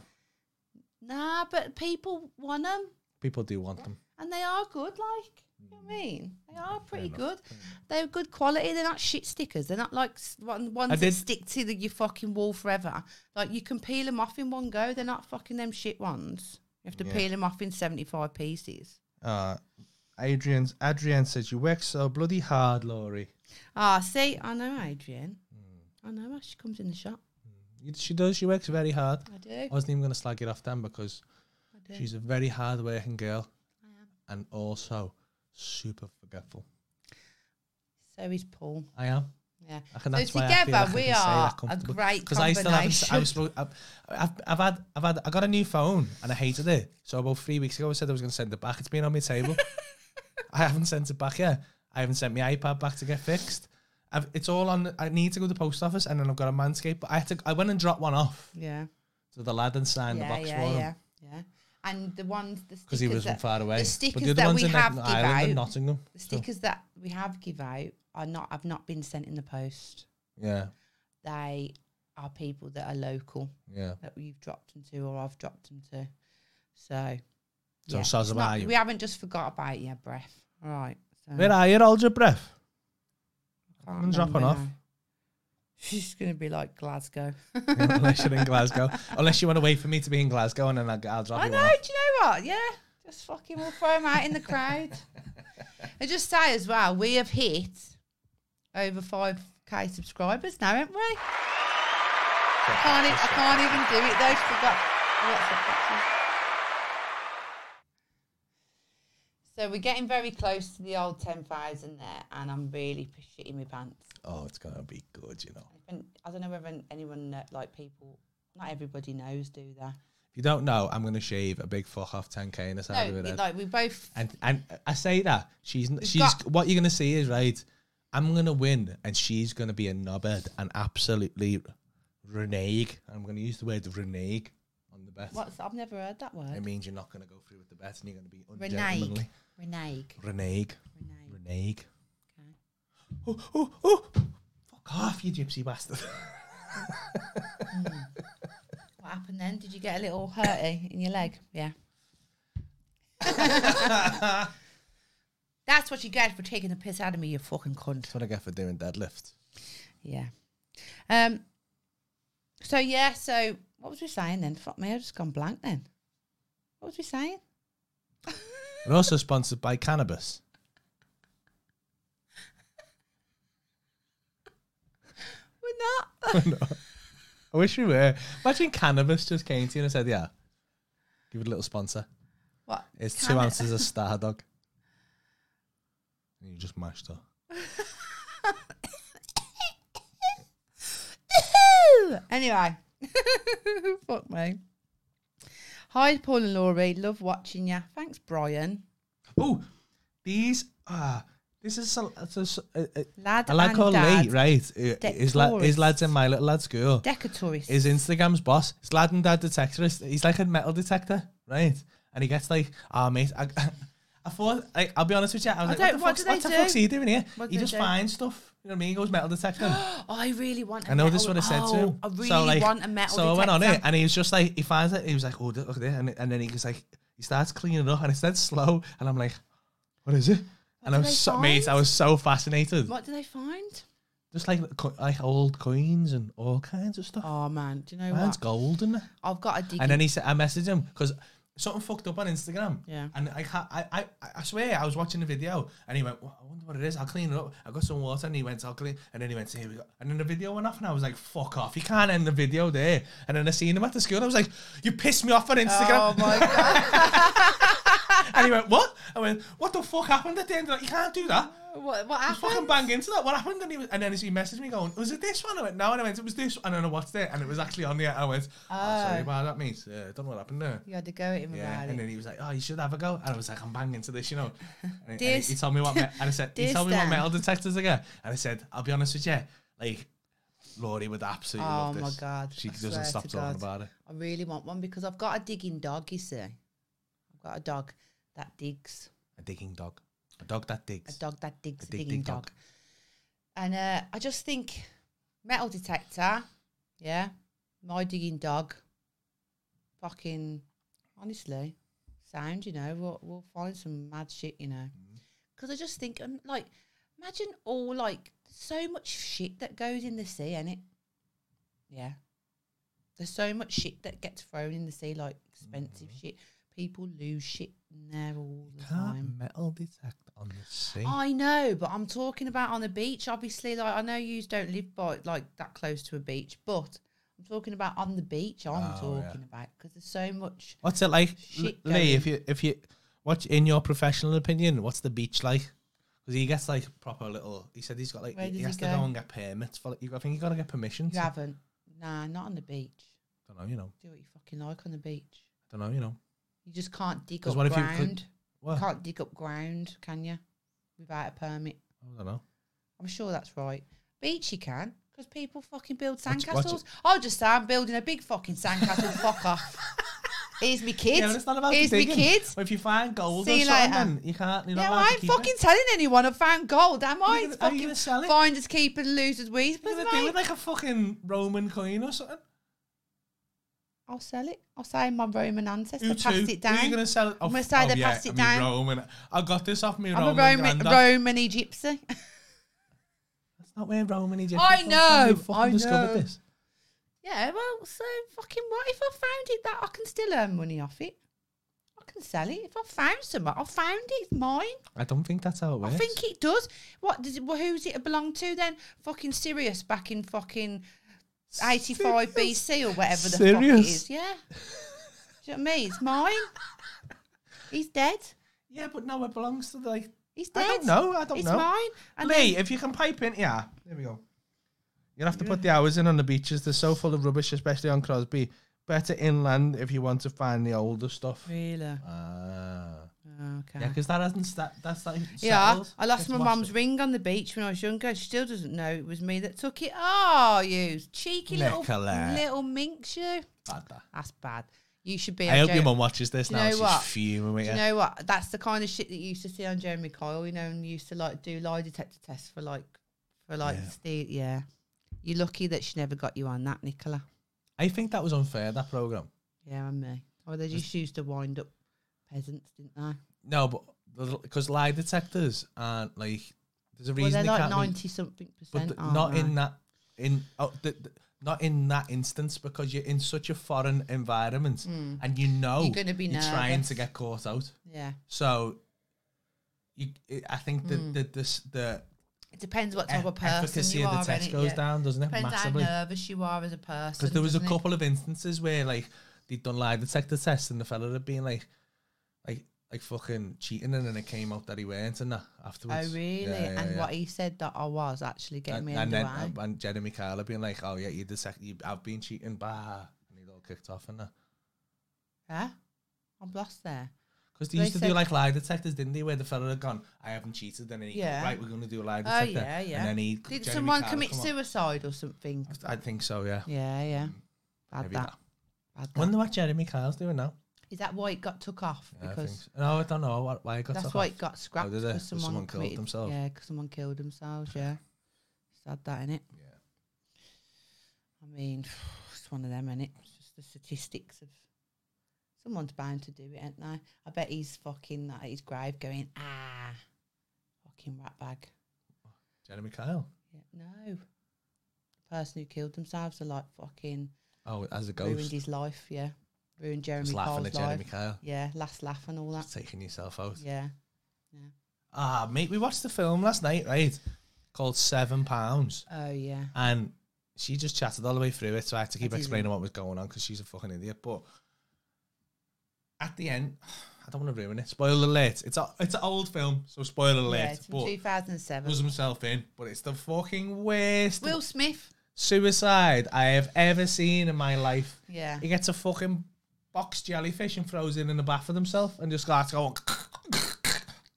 [SPEAKER 3] Nah, but people want them,
[SPEAKER 2] People do want them.
[SPEAKER 3] and they are good. Like, you know what I mean, they are pretty
[SPEAKER 2] Mm. enough,
[SPEAKER 3] good. They're good quality. They're not shit stickers. They're not like s- one- ones that
[SPEAKER 2] did-
[SPEAKER 3] stick to the, your fucking wall forever. Like you can peel them off in one go. They're not fucking them shit ones. You have to
[SPEAKER 2] Yeah.
[SPEAKER 3] peel them off in seventy five pieces.
[SPEAKER 2] Uh, Adrian, Adrian says, You work so bloody hard, Laurie.
[SPEAKER 3] Ah, see, I know Adrian.
[SPEAKER 2] Mm.
[SPEAKER 3] I know her. She comes in the shop.
[SPEAKER 2] You- She does, she works very hard.
[SPEAKER 3] I do.
[SPEAKER 2] I wasn't even going to slag it off then because
[SPEAKER 3] do.
[SPEAKER 2] she's a very hard working girl and also super forgetful.
[SPEAKER 3] So is Paul.
[SPEAKER 2] I am.
[SPEAKER 3] Yeah.
[SPEAKER 2] I can,
[SPEAKER 3] So
[SPEAKER 2] that's why I feel like
[SPEAKER 3] together
[SPEAKER 2] I
[SPEAKER 3] we
[SPEAKER 2] can say
[SPEAKER 3] are
[SPEAKER 2] that
[SPEAKER 3] a
[SPEAKER 2] comfortably.
[SPEAKER 3] great
[SPEAKER 2] I still haven't. s- I was.
[SPEAKER 3] combination.
[SPEAKER 2] supposed- I've, I've, I've had. I've had. I got a new phone and I hated it. So about three weeks ago, I said I was going to send it back. It's been on my table. I haven't sent it back yet. I haven't sent my iPad back to get fixed. I've, it's all on. I need to go to the post office and then I've got a manscape. But I had to. I went and dropped one off
[SPEAKER 3] Yeah.
[SPEAKER 2] to the lad and signed
[SPEAKER 3] yeah,
[SPEAKER 2] the box
[SPEAKER 3] yeah,
[SPEAKER 2] for
[SPEAKER 3] yeah,
[SPEAKER 2] him
[SPEAKER 3] yeah. And the ones the
[SPEAKER 2] because he
[SPEAKER 3] stickers
[SPEAKER 2] was from
[SPEAKER 3] that,
[SPEAKER 2] far away.
[SPEAKER 3] The stickers
[SPEAKER 2] but the other
[SPEAKER 3] that
[SPEAKER 2] ones
[SPEAKER 3] we
[SPEAKER 2] in
[SPEAKER 3] have
[SPEAKER 2] Ireland
[SPEAKER 3] give
[SPEAKER 2] and
[SPEAKER 3] out,
[SPEAKER 2] Nottingham.
[SPEAKER 3] the
[SPEAKER 2] so-
[SPEAKER 3] stickers that we have give out are not have not been sent in the post.
[SPEAKER 2] Yeah,
[SPEAKER 3] They are people that are local
[SPEAKER 2] yeah.
[SPEAKER 3] that you've dropped them to or I've dropped them to. So,
[SPEAKER 2] So
[SPEAKER 3] yeah,
[SPEAKER 2] soz
[SPEAKER 3] it's
[SPEAKER 2] am
[SPEAKER 3] not-
[SPEAKER 2] I.
[SPEAKER 3] We haven't just forgot about your breath. All right. So
[SPEAKER 2] Where are you? Hold your breath.
[SPEAKER 3] can't
[SPEAKER 2] I'm dropping
[SPEAKER 3] remember
[SPEAKER 2] off.
[SPEAKER 3] now. She's gonna be like Glasgow.
[SPEAKER 2] unless you're in Glasgow. Unless you want to wait for me to be in Glasgow and then I'll, I'll drop
[SPEAKER 3] I
[SPEAKER 2] you
[SPEAKER 3] know.
[SPEAKER 2] off.
[SPEAKER 3] Do you know what? Yeah, just fucking we'll throw him out in the crowd. and just say as well, we have hit over five k subscribers now, haven't we? I can't. e- I can't even do it though. 'cause we've got- oh, that's a picture. So we're getting very close to the old ten thousand there, and I'm really shitting my pants.
[SPEAKER 2] Oh, it's going to be good, you know.
[SPEAKER 3] And I don't know whether anyone kno- like people. Not everybody knows, do they?
[SPEAKER 2] If you don't know, I'm going to shave a big fuck off 10k in the side
[SPEAKER 3] No,
[SPEAKER 2] of it.
[SPEAKER 3] like we both
[SPEAKER 2] and and I say that she's n-
[SPEAKER 3] We've
[SPEAKER 2] she's
[SPEAKER 3] got-
[SPEAKER 2] what you're going to see is right. I'm going to win and she's going to be a knobhead and absolutely renege. I'm going to use the word renege on the bet.
[SPEAKER 3] What's I've never heard that
[SPEAKER 2] It
[SPEAKER 3] word.
[SPEAKER 2] means you're not going to go through with the bet and you're going to be
[SPEAKER 3] Reneg.
[SPEAKER 2] ungentlemanly.
[SPEAKER 3] Reneg.
[SPEAKER 2] Renege.
[SPEAKER 3] Reneg.
[SPEAKER 2] Renege.
[SPEAKER 3] Okay.
[SPEAKER 2] Oh, oh, oh. Fuck off, you gypsy bastard.
[SPEAKER 3] What happened then? Did you get a little hurty in your leg? Yeah. That's what you get for taking the piss out of me, you fucking cunt.
[SPEAKER 2] That's what I get for doing deadlifts.
[SPEAKER 3] Yeah. Um. So yeah. So what was we saying then? Fuck me, I've just gone blank then. What was we saying?
[SPEAKER 2] We're also sponsored by cannabis.
[SPEAKER 3] We're not.
[SPEAKER 2] I wish we were. Imagine cannabis just came to you and said, "Yeah, give it a little sponsor.
[SPEAKER 3] what?
[SPEAKER 2] It's
[SPEAKER 3] Can
[SPEAKER 2] two
[SPEAKER 3] it-
[SPEAKER 2] ounces of Star Dog." And you just mashed up.
[SPEAKER 3] anyway, fuck me. Hi, Paul and Laurie. Love watching you. Thanks, Brian.
[SPEAKER 2] Oh, these ah, this is a, it's a, s- a- a-
[SPEAKER 3] Lad
[SPEAKER 2] a lad
[SPEAKER 3] and
[SPEAKER 2] called
[SPEAKER 3] dad.
[SPEAKER 2] Lee, right? Who- His, la- his
[SPEAKER 3] Dectourist.
[SPEAKER 2] lad's in my little lad's school.
[SPEAKER 3] Decaturist.
[SPEAKER 2] his Instagram's boss, his lad and dad detectorist. He's like a metal detector, right? And he gets like, ah, mate, I, I thought, like, I'll be honest with you, I was
[SPEAKER 3] I
[SPEAKER 2] like,
[SPEAKER 3] don't-
[SPEAKER 2] what, the fuck's,
[SPEAKER 3] what do they
[SPEAKER 2] what the
[SPEAKER 3] do?
[SPEAKER 2] fuck's he doing here?
[SPEAKER 3] What do
[SPEAKER 2] he
[SPEAKER 3] they
[SPEAKER 2] just
[SPEAKER 3] do?
[SPEAKER 2] finds stuff. You know what I mean? He goes metal detector.
[SPEAKER 3] Oh, I really want. a
[SPEAKER 2] I know this is
[SPEAKER 3] metal-
[SPEAKER 2] what I said to him.
[SPEAKER 3] Oh, I really
[SPEAKER 2] so, like,
[SPEAKER 3] want a metal.
[SPEAKER 2] So I went on it,
[SPEAKER 3] detector.
[SPEAKER 2] and he was just like, he finds it, he was like, oh, look at this, and, and then he was like, he starts cleaning it up, and it's then slow, and I'm like, what is it? and
[SPEAKER 3] do
[SPEAKER 2] I was
[SPEAKER 3] they
[SPEAKER 2] so, mate, I
[SPEAKER 3] find?
[SPEAKER 2] was so fascinated.
[SPEAKER 3] What do they find?
[SPEAKER 2] Just like co- like old coins and all kinds of stuff.
[SPEAKER 3] Oh man, do you know
[SPEAKER 2] Man's
[SPEAKER 3] what?
[SPEAKER 2] gold in there.
[SPEAKER 3] I've got a dig.
[SPEAKER 2] And then he said, I messaged him because something fucked up on Instagram.
[SPEAKER 3] Yeah.
[SPEAKER 2] And I, ca- I, I, I swear, I was watching the video and he went, well, I wonder what it is. I'll clean it up. I got some water and he went, I'll clean. And then he went, here we go. And then the video went off and I was like, fuck off. You can't end the video there. And then I seen him at the school and I was like, you pissed me off on Instagram.
[SPEAKER 3] Oh my god!
[SPEAKER 2] and he went, what? I went, what the fuck happened at the end? Like, you can't do that.
[SPEAKER 3] what, what
[SPEAKER 2] I fucking
[SPEAKER 3] happened?
[SPEAKER 2] bang into that. What happened? And, he was, and then he messaged me going, was it this one? I went, no. And I went, it was this. And then I watched it and it was actually on there. I went, oh, sorry
[SPEAKER 3] Oh.
[SPEAKER 2] about that, mate. Uh, don't know what happened there.
[SPEAKER 3] You had to go at him
[SPEAKER 2] Yeah,
[SPEAKER 3] about
[SPEAKER 2] and
[SPEAKER 3] it.
[SPEAKER 2] then he was like, "Oh, you should have a go," and I was like, "I'm banging to this, you know." And, he- and he-
[SPEAKER 3] Dear
[SPEAKER 2] he told me what, me- and I said, "He
[SPEAKER 3] dear
[SPEAKER 2] told me what
[SPEAKER 3] Stan.
[SPEAKER 2] metal detectors are." And I said, "I'll be honest with you, like, Laurie would absolutely love
[SPEAKER 3] Oh,
[SPEAKER 2] this.
[SPEAKER 3] my God,
[SPEAKER 2] she
[SPEAKER 3] I
[SPEAKER 2] doesn't
[SPEAKER 3] swear
[SPEAKER 2] stop
[SPEAKER 3] to
[SPEAKER 2] talking
[SPEAKER 3] God.
[SPEAKER 2] about it.
[SPEAKER 3] I really want one because I've got a digging dog. You see, I've got a dog that digs.
[SPEAKER 2] A digging dog, a dog that
[SPEAKER 3] A
[SPEAKER 2] digs.
[SPEAKER 3] dog that digs. A,
[SPEAKER 2] dig, dig
[SPEAKER 3] digging
[SPEAKER 2] dog.
[SPEAKER 3] dog. And uh, I just think metal detector. Yeah, my digging dog. Fucking honestly, sound, you know. We'll, we'll find some mad shit, you know.
[SPEAKER 2] Mm-hmm.
[SPEAKER 3] Because I just think, um, like, imagine all, like, so much shit that goes in the sea, it? Yeah. There's so much shit that gets thrown in the sea, like expensive shit. People lose shit in there all the time.
[SPEAKER 2] Mm-hmm.
[SPEAKER 3] Oh,
[SPEAKER 2] Can't metal detect on the sea.
[SPEAKER 3] I know, but I'm talking about on the beach. Obviously, like I know you don't live by like that close to a beach, but I'm talking about on the beach. I'm
[SPEAKER 2] Oh, yeah.
[SPEAKER 3] talking about because there's so much.
[SPEAKER 2] What's it like, L-
[SPEAKER 3] Shit
[SPEAKER 2] Lee? If you, if you, what in your professional opinion, what's the beach like? Because he gets like proper little. He said he's got like
[SPEAKER 3] Where
[SPEAKER 2] he
[SPEAKER 3] does
[SPEAKER 2] has
[SPEAKER 3] he
[SPEAKER 2] to
[SPEAKER 3] go?
[SPEAKER 2] go and get permits for. Like, you- I think you got to get permission.
[SPEAKER 3] You
[SPEAKER 2] To,
[SPEAKER 3] haven't, nah, not on the beach.
[SPEAKER 2] don't know. You know.
[SPEAKER 3] Do what you fucking like on the beach.
[SPEAKER 2] Don't know. You know.
[SPEAKER 3] You just can't dig
[SPEAKER 2] 'Cause
[SPEAKER 3] up
[SPEAKER 2] what if you could-
[SPEAKER 3] ground.
[SPEAKER 2] What?
[SPEAKER 3] can't dig up ground, can you? Without a permit,
[SPEAKER 2] I don't know.
[SPEAKER 3] I'm sure that's right. Beach, you can. Because people fucking build
[SPEAKER 2] Watch- watch
[SPEAKER 3] sandcastles. I'll just say I'm building a big fucking sandcastle. Fuck off. Here's me kids.
[SPEAKER 2] yeah, but it's not about the
[SPEAKER 3] Here's me
[SPEAKER 2] digging.
[SPEAKER 3] kids.
[SPEAKER 2] Well, if you find gold
[SPEAKER 3] See
[SPEAKER 2] or
[SPEAKER 3] you
[SPEAKER 2] something,
[SPEAKER 3] later.
[SPEAKER 2] then you can't. You're not
[SPEAKER 3] Yeah, well,
[SPEAKER 2] allowed
[SPEAKER 3] I
[SPEAKER 2] to
[SPEAKER 3] ain't
[SPEAKER 2] keep
[SPEAKER 3] fucking
[SPEAKER 2] It.
[SPEAKER 3] telling anyone I found gold, am
[SPEAKER 2] Are
[SPEAKER 3] I?
[SPEAKER 2] you
[SPEAKER 3] It's
[SPEAKER 2] gonna- are you
[SPEAKER 3] fucking
[SPEAKER 2] gonna sell it?
[SPEAKER 3] finders keepers, losers, weepers,
[SPEAKER 2] What do
[SPEAKER 3] mate.
[SPEAKER 2] they do with like a fucking Roman coin or something?
[SPEAKER 3] I'll sell it. I'll say my Roman ancestor
[SPEAKER 2] Who
[SPEAKER 3] passed
[SPEAKER 2] to?
[SPEAKER 3] it
[SPEAKER 2] Who are you
[SPEAKER 3] down.
[SPEAKER 2] gonna sell it? Oh,
[SPEAKER 3] gonna
[SPEAKER 2] f-
[SPEAKER 3] say
[SPEAKER 2] oh,
[SPEAKER 3] they
[SPEAKER 2] yeah,
[SPEAKER 3] passed it
[SPEAKER 2] I mean,
[SPEAKER 3] down.
[SPEAKER 2] Roman. I got this off me.
[SPEAKER 3] I'm
[SPEAKER 2] Roman
[SPEAKER 3] a Roman,
[SPEAKER 2] granddad.
[SPEAKER 3] Roman gypsy.
[SPEAKER 2] That's not where Roman Egypt.
[SPEAKER 3] I know,
[SPEAKER 2] Fucking
[SPEAKER 3] I
[SPEAKER 2] discovered
[SPEAKER 3] know.
[SPEAKER 2] this.
[SPEAKER 3] yeah, well, so fucking what if I found it that I can still earn money off it? I can sell it. If I found something, I found it. It's mine.
[SPEAKER 2] I don't think that's how it works.
[SPEAKER 3] I think it does. What does it, well, who's it belong to then? Fucking Sirius back in fucking 85 BC or whatever the fuck it
[SPEAKER 2] Serious?
[SPEAKER 3] is. Yeah. Do you know what I mean? It's mine. He's dead.
[SPEAKER 2] Yeah, but no, it belongs to the, like.
[SPEAKER 3] He's
[SPEAKER 2] I
[SPEAKER 3] dead.
[SPEAKER 2] don't know. I don't
[SPEAKER 3] It's
[SPEAKER 2] know.
[SPEAKER 3] mine. And
[SPEAKER 2] Lee,
[SPEAKER 3] then-
[SPEAKER 2] if you can pipe in, yeah. There we go. You'll have to put the hours in on the beaches. They're so full of rubbish, especially on Crosby. Better inland if you want to find the older stuff.
[SPEAKER 3] Really?
[SPEAKER 2] Ah, yeah,
[SPEAKER 3] Okay.
[SPEAKER 2] because that hasn't sta- that's like
[SPEAKER 3] Yeah,
[SPEAKER 2] settled.
[SPEAKER 3] I lost
[SPEAKER 2] It's
[SPEAKER 3] my
[SPEAKER 2] washed
[SPEAKER 3] mum's
[SPEAKER 2] up.
[SPEAKER 3] ring on the beach when I was younger. She still doesn't know it was me that took it. Oh, you cheeky
[SPEAKER 2] Nicola.
[SPEAKER 3] little little minx, you.
[SPEAKER 2] Bad that.
[SPEAKER 3] That's bad. You should be.
[SPEAKER 2] I
[SPEAKER 3] a
[SPEAKER 2] hope your
[SPEAKER 3] jo-
[SPEAKER 2] mum watches this
[SPEAKER 3] Do you
[SPEAKER 2] now.
[SPEAKER 3] know
[SPEAKER 2] She's
[SPEAKER 3] what?
[SPEAKER 2] fuming with you.
[SPEAKER 3] Do you know what? That's the kind of shit that you used to see on Jeremy Kyle, you know, and you used to like do lie detector tests for like for like
[SPEAKER 2] Yeah.
[SPEAKER 3] Steve. Yeah, you're lucky that she never got you on that, Nicola.
[SPEAKER 2] I think that was unfair. That program.
[SPEAKER 3] Yeah, and me. Oh, they just used to wind up peasants, didn't they?
[SPEAKER 2] No, but because lie detectors aren't like there's a
[SPEAKER 3] Well,
[SPEAKER 2] reason
[SPEAKER 3] they're
[SPEAKER 2] they
[SPEAKER 3] like
[SPEAKER 2] can't. be-
[SPEAKER 3] ninety something
[SPEAKER 2] but
[SPEAKER 3] percent.
[SPEAKER 2] th-
[SPEAKER 3] aren't
[SPEAKER 2] not
[SPEAKER 3] they?
[SPEAKER 2] in that in oh, th- th- not in that instance because you're in such a foreign environment and you know
[SPEAKER 3] Hmm. You're gonna be
[SPEAKER 2] Oh, you're trying to
[SPEAKER 3] nervous.
[SPEAKER 2] get caught out.
[SPEAKER 3] Yeah,
[SPEAKER 2] So you, I- I think the the this, the
[SPEAKER 3] it depends what Hmm. type
[SPEAKER 2] e-
[SPEAKER 3] of person
[SPEAKER 2] efficacy
[SPEAKER 3] you
[SPEAKER 2] of
[SPEAKER 3] are.
[SPEAKER 2] the test
[SPEAKER 3] innit?
[SPEAKER 2] goes
[SPEAKER 3] yeah.
[SPEAKER 2] down, doesn't it?
[SPEAKER 3] Depends
[SPEAKER 2] Massively.
[SPEAKER 3] how nervous you are as a person.
[SPEAKER 2] Because there was a
[SPEAKER 3] doesn't it?
[SPEAKER 2] couple of instances where like they'd done lie detector tests and the fella had been like, like. Like fucking cheating, and then it came out that he weren't, and that
[SPEAKER 3] Oh
[SPEAKER 2] afterwards.
[SPEAKER 3] really?
[SPEAKER 2] Yeah, yeah,
[SPEAKER 3] and
[SPEAKER 2] yeah.
[SPEAKER 3] what he said that I was actually getting
[SPEAKER 2] and,
[SPEAKER 3] me
[SPEAKER 2] and
[SPEAKER 3] under
[SPEAKER 2] then
[SPEAKER 3] eye.
[SPEAKER 2] uh, and Jeremy Kyle being like, "Oh yeah, you dissect, you, I've been cheating, bah," and he all kicked off and that
[SPEAKER 3] Yeah, I'm lost there.
[SPEAKER 2] because they
[SPEAKER 3] They
[SPEAKER 2] used to do
[SPEAKER 3] said-
[SPEAKER 2] like lie detectors, didn't they? Where the fella had gone, "I haven't cheated," and then he yeah.
[SPEAKER 3] Yeah.
[SPEAKER 2] "Right, we're going to do a lie
[SPEAKER 3] Oh
[SPEAKER 2] detector."
[SPEAKER 3] yeah, yeah.
[SPEAKER 2] And then he
[SPEAKER 3] Did
[SPEAKER 2] Jeremy
[SPEAKER 3] someone
[SPEAKER 2] Kyle
[SPEAKER 3] commit
[SPEAKER 2] come on.
[SPEAKER 3] suicide or something?
[SPEAKER 2] I think so, yeah.
[SPEAKER 3] Yeah, yeah. Bad
[SPEAKER 2] Maybe
[SPEAKER 3] that.
[SPEAKER 2] that.
[SPEAKER 3] Bad that.
[SPEAKER 2] Wonder what Jeremy Kyle's doing now.
[SPEAKER 3] Is that why it got took off?
[SPEAKER 2] Yeah, I think
[SPEAKER 3] because
[SPEAKER 2] so. no, I don't know what, why it got
[SPEAKER 3] that's
[SPEAKER 2] took
[SPEAKER 3] why
[SPEAKER 2] off. Oh,
[SPEAKER 3] it got scrapped.
[SPEAKER 2] did it?
[SPEAKER 3] because
[SPEAKER 2] 'Cause someone killed
[SPEAKER 3] committed-
[SPEAKER 2] themselves.
[SPEAKER 3] Yeah, because someone killed themselves. Yeah, sad that in it.
[SPEAKER 2] Yeah.
[SPEAKER 3] I mean, it's one of them, innit? It's just the statistics of someone's bound to do it, ain't they? I bet he's fucking at his grave going, ah, fucking rat bag.
[SPEAKER 2] Jeremy Kyle.
[SPEAKER 3] Yeah, no. The person who killed themselves are like fucking
[SPEAKER 2] Oh, as a
[SPEAKER 3] ruined
[SPEAKER 2] ghost,
[SPEAKER 3] his life, yeah. Ruined Jeremy
[SPEAKER 2] just laughing
[SPEAKER 3] Carl's
[SPEAKER 2] at
[SPEAKER 3] life.
[SPEAKER 2] Jeremy Kyle,
[SPEAKER 3] Yeah, last laugh and all that.
[SPEAKER 2] just taking yourself out.
[SPEAKER 3] Yeah.
[SPEAKER 2] Ah, mate, we watched the film last night, right? Called Seven Pounds.
[SPEAKER 3] Oh yeah.
[SPEAKER 2] and she just chatted all the way through it. So I had to keep
[SPEAKER 3] did,
[SPEAKER 2] explaining what was going on because she's a fucking idiot. But at the end, I don't want to ruin it. Spoiler alert! It's a, it's an old film, so spoiler alert.
[SPEAKER 3] yeah, it's from
[SPEAKER 2] but
[SPEAKER 3] 2007.
[SPEAKER 2] does himself in, but it's the fucking worst
[SPEAKER 3] Will Smith.
[SPEAKER 2] suicide I have ever seen in my life.
[SPEAKER 3] Yeah.
[SPEAKER 2] He gets a fucking box jellyfish and throws it in the bath of himself and just starts going.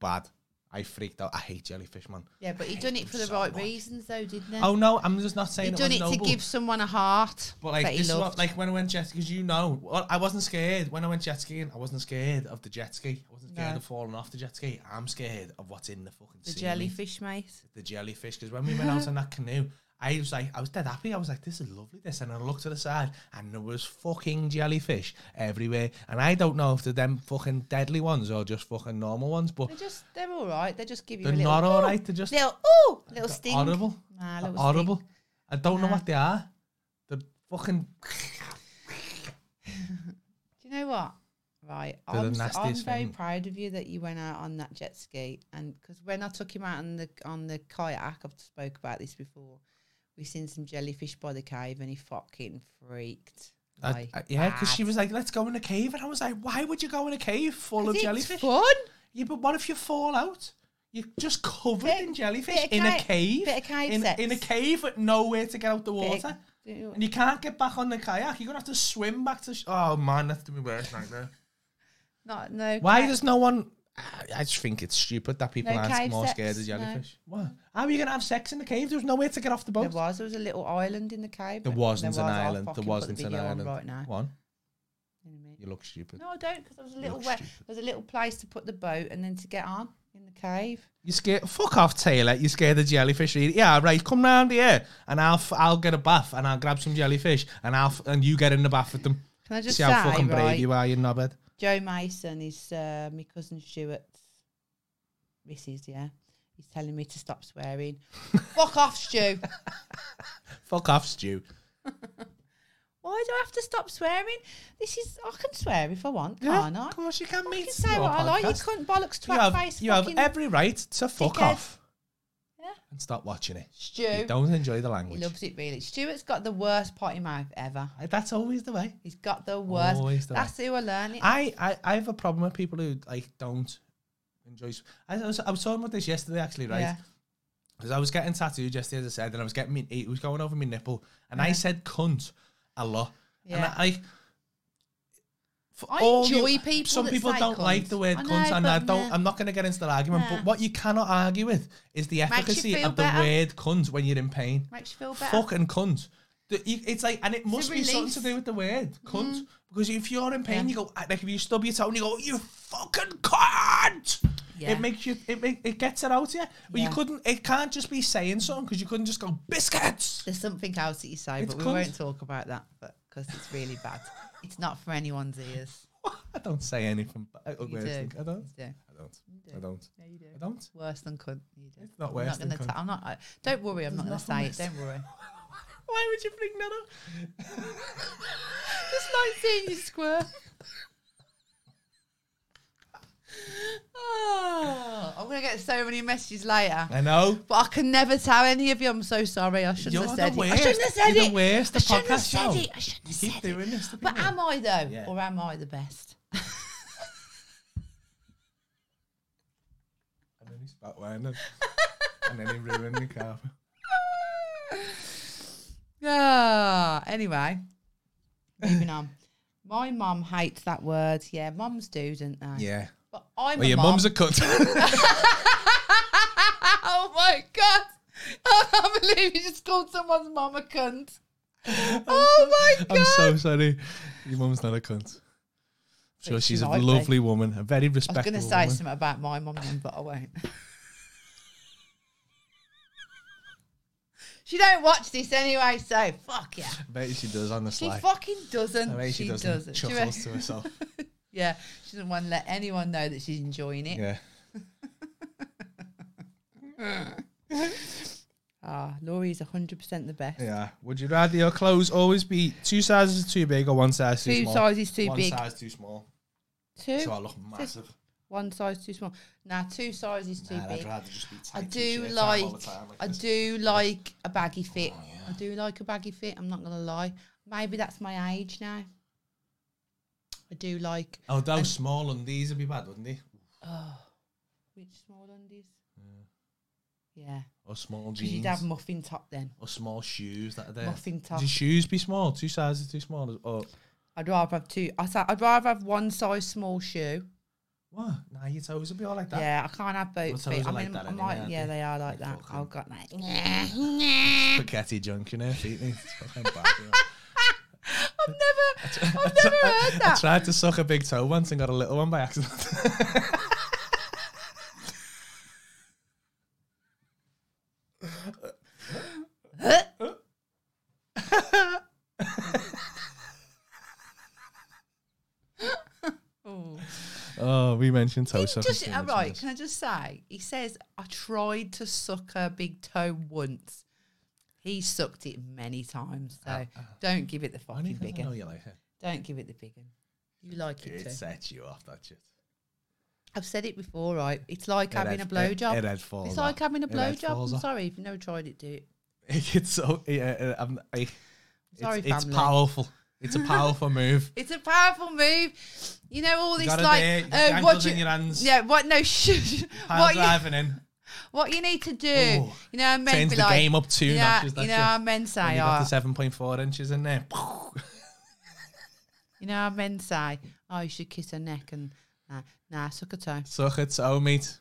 [SPEAKER 2] Bad. I freaked out. I hate jellyfish, man.
[SPEAKER 3] Yeah, but he done it for the
[SPEAKER 2] so
[SPEAKER 3] right
[SPEAKER 2] much.
[SPEAKER 3] reasons though, didn't he?
[SPEAKER 2] Oh no, I'm just not
[SPEAKER 3] he
[SPEAKER 2] saying it
[SPEAKER 3] done
[SPEAKER 2] was
[SPEAKER 3] it
[SPEAKER 2] noble.
[SPEAKER 3] to give someone a heart
[SPEAKER 2] But like
[SPEAKER 3] that he
[SPEAKER 2] this is
[SPEAKER 3] loved.
[SPEAKER 2] what, like when I went jet because you know well, I wasn't scared when I went jet skiing. I wasn't scared of the jet ski. I wasn't scared
[SPEAKER 3] No.
[SPEAKER 2] of falling off the jet ski. I'm scared of what's in the fucking
[SPEAKER 3] the
[SPEAKER 2] sea, mate.
[SPEAKER 3] jellyfish, mate.
[SPEAKER 2] the jellyfish. Because when we went out on that canoe, I was like, I was dead happy. I was like, this is lovely, this. And I looked to the side and there was fucking jellyfish everywhere. And I don't know if they're them fucking deadly ones or just fucking normal ones, but
[SPEAKER 3] They're just, they're all right. They just give you
[SPEAKER 2] they're
[SPEAKER 3] a little.
[SPEAKER 2] not all
[SPEAKER 3] "Ooh,"
[SPEAKER 2] right. They're just
[SPEAKER 3] Little, oh, little
[SPEAKER 2] they're
[SPEAKER 3] sting.
[SPEAKER 2] horrible.
[SPEAKER 3] Nah,
[SPEAKER 2] They're
[SPEAKER 3] little
[SPEAKER 2] horrible.
[SPEAKER 3] sting.
[SPEAKER 2] I don't know
[SPEAKER 3] Nah.
[SPEAKER 2] what they are. They're fucking.
[SPEAKER 3] Do you know what? Right,
[SPEAKER 2] They're the
[SPEAKER 3] I'm, s- I'm
[SPEAKER 2] nastiest
[SPEAKER 3] very
[SPEAKER 2] thing.
[SPEAKER 3] proud of you that you went out on that jet ski, and because when I took him out on the on the kayak, I've spoke about this before. We seen some jellyfish by the cave, and he fucking freaked.
[SPEAKER 2] I-
[SPEAKER 3] like
[SPEAKER 2] I- yeah, because she
[SPEAKER 3] bad.
[SPEAKER 2] was like, let's go in a cave. And I was like, why would you go in a cave full of
[SPEAKER 3] It's
[SPEAKER 2] jellyfish?
[SPEAKER 3] fun.
[SPEAKER 2] Yeah, but what if you fall out? You're just covered
[SPEAKER 3] Bit-
[SPEAKER 2] in jellyfish
[SPEAKER 3] bit of
[SPEAKER 2] in a
[SPEAKER 3] cave-
[SPEAKER 2] cave.
[SPEAKER 3] bit of cave
[SPEAKER 2] in,
[SPEAKER 3] sex.
[SPEAKER 2] in a cave with nowhere to get out the
[SPEAKER 3] Bit-
[SPEAKER 2] water.
[SPEAKER 3] do you know-
[SPEAKER 2] And you can't get back on the kayak. You're going to have to swim back to. Sh- oh, man, that's my worst nightmare.
[SPEAKER 3] Not no.
[SPEAKER 2] Why
[SPEAKER 3] cave-
[SPEAKER 2] does no one. I- I just think it's stupid that people
[SPEAKER 3] No
[SPEAKER 2] aren't
[SPEAKER 3] cave
[SPEAKER 2] more
[SPEAKER 3] sex,
[SPEAKER 2] scared of
[SPEAKER 3] no.
[SPEAKER 2] jellyfish. What? How are you going to have sex in the cave? There was nowhere to get off the
[SPEAKER 3] there
[SPEAKER 2] boat.
[SPEAKER 3] was there was a little island in the cave?
[SPEAKER 2] There
[SPEAKER 3] but
[SPEAKER 2] wasn't
[SPEAKER 3] there
[SPEAKER 2] an
[SPEAKER 3] was. I'll
[SPEAKER 2] island.
[SPEAKER 3] fucking
[SPEAKER 2] There
[SPEAKER 3] put the
[SPEAKER 2] wasn't an
[SPEAKER 3] video on
[SPEAKER 2] island.
[SPEAKER 3] right now.
[SPEAKER 2] One,
[SPEAKER 3] In a minute.
[SPEAKER 2] you look stupid.
[SPEAKER 3] No, I don't, because there was a little
[SPEAKER 2] look
[SPEAKER 3] way,
[SPEAKER 2] stupid.
[SPEAKER 3] there was a little place to put the boat and then to get on in the cave.
[SPEAKER 2] You scared? Fuck off, Taylor. You scared of jellyfish? Really? Yeah, right. Come round here, and I'll f- I'll get a bath, and I'll grab some jellyfish, and I'll f- and you get in the bath with them.
[SPEAKER 3] Can I just
[SPEAKER 2] See
[SPEAKER 3] say,
[SPEAKER 2] how fucking brave
[SPEAKER 3] right,
[SPEAKER 2] you are, you knobhead.
[SPEAKER 3] Joe Mason is uh, my cousin Stuart's missus, yeah. He's telling me to stop swearing. Fuck off, Stu.
[SPEAKER 2] Fuck off, Stu.
[SPEAKER 3] Why do I have to stop swearing? This is, I can swear if I want, can't I?
[SPEAKER 2] of course you can,
[SPEAKER 3] I
[SPEAKER 2] mate.
[SPEAKER 3] can
[SPEAKER 2] It's
[SPEAKER 3] say
[SPEAKER 2] your
[SPEAKER 3] what I like. You
[SPEAKER 2] podcast.
[SPEAKER 3] cunt, bollocks,
[SPEAKER 2] You
[SPEAKER 3] twat
[SPEAKER 2] have,
[SPEAKER 3] face,
[SPEAKER 2] you have
[SPEAKER 3] fucking
[SPEAKER 2] every right to fuck
[SPEAKER 3] dickhead.
[SPEAKER 2] off
[SPEAKER 3] Yeah.
[SPEAKER 2] and stop watching it. You
[SPEAKER 3] Stu.
[SPEAKER 2] don't enjoy the
[SPEAKER 3] He
[SPEAKER 2] language.
[SPEAKER 3] loves it, really. Stuart's got the worst potty mouth ever.
[SPEAKER 2] I- That's always the way.
[SPEAKER 3] He's got the worst.
[SPEAKER 2] Always Ah, the way.
[SPEAKER 3] That's who I learn it.
[SPEAKER 2] I, I, I have a problem with people who like don't enjoy. s- I was, I was talking about this yesterday, actually, right?
[SPEAKER 3] Yeah.
[SPEAKER 2] Because I was getting tattooed yesterday, as I said, and I was getting me, it was going over my nipple, and I
[SPEAKER 3] Yeah.
[SPEAKER 2] said cunt a lot. And
[SPEAKER 3] Uh-huh. Yeah.
[SPEAKER 2] I, like, for
[SPEAKER 3] I
[SPEAKER 2] all
[SPEAKER 3] enjoy
[SPEAKER 2] you-
[SPEAKER 3] people
[SPEAKER 2] Some
[SPEAKER 3] that
[SPEAKER 2] people
[SPEAKER 3] say
[SPEAKER 2] don't like
[SPEAKER 3] cunt.
[SPEAKER 2] the word
[SPEAKER 3] I
[SPEAKER 2] cunt,
[SPEAKER 3] know,
[SPEAKER 2] and
[SPEAKER 3] but
[SPEAKER 2] I don't.
[SPEAKER 3] nah.
[SPEAKER 2] I'm not going to get into that argument. But
[SPEAKER 3] Nah.
[SPEAKER 2] what you cannot argue with is the
[SPEAKER 3] you
[SPEAKER 2] efficacy
[SPEAKER 3] feel
[SPEAKER 2] of the
[SPEAKER 3] better.
[SPEAKER 2] word cunt when you're in pain.
[SPEAKER 3] Makes you feel better.
[SPEAKER 2] Fucking cunt. The- you- It's like, and it must be something
[SPEAKER 3] relief. Mm.
[SPEAKER 2] to do with the word cunt. Because if you're in pain,
[SPEAKER 3] Yeah.
[SPEAKER 2] you go "Ah, like if you stub your toe and you go, you fucking cunt.
[SPEAKER 3] Yeah.
[SPEAKER 2] It makes you. It make, it gets it out, yeah. But
[SPEAKER 3] Yeah.
[SPEAKER 2] you couldn't. It can't just be saying something because you couldn't just go biscuits.
[SPEAKER 3] There's something else that you say,
[SPEAKER 2] It's
[SPEAKER 3] but we
[SPEAKER 2] cunt.
[SPEAKER 3] won't talk about that because it's really bad. it's not for anyone's ears.
[SPEAKER 2] I don't say anything. But I,
[SPEAKER 3] You
[SPEAKER 2] weird
[SPEAKER 3] do.
[SPEAKER 2] thing. I don't.
[SPEAKER 3] You do.
[SPEAKER 2] I don't.
[SPEAKER 3] do.
[SPEAKER 2] I don't.
[SPEAKER 3] Yeah, you do.
[SPEAKER 2] I don't.
[SPEAKER 3] Worse than cunt. You do.
[SPEAKER 2] It's not
[SPEAKER 3] I'm
[SPEAKER 2] worse
[SPEAKER 3] not
[SPEAKER 2] than
[SPEAKER 3] gonna.
[SPEAKER 2] cunt.
[SPEAKER 3] Ta- I'm not. I- don't worry. I'm not gonna
[SPEAKER 2] There's
[SPEAKER 3] say it.
[SPEAKER 2] nothing
[SPEAKER 3] Don't worry.
[SPEAKER 2] Why would you bring that up?
[SPEAKER 3] Just like seeing you squirm. oh, I'm gonna get so many messages later.
[SPEAKER 2] I know.
[SPEAKER 3] But I can never tell any of you. I'm so sorry. I shouldn't
[SPEAKER 2] You're
[SPEAKER 3] have
[SPEAKER 2] the
[SPEAKER 3] said it. I
[SPEAKER 2] worst.
[SPEAKER 3] shouldn't have said
[SPEAKER 2] You're
[SPEAKER 3] it.
[SPEAKER 2] the worst.
[SPEAKER 3] I
[SPEAKER 2] The
[SPEAKER 3] shouldn't have
[SPEAKER 2] podcast
[SPEAKER 3] said
[SPEAKER 2] show.
[SPEAKER 3] it. I shouldn't have
[SPEAKER 2] You
[SPEAKER 3] said
[SPEAKER 2] keep
[SPEAKER 3] it.
[SPEAKER 2] doing this. To
[SPEAKER 3] But
[SPEAKER 2] people.
[SPEAKER 3] am I though,
[SPEAKER 2] Yeah.
[SPEAKER 3] or am I the best?
[SPEAKER 2] And then he spat wine and, and then he ruined the carpet.
[SPEAKER 3] Yeah. Ah, Anyway, moving on. My mum hates that word. Yeah, mums do, don't they?
[SPEAKER 2] Yeah.
[SPEAKER 3] But I'm
[SPEAKER 2] Well,
[SPEAKER 3] a
[SPEAKER 2] your
[SPEAKER 3] mum.
[SPEAKER 2] mum's a cunt.
[SPEAKER 3] oh my god! I can't believe you just called someone's mum a cunt. oh my god!
[SPEAKER 2] I'm so sorry. Your mum's not a cunt. I'm sure
[SPEAKER 3] But she
[SPEAKER 2] she's a
[SPEAKER 3] might be.
[SPEAKER 2] lovely woman, a very
[SPEAKER 3] I was
[SPEAKER 2] respectable
[SPEAKER 3] going to say
[SPEAKER 2] woman.
[SPEAKER 3] something about my mum, then, but I won't. she don't watch this anyway, so fuck yeah.
[SPEAKER 2] I bet she does on the
[SPEAKER 3] She
[SPEAKER 2] sly.
[SPEAKER 3] fucking doesn't.
[SPEAKER 2] I bet
[SPEAKER 3] she,
[SPEAKER 2] she, doesn't.
[SPEAKER 3] doesn't. She
[SPEAKER 2] Chuckles
[SPEAKER 3] reckon-
[SPEAKER 2] to herself.
[SPEAKER 3] yeah, she doesn't want to let anyone know that she's enjoying it.
[SPEAKER 2] yeah.
[SPEAKER 3] Ah, Laurie is 100% the best.
[SPEAKER 2] Yeah. Would you rather your clothes always be two sizes too big or one size too
[SPEAKER 3] Two
[SPEAKER 2] small?
[SPEAKER 3] sizes too
[SPEAKER 2] one
[SPEAKER 3] big.
[SPEAKER 2] size too small.
[SPEAKER 3] Two?
[SPEAKER 2] So I look massive.
[SPEAKER 3] One size too small. Nah, two sizes too
[SPEAKER 2] Nah, I'd
[SPEAKER 3] big.
[SPEAKER 2] rather just be
[SPEAKER 3] I
[SPEAKER 2] tight
[SPEAKER 3] do
[SPEAKER 2] t-shirts on all the Oh,
[SPEAKER 3] like,
[SPEAKER 2] time like
[SPEAKER 3] I
[SPEAKER 2] this.
[SPEAKER 3] do like a baggy fit. I do like a baggy fit. I'm not gonna lie. Maybe that's my age now. I do like
[SPEAKER 2] Although Oh, small undies would be bad, wouldn't they?
[SPEAKER 3] oh, which small undies? Yeah,
[SPEAKER 2] Or small
[SPEAKER 3] because
[SPEAKER 2] jeans.
[SPEAKER 3] you'd have muffin top then.
[SPEAKER 2] or small shoes that are there.
[SPEAKER 3] Muffin top.
[SPEAKER 2] Do shoes be small? Two sizes too small? Or
[SPEAKER 3] I'd rather have two. I sa- I'd rather have one size small shoe.
[SPEAKER 2] what? Nah, your toes would be all like that.
[SPEAKER 3] yeah, I can't have both.
[SPEAKER 2] toes
[SPEAKER 3] feet. I
[SPEAKER 2] are like
[SPEAKER 3] mean,
[SPEAKER 2] that
[SPEAKER 3] I
[SPEAKER 2] anyway,
[SPEAKER 3] might.
[SPEAKER 2] aren't they?
[SPEAKER 3] yeah, they are like
[SPEAKER 2] They
[SPEAKER 3] that. Oh,
[SPEAKER 2] fucking-
[SPEAKER 3] I've got like. I've
[SPEAKER 2] Spaghetti junk, you know, feet. mate. It's fucking bad, you know.
[SPEAKER 3] never, I've never heard
[SPEAKER 2] I
[SPEAKER 3] that.
[SPEAKER 2] tried to suck a big toe once and got a little one by accident. Oh, we mentioned toe
[SPEAKER 3] He
[SPEAKER 2] sucking.
[SPEAKER 3] just,
[SPEAKER 2] too
[SPEAKER 3] uh,
[SPEAKER 2] much in
[SPEAKER 3] right,
[SPEAKER 2] this.
[SPEAKER 3] can I just say, he says, I tried to suck her big toe once. He sucked it many times, so don't give it the
[SPEAKER 2] Why do you
[SPEAKER 3] fucking
[SPEAKER 2] think
[SPEAKER 3] big
[SPEAKER 2] Uh, I know
[SPEAKER 3] one.
[SPEAKER 2] you like it?
[SPEAKER 3] Don't give it the big one. You like it
[SPEAKER 2] It
[SPEAKER 3] too.
[SPEAKER 2] sets you off, that shit.
[SPEAKER 3] I've said it before, right? It's like having a
[SPEAKER 2] Head-
[SPEAKER 3] blowjob.
[SPEAKER 2] head- head falls
[SPEAKER 3] It's like
[SPEAKER 2] off.
[SPEAKER 3] having a
[SPEAKER 2] Head- head
[SPEAKER 3] blowjob.
[SPEAKER 2] falls
[SPEAKER 3] I'm
[SPEAKER 2] off.
[SPEAKER 3] sorry if you've never tried it, do it.
[SPEAKER 2] It's so yeah, uh, I'm, I,
[SPEAKER 3] Sorry,
[SPEAKER 2] it's, it's
[SPEAKER 3] family.
[SPEAKER 2] powerful. It's a powerful move.
[SPEAKER 3] It's a powerful move. You know all this
[SPEAKER 2] gotta
[SPEAKER 3] like
[SPEAKER 2] do it. Your
[SPEAKER 3] uh,
[SPEAKER 2] ankles
[SPEAKER 3] what
[SPEAKER 2] in
[SPEAKER 3] you-
[SPEAKER 2] your hands.
[SPEAKER 3] Yeah, what no shh.
[SPEAKER 2] Pile
[SPEAKER 3] what you,
[SPEAKER 2] driving in.
[SPEAKER 3] what you need to do.
[SPEAKER 2] Ooh.
[SPEAKER 3] you know I meant
[SPEAKER 2] Change
[SPEAKER 3] be
[SPEAKER 2] the
[SPEAKER 3] like,
[SPEAKER 2] game up two
[SPEAKER 3] yeah,
[SPEAKER 2] notches.
[SPEAKER 3] you
[SPEAKER 2] that's
[SPEAKER 3] know
[SPEAKER 2] it.
[SPEAKER 3] I men
[SPEAKER 2] When
[SPEAKER 3] say
[SPEAKER 2] you got
[SPEAKER 3] oh,
[SPEAKER 2] the seven point four inches in there.
[SPEAKER 3] you know I men say oh you should kiss her neck and nah, nah suck her toe.
[SPEAKER 2] Suck it, toe meat.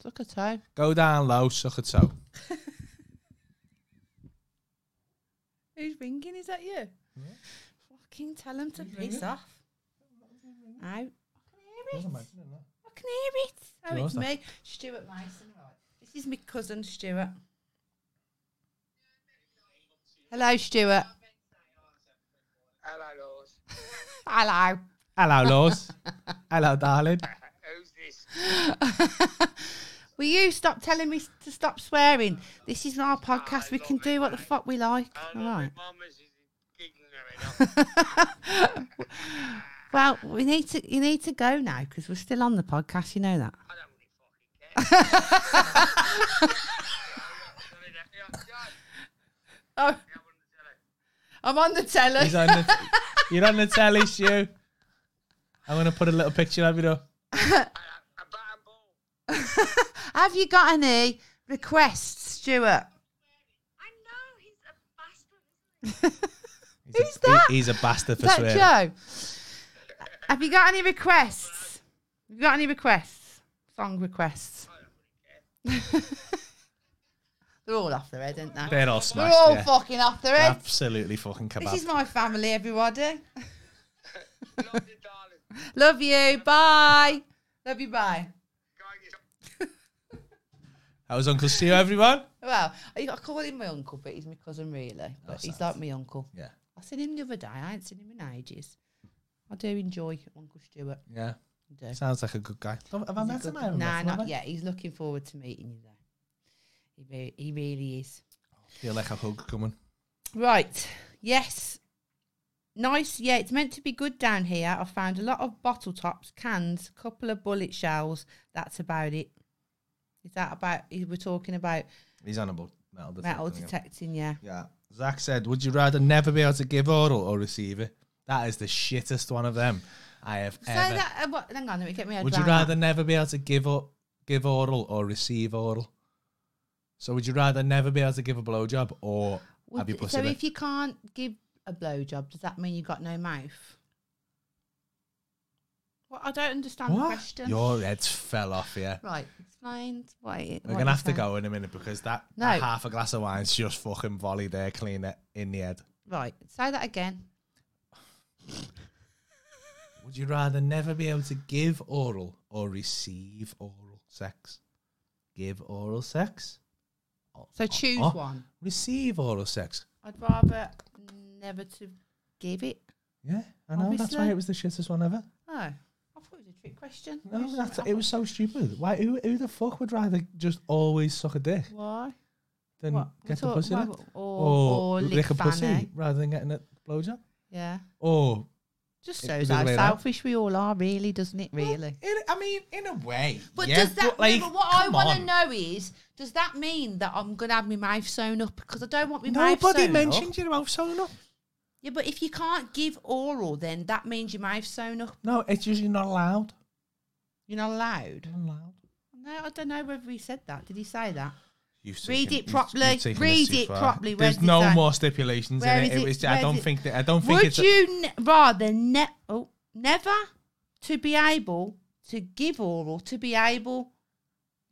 [SPEAKER 3] Suck her toe.
[SPEAKER 2] Go down low, suck it, toe.
[SPEAKER 3] Who's ringing? Is that you? Fucking tell him to piss off. Ow. I can hear it. I can hear it. Oh,
[SPEAKER 2] Who
[SPEAKER 3] it's
[SPEAKER 2] was that?
[SPEAKER 3] me, Stuart Mason. Right. This is my cousin, Stuart. Hello, Stuart.
[SPEAKER 4] Hello, Laws.
[SPEAKER 3] Hello.
[SPEAKER 2] Hello, Laws. Hello, darling.
[SPEAKER 4] Who's this?
[SPEAKER 3] Will you stop telling me s- to stop swearing? This is our podcast. We can do what the fuck we like.
[SPEAKER 4] I
[SPEAKER 3] All
[SPEAKER 4] know
[SPEAKER 3] right.
[SPEAKER 4] my mum is ignorant.
[SPEAKER 3] Well, we need to. You need to go now because we're still on the podcast. You know that.
[SPEAKER 4] I don't really fucking care. Yeah, yeah, yeah,
[SPEAKER 3] Oh,
[SPEAKER 4] yeah, I'm on the telly.
[SPEAKER 3] I'm on the telly.
[SPEAKER 2] He's on the, you're on the telly, Stu. I'm going to put a little picture of you, though.
[SPEAKER 4] A bat and ball.
[SPEAKER 3] Have you got any requests, Stuart?
[SPEAKER 5] I know he's a bastard.
[SPEAKER 2] He's Who's a, that? he's a bastard for
[SPEAKER 3] Is that
[SPEAKER 2] swearing.
[SPEAKER 3] Joe? Have you got any requests? Have you got any requests? Song requests? They're all off their head, aren't they?
[SPEAKER 2] They're all
[SPEAKER 3] They're
[SPEAKER 2] smashed.
[SPEAKER 3] all
[SPEAKER 2] yeah.
[SPEAKER 3] fucking off their head.
[SPEAKER 2] Absolutely fucking kebab.
[SPEAKER 3] This is my family, everybody.
[SPEAKER 4] Love you, darling.
[SPEAKER 3] Love you. Bye. Love you. Bye.
[SPEAKER 4] Go and get some-
[SPEAKER 2] That was Uncle Stu, everyone.
[SPEAKER 3] Well, I I call him my uncle, but he's my cousin, really. But he's like my uncle.
[SPEAKER 2] Yeah.
[SPEAKER 3] I seen him the other day. I ain't seen him in ages. I do enjoy Uncle Stuart.
[SPEAKER 2] Yeah.
[SPEAKER 3] I do.
[SPEAKER 2] Sounds like a good guy. Have I met
[SPEAKER 3] He's a
[SPEAKER 2] him?
[SPEAKER 3] good-
[SPEAKER 2] I haven't
[SPEAKER 3] Nah,
[SPEAKER 2] met him, have I?
[SPEAKER 3] not yet. He's looking forward to meeting you there. He, re- he really is.
[SPEAKER 2] Feel like a hug coming.
[SPEAKER 3] Right. Yes. Nice. Yeah, it's meant to be good down here. I found a lot of bottle tops, cans, couple of bullet shells. That's about it. Is that about? is- We're talking about
[SPEAKER 2] He's on about metal detecting.
[SPEAKER 3] metal
[SPEAKER 2] him.
[SPEAKER 3] detecting. Yeah.
[SPEAKER 2] Yeah. Zach said, Would you rather never be able to give oral or receive it? That is the shittest one of them I have
[SPEAKER 3] So
[SPEAKER 2] ever.
[SPEAKER 3] that. Uh, what, hang on. Let me get my head
[SPEAKER 2] would you
[SPEAKER 3] round that.
[SPEAKER 2] rather never be able to give or, give oral or receive oral? So would you rather never be able to give a blowjob or
[SPEAKER 3] Would-
[SPEAKER 2] have your pussy?
[SPEAKER 3] so
[SPEAKER 2] licked?
[SPEAKER 3] if you can't give a blowjob, does that mean you got no mouth? Well, I don't understand the
[SPEAKER 2] What?
[SPEAKER 3] question.
[SPEAKER 2] Your head's fell off, yeah.
[SPEAKER 3] Right, explain what it
[SPEAKER 2] We're
[SPEAKER 3] what
[SPEAKER 2] gonna
[SPEAKER 3] you're
[SPEAKER 2] have to
[SPEAKER 3] saying.
[SPEAKER 2] go in a minute because that,
[SPEAKER 3] No.
[SPEAKER 2] that half a glass of wine's just fucking volley there, clean it in the head.
[SPEAKER 3] Right, say that again.
[SPEAKER 2] Would you rather never be able to give oral or receive oral sex? Give oral sex?
[SPEAKER 3] So choose
[SPEAKER 2] oh.
[SPEAKER 3] one.
[SPEAKER 2] Receive oral sex?
[SPEAKER 3] I'd rather never to give it.
[SPEAKER 2] Yeah, I know. That's why
[SPEAKER 3] Obviously.
[SPEAKER 2] it was the shittest one ever.
[SPEAKER 3] Oh, I thought it was a trick question. I
[SPEAKER 2] No,
[SPEAKER 3] just-
[SPEAKER 2] that's,
[SPEAKER 3] I
[SPEAKER 2] it was so stupid. Why? Who, who the fuck would rather just always suck a dick
[SPEAKER 3] thought- why?
[SPEAKER 2] than
[SPEAKER 3] What? We
[SPEAKER 2] get the
[SPEAKER 3] talk-
[SPEAKER 2] pussy
[SPEAKER 3] why-
[SPEAKER 2] licked?
[SPEAKER 3] or, or lick eh?
[SPEAKER 2] a
[SPEAKER 3] fanny.
[SPEAKER 2] pussy rather than getting a blowjob?
[SPEAKER 3] Yeah,
[SPEAKER 2] Or
[SPEAKER 3] just
[SPEAKER 2] It
[SPEAKER 3] shows
[SPEAKER 2] was the
[SPEAKER 3] how
[SPEAKER 2] way that-
[SPEAKER 3] selfish we all are, really, doesn't it? Really.
[SPEAKER 2] In, I mean, in a way.
[SPEAKER 3] But
[SPEAKER 2] yeah,
[SPEAKER 3] does that?
[SPEAKER 2] but like,
[SPEAKER 3] no, but what I
[SPEAKER 2] come
[SPEAKER 3] want to
[SPEAKER 2] on.
[SPEAKER 3] know is, does that mean that I'm gonna have my mouth sewn up because I don't want my mouth sewn
[SPEAKER 2] Nobody
[SPEAKER 3] up?
[SPEAKER 2] mentioned your mouth sewn up.
[SPEAKER 3] Yeah, but if you can't give oral, then that means your mouth sewn up.
[SPEAKER 2] No, it's usually not allowed.
[SPEAKER 3] You're not allowed.
[SPEAKER 2] Not allowed.
[SPEAKER 3] No, I don't know whether he said that. Did he say that?
[SPEAKER 2] You've
[SPEAKER 3] Read
[SPEAKER 2] taken-
[SPEAKER 3] it
[SPEAKER 2] you've-
[SPEAKER 3] properly.
[SPEAKER 2] you've taken
[SPEAKER 3] Read
[SPEAKER 2] this too
[SPEAKER 3] it
[SPEAKER 2] far.
[SPEAKER 3] properly. Where's
[SPEAKER 2] There's
[SPEAKER 3] the
[SPEAKER 2] no
[SPEAKER 3] sign?
[SPEAKER 2] more stipulations
[SPEAKER 3] Where
[SPEAKER 2] in
[SPEAKER 3] is
[SPEAKER 2] it.
[SPEAKER 3] it?
[SPEAKER 2] it was, I
[SPEAKER 3] Where's
[SPEAKER 2] don't
[SPEAKER 3] it?
[SPEAKER 2] think that. I don't think
[SPEAKER 3] Would
[SPEAKER 2] it's. a-
[SPEAKER 3] you ne- rather ne- oh, never to be able to give oral to be able?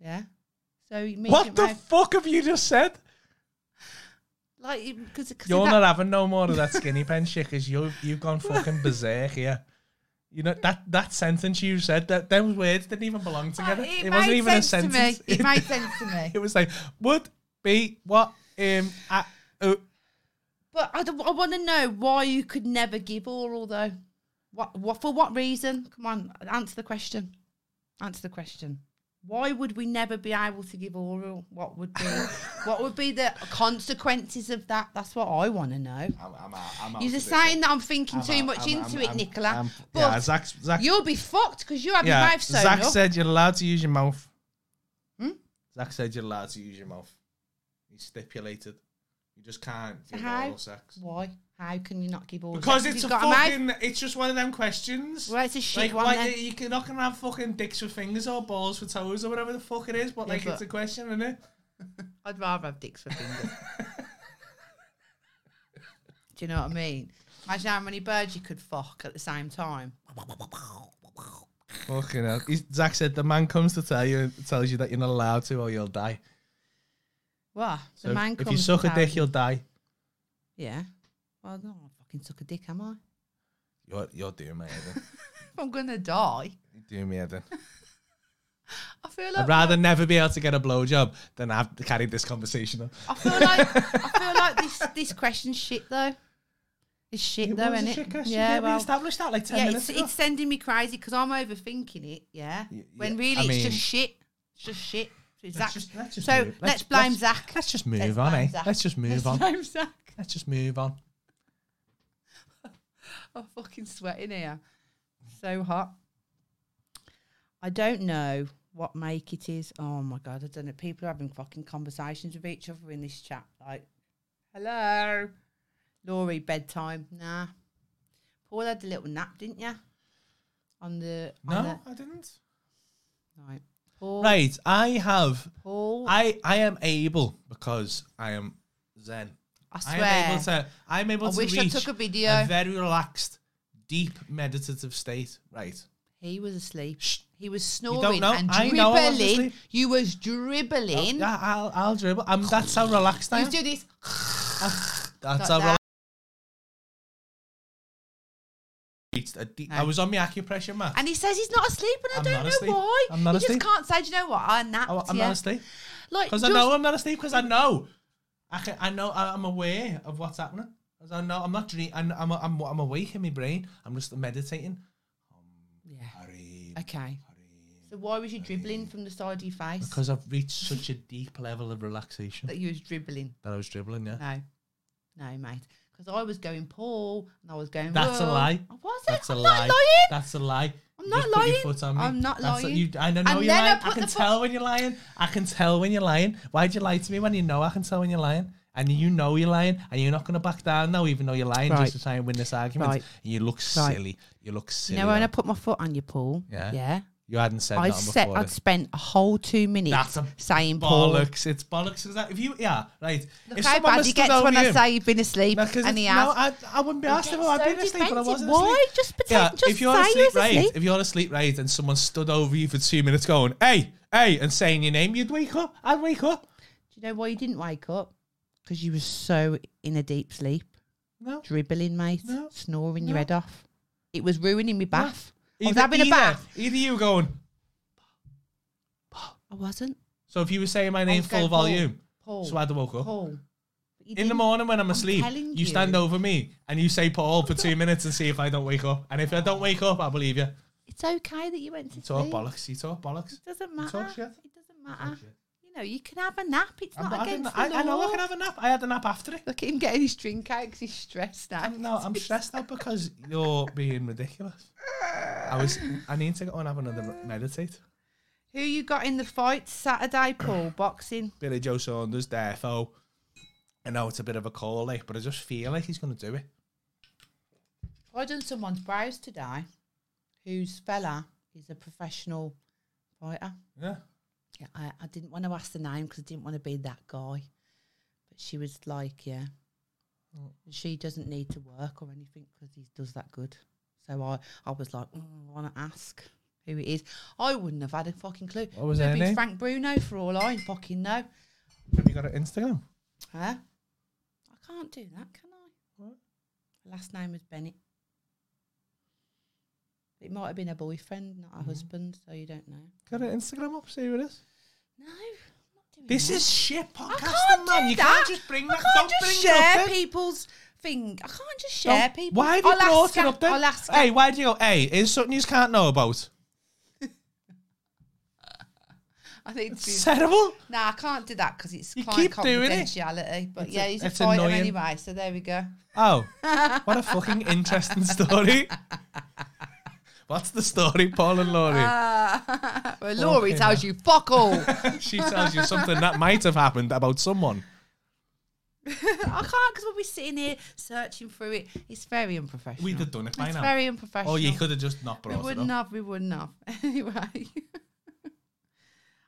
[SPEAKER 3] Yeah. So it means your
[SPEAKER 2] what the
[SPEAKER 3] mouth-
[SPEAKER 2] fuck have you just said?
[SPEAKER 3] like because
[SPEAKER 2] You're not having no more of that skinny pen shit because you've you've gone fucking berserk here. You know that that sentence you said that those words didn't even belong together.
[SPEAKER 3] It,
[SPEAKER 2] it wasn't
[SPEAKER 3] made
[SPEAKER 2] even a
[SPEAKER 3] sense to me.
[SPEAKER 2] sentence.
[SPEAKER 3] It made sense to me.
[SPEAKER 2] It was like would be what um I, uh,
[SPEAKER 3] But I, don't- I want to know why you could never give oral though. What, what for? What reason? Come on, answer the question. Answer the question. Why would we never be able to give oral? What would be what would be the consequences of that? That's what I want to know.
[SPEAKER 2] I'm, I'm out. I'm out
[SPEAKER 3] You're
[SPEAKER 2] for
[SPEAKER 3] just
[SPEAKER 2] this one.
[SPEAKER 3] saying that I'm thinking
[SPEAKER 2] I'm
[SPEAKER 3] too
[SPEAKER 2] out.
[SPEAKER 3] much
[SPEAKER 2] I'm-
[SPEAKER 3] into
[SPEAKER 2] I'm-
[SPEAKER 3] it,
[SPEAKER 2] I'm-
[SPEAKER 3] Nicola.
[SPEAKER 2] I'm-
[SPEAKER 3] but
[SPEAKER 2] yeah, Zach. Zach.
[SPEAKER 3] you'll be fucked because you have your
[SPEAKER 2] yeah,
[SPEAKER 3] mouth sewn
[SPEAKER 2] Zach
[SPEAKER 3] up.
[SPEAKER 2] said you're allowed to use your mouth.
[SPEAKER 3] Hmm?
[SPEAKER 2] Zach said you're allowed to use your mouth. He stipulated. You just can't do
[SPEAKER 3] How?
[SPEAKER 2] oral sex.
[SPEAKER 3] Why? How can you not give oral?
[SPEAKER 2] Because
[SPEAKER 3] sex
[SPEAKER 2] it's
[SPEAKER 3] if
[SPEAKER 2] a
[SPEAKER 3] you've got mouth?
[SPEAKER 2] fucking. It's just one of them questions.
[SPEAKER 3] Well, it's a shit
[SPEAKER 2] like,
[SPEAKER 3] one
[SPEAKER 2] like,
[SPEAKER 3] then.
[SPEAKER 2] you can not gonna have fucking dicks with fingers or balls for toes or whatever the fuck it is, but
[SPEAKER 3] Yeah,
[SPEAKER 2] like
[SPEAKER 3] but-
[SPEAKER 2] it's a question, isn't it?
[SPEAKER 3] I'd rather have dicks for fingers. Do you know what I mean? Imagine how many birds you could fuck at the same time.
[SPEAKER 2] Fucking hell. He's- Zach said the man comes to tell you and tells you that you're not allowed to or you'll die.
[SPEAKER 3] What?
[SPEAKER 2] So
[SPEAKER 3] the man
[SPEAKER 2] if you
[SPEAKER 3] comes
[SPEAKER 2] suck a
[SPEAKER 3] down-
[SPEAKER 2] dick, you'll die.
[SPEAKER 3] Yeah. Well, no, I fucking suck a dick, am I?
[SPEAKER 2] You're you're doing me Eden.
[SPEAKER 3] I'm gonna die.
[SPEAKER 2] You're doing me Eden.
[SPEAKER 3] I feel
[SPEAKER 2] I'd
[SPEAKER 3] like
[SPEAKER 2] rather never be able to get a blowjob than have to carry this conversation on.
[SPEAKER 3] I feel like I feel like this this question's shit though. It's shit
[SPEAKER 2] It
[SPEAKER 3] though,
[SPEAKER 2] was a
[SPEAKER 3] isn't it?
[SPEAKER 2] shit question,
[SPEAKER 3] yeah,
[SPEAKER 2] we
[SPEAKER 3] well,
[SPEAKER 2] established that like ten
[SPEAKER 3] yeah,
[SPEAKER 2] minutes
[SPEAKER 3] it's,
[SPEAKER 2] ago.
[SPEAKER 3] it's sending me crazy because I'm overthinking it. Yeah,
[SPEAKER 2] Y-
[SPEAKER 3] when
[SPEAKER 2] yeah,
[SPEAKER 3] really
[SPEAKER 2] I
[SPEAKER 3] it's
[SPEAKER 2] mean-
[SPEAKER 3] just shit. It's just shit. It's Zach.
[SPEAKER 2] Let's just- let's just
[SPEAKER 3] so
[SPEAKER 2] move-
[SPEAKER 3] let's, blame
[SPEAKER 2] let's-
[SPEAKER 3] Zach.
[SPEAKER 2] Let's just move
[SPEAKER 3] Let's
[SPEAKER 2] on,
[SPEAKER 3] blame
[SPEAKER 2] eh?
[SPEAKER 3] Zach.
[SPEAKER 2] Let's just move
[SPEAKER 3] Let's
[SPEAKER 2] on.
[SPEAKER 3] blame Zach.
[SPEAKER 2] Let's just move on.
[SPEAKER 3] I'm Oh, fucking sweating here. So hot. I don't know what make it is. Oh my god, I don't know. People are having fucking conversations with each other in this chat. Like, hello, Laurie, bedtime. Nah. Paul had a little nap, didn't you? On the on
[SPEAKER 2] No,
[SPEAKER 3] the-
[SPEAKER 2] I didn't.
[SPEAKER 3] right. Paul,
[SPEAKER 2] Right, I have.
[SPEAKER 3] Paul. I,
[SPEAKER 2] I I am able because I am zen. I
[SPEAKER 3] swear.
[SPEAKER 2] am able to. I'm able
[SPEAKER 3] I
[SPEAKER 2] to
[SPEAKER 3] wish I
[SPEAKER 2] reach
[SPEAKER 3] took a video.
[SPEAKER 2] a very relaxed, deep meditative state. Right.
[SPEAKER 3] he was asleep.
[SPEAKER 2] Shh.
[SPEAKER 3] He was
[SPEAKER 2] don't
[SPEAKER 3] snoring
[SPEAKER 2] know.
[SPEAKER 3] and
[SPEAKER 2] I know I was
[SPEAKER 3] dribbling.
[SPEAKER 2] asleep.
[SPEAKER 3] You was dribbling.
[SPEAKER 2] Yeah, I'll I'll dribble. I'm. That's how relaxed I
[SPEAKER 3] You
[SPEAKER 2] am.
[SPEAKER 3] do this.
[SPEAKER 2] That's
[SPEAKER 3] like
[SPEAKER 2] how
[SPEAKER 3] that.
[SPEAKER 2] relaxed. Reached a deep- I
[SPEAKER 3] No.
[SPEAKER 2] was on my acupressure mat.
[SPEAKER 3] And he says he's not asleep, and I
[SPEAKER 2] I'm
[SPEAKER 3] don't
[SPEAKER 2] not
[SPEAKER 3] know
[SPEAKER 2] asleep.
[SPEAKER 3] why.
[SPEAKER 2] I'm not
[SPEAKER 3] he
[SPEAKER 2] asleep.
[SPEAKER 3] just can't say, do you know what? I napped.
[SPEAKER 2] I, am
[SPEAKER 3] yeah.
[SPEAKER 2] Oh, not asleep
[SPEAKER 3] Like,
[SPEAKER 2] because I
[SPEAKER 3] just-
[SPEAKER 2] know I'm not asleep because I know. I can, I know I- I'm aware of what's happening. 'Cause I know I'm not dreaming. I'm, I'm I'm I'm awake in my brain. I'm just meditating.
[SPEAKER 3] Yeah.
[SPEAKER 2] Hurry,
[SPEAKER 3] Okay.
[SPEAKER 2] hurry.
[SPEAKER 3] So why was you dribbling from the side of your face?
[SPEAKER 2] Because I've reached such a deep level of relaxation
[SPEAKER 3] that you was dribbling.
[SPEAKER 2] that I was dribbling, yeah.
[SPEAKER 3] No, no, mate. Because I was going Paul and I was going.
[SPEAKER 2] That's a
[SPEAKER 3] Will.
[SPEAKER 2] lie.
[SPEAKER 3] I was
[SPEAKER 2] That's
[SPEAKER 3] I'm
[SPEAKER 2] a
[SPEAKER 3] not
[SPEAKER 2] lie.
[SPEAKER 3] lying.
[SPEAKER 2] That's a lie.
[SPEAKER 3] I'm
[SPEAKER 2] You
[SPEAKER 3] not
[SPEAKER 2] just put your
[SPEAKER 3] lying.
[SPEAKER 2] foot on me.
[SPEAKER 3] I'm not
[SPEAKER 2] That's a-
[SPEAKER 3] lying.
[SPEAKER 2] you, I don't know
[SPEAKER 3] And
[SPEAKER 2] you're
[SPEAKER 3] then I
[SPEAKER 2] lying. I,
[SPEAKER 3] put
[SPEAKER 2] can
[SPEAKER 3] the foot-
[SPEAKER 2] tell when you're lying. I can tell when you're lying. Why'd you lie to me when you know I can tell when you're lying? And you know you're lying, and you're not going to back down now, even though you're lying
[SPEAKER 3] Right.
[SPEAKER 2] just to try and win this argument.
[SPEAKER 3] Right.
[SPEAKER 2] And you look silly. You look
[SPEAKER 3] You
[SPEAKER 2] silly.
[SPEAKER 3] know when
[SPEAKER 2] now.
[SPEAKER 3] I put my foot on your Paul?
[SPEAKER 2] Yeah.
[SPEAKER 3] Yeah.
[SPEAKER 2] you hadn't said
[SPEAKER 3] I
[SPEAKER 2] that
[SPEAKER 3] said
[SPEAKER 2] before.
[SPEAKER 3] I'd spent a whole two minutes
[SPEAKER 2] That's a
[SPEAKER 3] saying Paul. Look
[SPEAKER 2] bollocks. It's bollocks. Is that if you? Yeah, right. if
[SPEAKER 3] how
[SPEAKER 2] someone
[SPEAKER 3] bad
[SPEAKER 2] was
[SPEAKER 3] he
[SPEAKER 2] stood
[SPEAKER 3] gets when
[SPEAKER 2] over
[SPEAKER 3] I
[SPEAKER 2] you-
[SPEAKER 3] say you've been asleep,
[SPEAKER 2] No, 'cause
[SPEAKER 3] and he
[SPEAKER 2] it's-
[SPEAKER 3] has.
[SPEAKER 2] No, I, I wouldn't be asked if
[SPEAKER 3] gets
[SPEAKER 2] I'd
[SPEAKER 3] so
[SPEAKER 2] been asleep, but I
[SPEAKER 3] defensive.
[SPEAKER 2] wasn't
[SPEAKER 3] Why?
[SPEAKER 2] asleep.
[SPEAKER 3] Just pretend-
[SPEAKER 2] yeah,
[SPEAKER 3] just
[SPEAKER 2] if you're
[SPEAKER 3] say you
[SPEAKER 2] asleep,
[SPEAKER 3] was
[SPEAKER 2] right?
[SPEAKER 3] asleep.
[SPEAKER 2] If you're asleep, right, and someone stood over you for two minutes going, "Hey, hey," and saying your name, you'd wake up. I'd wake up.
[SPEAKER 3] Do you know why you didn't wake up? Because you were so in a deep sleep.
[SPEAKER 2] No,
[SPEAKER 3] dribbling, mate,
[SPEAKER 2] No.
[SPEAKER 3] snoring your
[SPEAKER 2] No.
[SPEAKER 3] head off. It was ruining me bath. I was
[SPEAKER 2] Either-
[SPEAKER 3] having a
[SPEAKER 2] either-
[SPEAKER 3] bath.
[SPEAKER 2] Either you going.
[SPEAKER 3] I wasn't.
[SPEAKER 2] So if you were saying my
[SPEAKER 3] I
[SPEAKER 2] name
[SPEAKER 3] was going,
[SPEAKER 2] full volume,
[SPEAKER 3] Paul.
[SPEAKER 2] so I'd have woke up.
[SPEAKER 3] Paul. But you
[SPEAKER 2] In the
[SPEAKER 3] didn't.
[SPEAKER 2] morning when I'm asleep,
[SPEAKER 3] telling
[SPEAKER 2] you,
[SPEAKER 3] you.
[SPEAKER 2] stand over me and you say Paul for two minutes and see if I don't wake up. And if I don't wake up, I believe you.
[SPEAKER 3] It's okay that you went to
[SPEAKER 2] You talk
[SPEAKER 3] sleep.
[SPEAKER 2] bollocks. You talk bollocks.
[SPEAKER 3] It doesn't
[SPEAKER 2] talk
[SPEAKER 3] matter.
[SPEAKER 2] shit.
[SPEAKER 3] It doesn't matter.
[SPEAKER 2] shit.
[SPEAKER 3] You know, you can have a nap. It's
[SPEAKER 2] I'm-
[SPEAKER 3] not
[SPEAKER 2] I, didn't-
[SPEAKER 3] against
[SPEAKER 2] I,
[SPEAKER 3] the law.
[SPEAKER 2] I know I can have a nap. I had a nap after it.
[SPEAKER 3] Look at him getting his drink out because he's stressed out.
[SPEAKER 2] No, I'm stressed out because you're being ridiculous. I was. I need to go and have another meditate.
[SPEAKER 3] Who you got in the fight Saturday, Paul? Boxing.
[SPEAKER 2] Billy Joe Saunders, therefore. I know it's a bit of a call, like, but I just feel like he's going to do it.
[SPEAKER 3] I done someone's brows today whose fella is a professional fighter.
[SPEAKER 2] Yeah.
[SPEAKER 3] Yeah, I, I didn't want to ask the name because I didn't want to be that guy. But she was like, yeah, she doesn't need to work or anything because he does that good. So I, I was like, mm, I want to ask who it is. I wouldn't have had a fucking clue.
[SPEAKER 2] What was
[SPEAKER 3] Could
[SPEAKER 2] her
[SPEAKER 3] be
[SPEAKER 2] name?
[SPEAKER 3] Frank Bruno for all I fucking know.
[SPEAKER 2] Have you got an Instagram?
[SPEAKER 3] Huh? I can't do that, can I?
[SPEAKER 2] What?
[SPEAKER 3] Her Last name was Bennett. It might have been a boyfriend, not a
[SPEAKER 2] Mm-hmm.
[SPEAKER 3] husband, so you don't know.
[SPEAKER 2] Got an Instagram up? See who it is.
[SPEAKER 3] No, I'm not doing
[SPEAKER 2] This
[SPEAKER 3] that.
[SPEAKER 2] is shit
[SPEAKER 3] I
[SPEAKER 2] podcasting,
[SPEAKER 3] can't
[SPEAKER 2] man.
[SPEAKER 3] do
[SPEAKER 2] you
[SPEAKER 3] that.
[SPEAKER 2] can't just bring
[SPEAKER 3] I
[SPEAKER 2] that.
[SPEAKER 3] can't
[SPEAKER 2] Don't
[SPEAKER 3] just
[SPEAKER 2] bring it
[SPEAKER 3] share
[SPEAKER 2] up then.
[SPEAKER 3] people's thing. I can't just share
[SPEAKER 2] Don't-
[SPEAKER 3] people.
[SPEAKER 2] Why have you brought
[SPEAKER 3] Alaska,
[SPEAKER 2] it up then?
[SPEAKER 3] Alaska.
[SPEAKER 2] Hey, why do you go? Hey, is something you can't know about?
[SPEAKER 3] I need to.
[SPEAKER 2] It's terrible.
[SPEAKER 3] No, I can't do that because it's
[SPEAKER 2] You
[SPEAKER 3] client
[SPEAKER 2] keep doing it.
[SPEAKER 3] confidentiality. But
[SPEAKER 2] It's a-
[SPEAKER 3] yeah, he's a
[SPEAKER 2] it's
[SPEAKER 3] fighter
[SPEAKER 2] annoying.
[SPEAKER 3] anyway. So there we go.
[SPEAKER 2] Oh, what a fucking interesting story. What's the story, Paul and Laurie?
[SPEAKER 3] Uh, well, Laurie
[SPEAKER 2] Fucking
[SPEAKER 3] tells you fuck all.
[SPEAKER 2] she tells you something that might have happened about someone.
[SPEAKER 3] I can't because we'll be sitting here searching through it. It's very unprofessional.
[SPEAKER 2] We'd have done it by
[SPEAKER 3] it's
[SPEAKER 2] now.
[SPEAKER 3] very unprofessional.
[SPEAKER 2] Oh, you could have just not brought
[SPEAKER 3] We
[SPEAKER 2] it up.
[SPEAKER 3] wouldn't have. We wouldn't have. Anyway,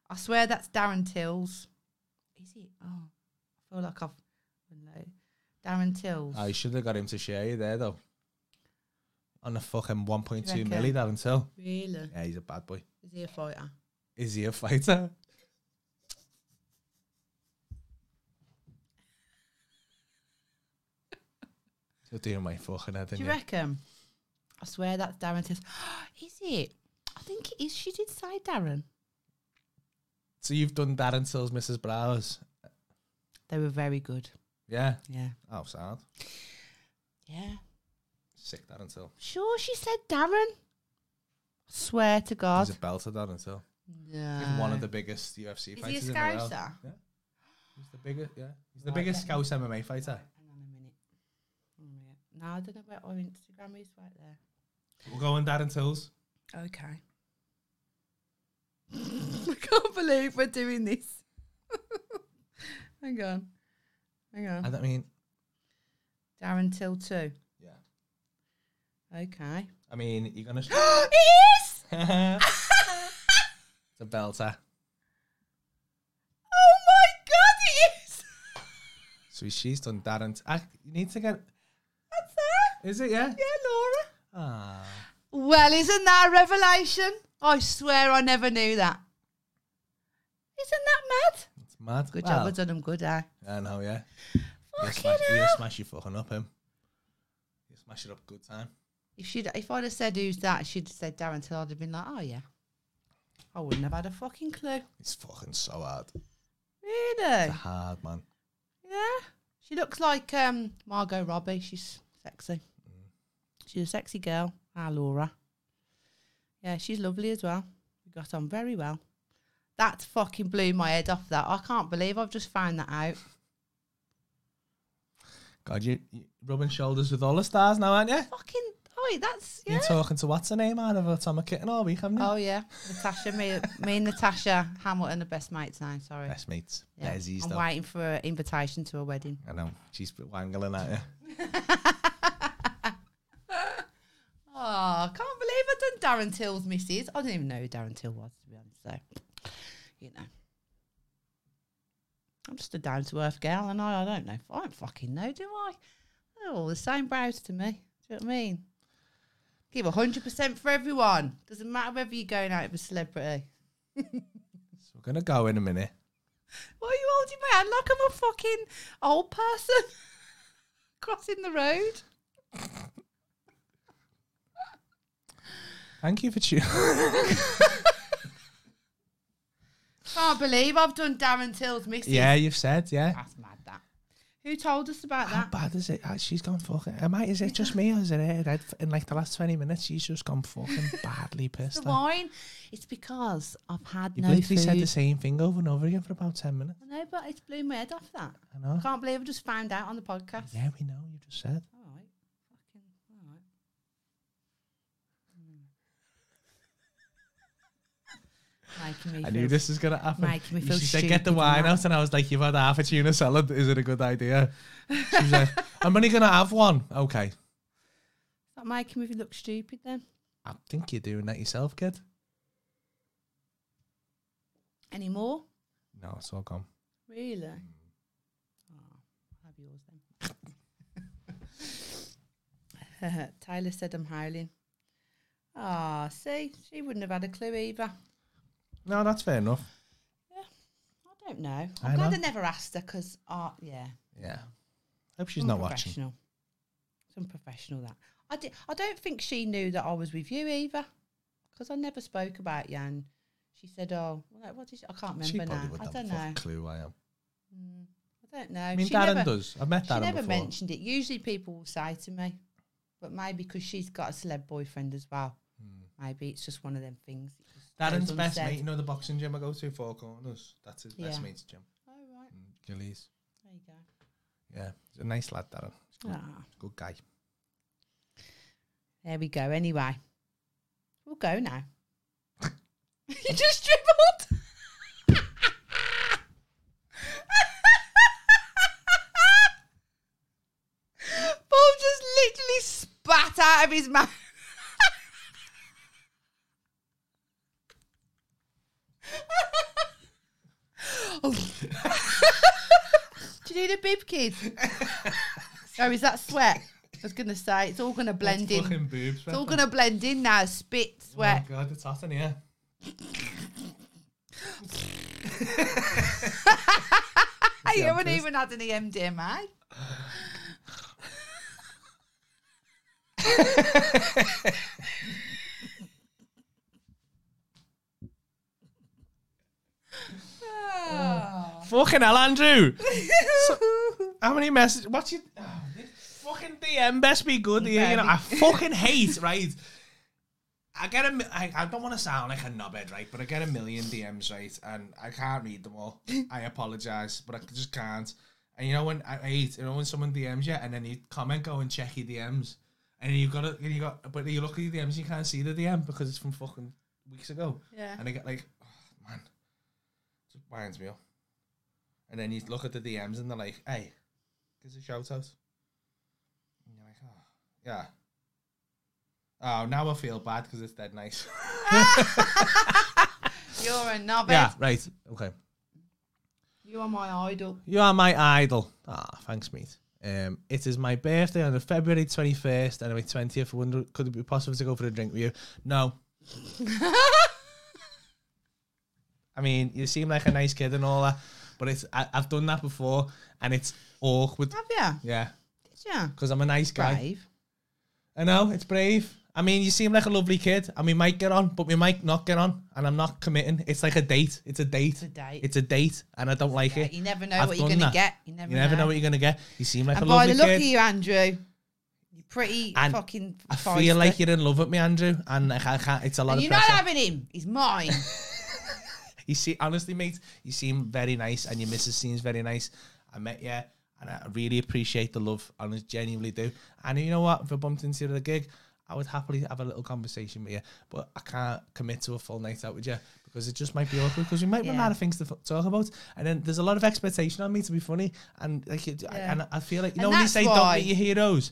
[SPEAKER 3] I swear that's Darren Tills. Is he? Oh, I feel like I've. No. Darren Tills.
[SPEAKER 2] I should have Ah, got him to share you there though. On a fucking 1.2
[SPEAKER 3] Reckon?
[SPEAKER 2] milli that until.
[SPEAKER 3] really?
[SPEAKER 2] Yeah, he's a bad boy.
[SPEAKER 3] Is he a fighter?
[SPEAKER 2] Is he a fighter? You're doing my fucking head,
[SPEAKER 3] Do
[SPEAKER 2] in
[SPEAKER 3] you
[SPEAKER 2] you?
[SPEAKER 3] reckon? I swear that's Darren Tills. is it? I think it is. She did say Darren.
[SPEAKER 2] So you've done that until's Mrs. Browers.
[SPEAKER 3] They were very good.
[SPEAKER 2] Yeah.
[SPEAKER 3] Yeah.
[SPEAKER 2] Oh, sad.
[SPEAKER 3] Yeah.
[SPEAKER 2] Sick that until.
[SPEAKER 3] Sure, she said Darren. I swear to God.
[SPEAKER 2] He's a belter that until.
[SPEAKER 3] No.
[SPEAKER 2] One of the biggest UFC
[SPEAKER 3] Is he a
[SPEAKER 2] fighters in the world.
[SPEAKER 3] Scouser?
[SPEAKER 2] Yeah. He's the biggest, yeah. He's the
[SPEAKER 3] Right,
[SPEAKER 2] biggest
[SPEAKER 3] let me-
[SPEAKER 2] Scouse MMA fighter.
[SPEAKER 3] Hang on a minute. Hang on a minute. No, I don't know where our Instagram is right there.
[SPEAKER 2] We'll go on Darren Tills.
[SPEAKER 3] Okay. I can't believe we're doing this. Hang on. Hang on.
[SPEAKER 2] I don't mean,
[SPEAKER 3] Darren Till 2.
[SPEAKER 2] yeah.
[SPEAKER 3] Okay.
[SPEAKER 2] I mean, you're gonna.
[SPEAKER 3] it is!
[SPEAKER 2] it's a belter.
[SPEAKER 3] Oh my God, it is!
[SPEAKER 2] So she's done that, and I you need to get.
[SPEAKER 3] That's her.
[SPEAKER 2] Is it? Yeah.
[SPEAKER 3] Yeah, Laura.
[SPEAKER 2] Ah,
[SPEAKER 3] Well, isn't that a revelation? I swear I never knew that. Isn't that mad?
[SPEAKER 2] it's mad.
[SPEAKER 3] Good
[SPEAKER 2] Well,
[SPEAKER 3] job, I've done him good, eh?
[SPEAKER 2] I know, yeah. You'll
[SPEAKER 3] Fucking
[SPEAKER 2] smash, you'll
[SPEAKER 3] hell.
[SPEAKER 2] smash you fucking up him. You'll smash it up good time.
[SPEAKER 3] If she'd, if I'd have said who's that, she'd have said Darren Till. I'd have been like, oh yeah. I wouldn't have had a fucking clue.
[SPEAKER 2] It's fucking so hard.
[SPEAKER 3] Really?
[SPEAKER 2] It's hard, man.
[SPEAKER 3] Yeah. She looks like um, Margot Robbie. She's sexy. She's a sexy girl. Ah, Laura. Yeah, she's lovely as well. We got on very well. That fucking blew my head off. That I can't believe I've just found that out.
[SPEAKER 2] God, you, you rubbing shoulders with all the stars now, aren't you?
[SPEAKER 3] Fucking oh, that's yeah.
[SPEAKER 2] You're talking to what's her name out of Atomic Kitten all week, haven't you?
[SPEAKER 3] Oh yeah, Natasha. Me, me and Natasha Hamilton are best mates now. Sorry.
[SPEAKER 2] Best mates.
[SPEAKER 3] Yeah.
[SPEAKER 2] There's these
[SPEAKER 3] I'm
[SPEAKER 2] though.
[SPEAKER 3] waiting for an invitation to a wedding.
[SPEAKER 2] I know. She's wangling at you.
[SPEAKER 3] Oh, I can't believe I've done Darren Till's missus. I didn't even know who Darren Till was, to be honest. So, you know. I'm just a down to earth gal, and I, I don't know. I don't fucking know, do I? They're all the same brows to me. Do you know what I mean? Give 100% for everyone. Doesn't matter whether you're going out with a celebrity.
[SPEAKER 2] So we're gonna go in a minute.
[SPEAKER 3] Why are you holding my hand like I'm a fucking old person crossing the road?
[SPEAKER 2] Thank you for tuning.
[SPEAKER 3] Can't believe I've done Darren Till's missus.
[SPEAKER 2] yeah, you've said. Yeah.
[SPEAKER 3] That's mad, that. Who told us about
[SPEAKER 2] How
[SPEAKER 3] that?
[SPEAKER 2] bad is it? Ah, She's gone fucking. Am I? Is it just me? Or is it her head? In like the last twenty minutes, she's just gone fucking badly
[SPEAKER 3] the
[SPEAKER 2] pissed. off.
[SPEAKER 3] wine. It's because I've had
[SPEAKER 2] You've
[SPEAKER 3] no
[SPEAKER 2] literally
[SPEAKER 3] food.
[SPEAKER 2] said the same thing over and over again for about ten minutes.
[SPEAKER 3] I know, but it's blew my head off that.
[SPEAKER 2] I know.
[SPEAKER 3] I can't believe I just found out on the podcast.
[SPEAKER 2] Yeah, we know. You just said.
[SPEAKER 3] All right. Fucking all right. Mm. Making me
[SPEAKER 2] I
[SPEAKER 3] feel
[SPEAKER 2] knew this was gonna happen.
[SPEAKER 3] Making me feel
[SPEAKER 2] she said,
[SPEAKER 3] stupid
[SPEAKER 2] "Get the
[SPEAKER 3] and
[SPEAKER 2] wine
[SPEAKER 3] that."
[SPEAKER 2] out," and I was like, "You've had half a tuna salad. Is it a good idea?" She was like, "I'm only gonna have one." Okay.
[SPEAKER 3] Is that making me look stupid then.
[SPEAKER 2] I think you're doing that yourself, kid.
[SPEAKER 3] Any more?
[SPEAKER 2] No, it's all gone.
[SPEAKER 3] Really?
[SPEAKER 2] Mm.
[SPEAKER 3] Oh, I'll have yours then. Tyler said I'm howling. Ah, see, she wouldn't have had a clue either.
[SPEAKER 2] No, that's fair enough.
[SPEAKER 3] I don't know. I'm
[SPEAKER 2] I
[SPEAKER 3] glad
[SPEAKER 2] know.
[SPEAKER 3] I never asked her because, uh, yeah.
[SPEAKER 2] Yeah. Hope she's not watching.
[SPEAKER 3] unprofessional. It's unprofessional that. I, di- I don't think she knew that I was with you either because I never spoke about you. And she said, oh, like, what did she, I can't remember
[SPEAKER 2] She probably
[SPEAKER 3] now.
[SPEAKER 2] would
[SPEAKER 3] I
[SPEAKER 2] have
[SPEAKER 3] don't
[SPEAKER 2] a
[SPEAKER 3] know.
[SPEAKER 2] fucking clue who I am.
[SPEAKER 3] Mm, I don't know.
[SPEAKER 2] I mean,
[SPEAKER 3] she
[SPEAKER 2] Darren
[SPEAKER 3] never,
[SPEAKER 2] does. I've met
[SPEAKER 3] She
[SPEAKER 2] Darren
[SPEAKER 3] never
[SPEAKER 2] before.
[SPEAKER 3] mentioned it. Usually people will say to me,
[SPEAKER 2] Hmm.
[SPEAKER 3] but maybe because she's got a celeb boyfriend as well, maybe it's just one of them things. that just-
[SPEAKER 2] Darren's
[SPEAKER 3] Goes
[SPEAKER 2] best
[SPEAKER 3] unsaid.
[SPEAKER 2] mate, you know the boxing gym I go to, Four Corners. That's his best
[SPEAKER 3] Yeah.
[SPEAKER 2] mate's gym.
[SPEAKER 3] Oh, right.
[SPEAKER 2] Mm, Gillies.
[SPEAKER 3] There you go.
[SPEAKER 2] Yeah, he's a nice lad, Darren.
[SPEAKER 3] Ah,
[SPEAKER 2] Good guy.
[SPEAKER 3] there we go. Anyway, we'll go now. you just dribbled. Paul just literally spat out of his mouth. Do you need a bib, kid? oh, is that sweat? I was gonna say it's all gonna blend
[SPEAKER 2] That's
[SPEAKER 3] in.
[SPEAKER 2] fucking boobs.
[SPEAKER 3] It's all gonna blend in now. Spit,
[SPEAKER 2] Oh
[SPEAKER 3] sweat.
[SPEAKER 2] god, it's hot in here.
[SPEAKER 3] Hey, you haven't
[SPEAKER 2] pissed.
[SPEAKER 3] even had any MDMA. Ah.
[SPEAKER 2] Fucking hell, Andrew. How many messages? What's your oh, this fucking DM? Best be good. here, You know, I fucking hate right. I get a. mi- I, I don't want to sound like a knobhead, right? But I get a million DMs, right, and I can't read them all. I apologize, but I just can't. And you know when I, I hate, you know when someone DMs you, and then you comment, go and check your DMs, and you got to you got, but you look at your DMs, you can't see the DM because it's from fucking weeks ago.
[SPEAKER 3] Yeah.
[SPEAKER 2] And I get like, oh, man, it winds me up. And then you look at the DMs and they're like, hey, give us a shout out. And you're like, oh, yeah. Oh, now I feel bad because it's dead nice.
[SPEAKER 3] You're a knobhead.
[SPEAKER 2] right. Okay.
[SPEAKER 3] You are my idol.
[SPEAKER 2] You are my idol. Ah, thanks, mate. Um, it is my birthday on the February 21st and my 20th. I wonder, could it be possible to go for a drink with you? No. I mean, you seem like a nice kid and all that, but it's I, I've done that before and it's awkward.
[SPEAKER 3] Have you?
[SPEAKER 2] Yeah,
[SPEAKER 3] Did you?
[SPEAKER 2] because I'm a nice guy.
[SPEAKER 3] Brave.
[SPEAKER 2] I know, it's brave. I mean, you seem like a lovely kid, and we might get on, but we might not get on, and I'm not committing. It's like a date. It's a date. It's
[SPEAKER 3] a date.
[SPEAKER 2] It's a date, and I don't like it.
[SPEAKER 3] You never know
[SPEAKER 2] I've
[SPEAKER 3] what you're
[SPEAKER 2] done
[SPEAKER 3] gonna
[SPEAKER 2] that.
[SPEAKER 3] get. You never,
[SPEAKER 2] You never know what you're gonna get. You seem like a
[SPEAKER 3] And by
[SPEAKER 2] lovely
[SPEAKER 3] the look
[SPEAKER 2] kid.
[SPEAKER 3] of you, Andrew, you're pretty
[SPEAKER 2] And
[SPEAKER 3] fucking.
[SPEAKER 2] I feel like
[SPEAKER 3] feisty.
[SPEAKER 2] you're in love with me, Andrew, and I can't, I can't- it's a lot
[SPEAKER 3] And
[SPEAKER 2] of
[SPEAKER 3] you're not
[SPEAKER 2] pressure.
[SPEAKER 3] having him. He's mine.
[SPEAKER 2] You see, honestly, mate, you seem very nice, and your missus seems very nice. I met you, and I really appreciate the love, and I genuinely do. And you know what? If I bumped into you at a gig, I would happily have a little conversation with you, but I can't commit to a full night out with you because it just might be awkward because we might run
[SPEAKER 3] Yeah.
[SPEAKER 2] out of things to f- talk about, and then there's a lot of expectation on me to be funny, and like, it- I-
[SPEAKER 3] Yeah.
[SPEAKER 2] and I feel like you
[SPEAKER 3] And
[SPEAKER 2] know when you
[SPEAKER 3] that's
[SPEAKER 2] say
[SPEAKER 3] why-
[SPEAKER 2] don't meet your heroes,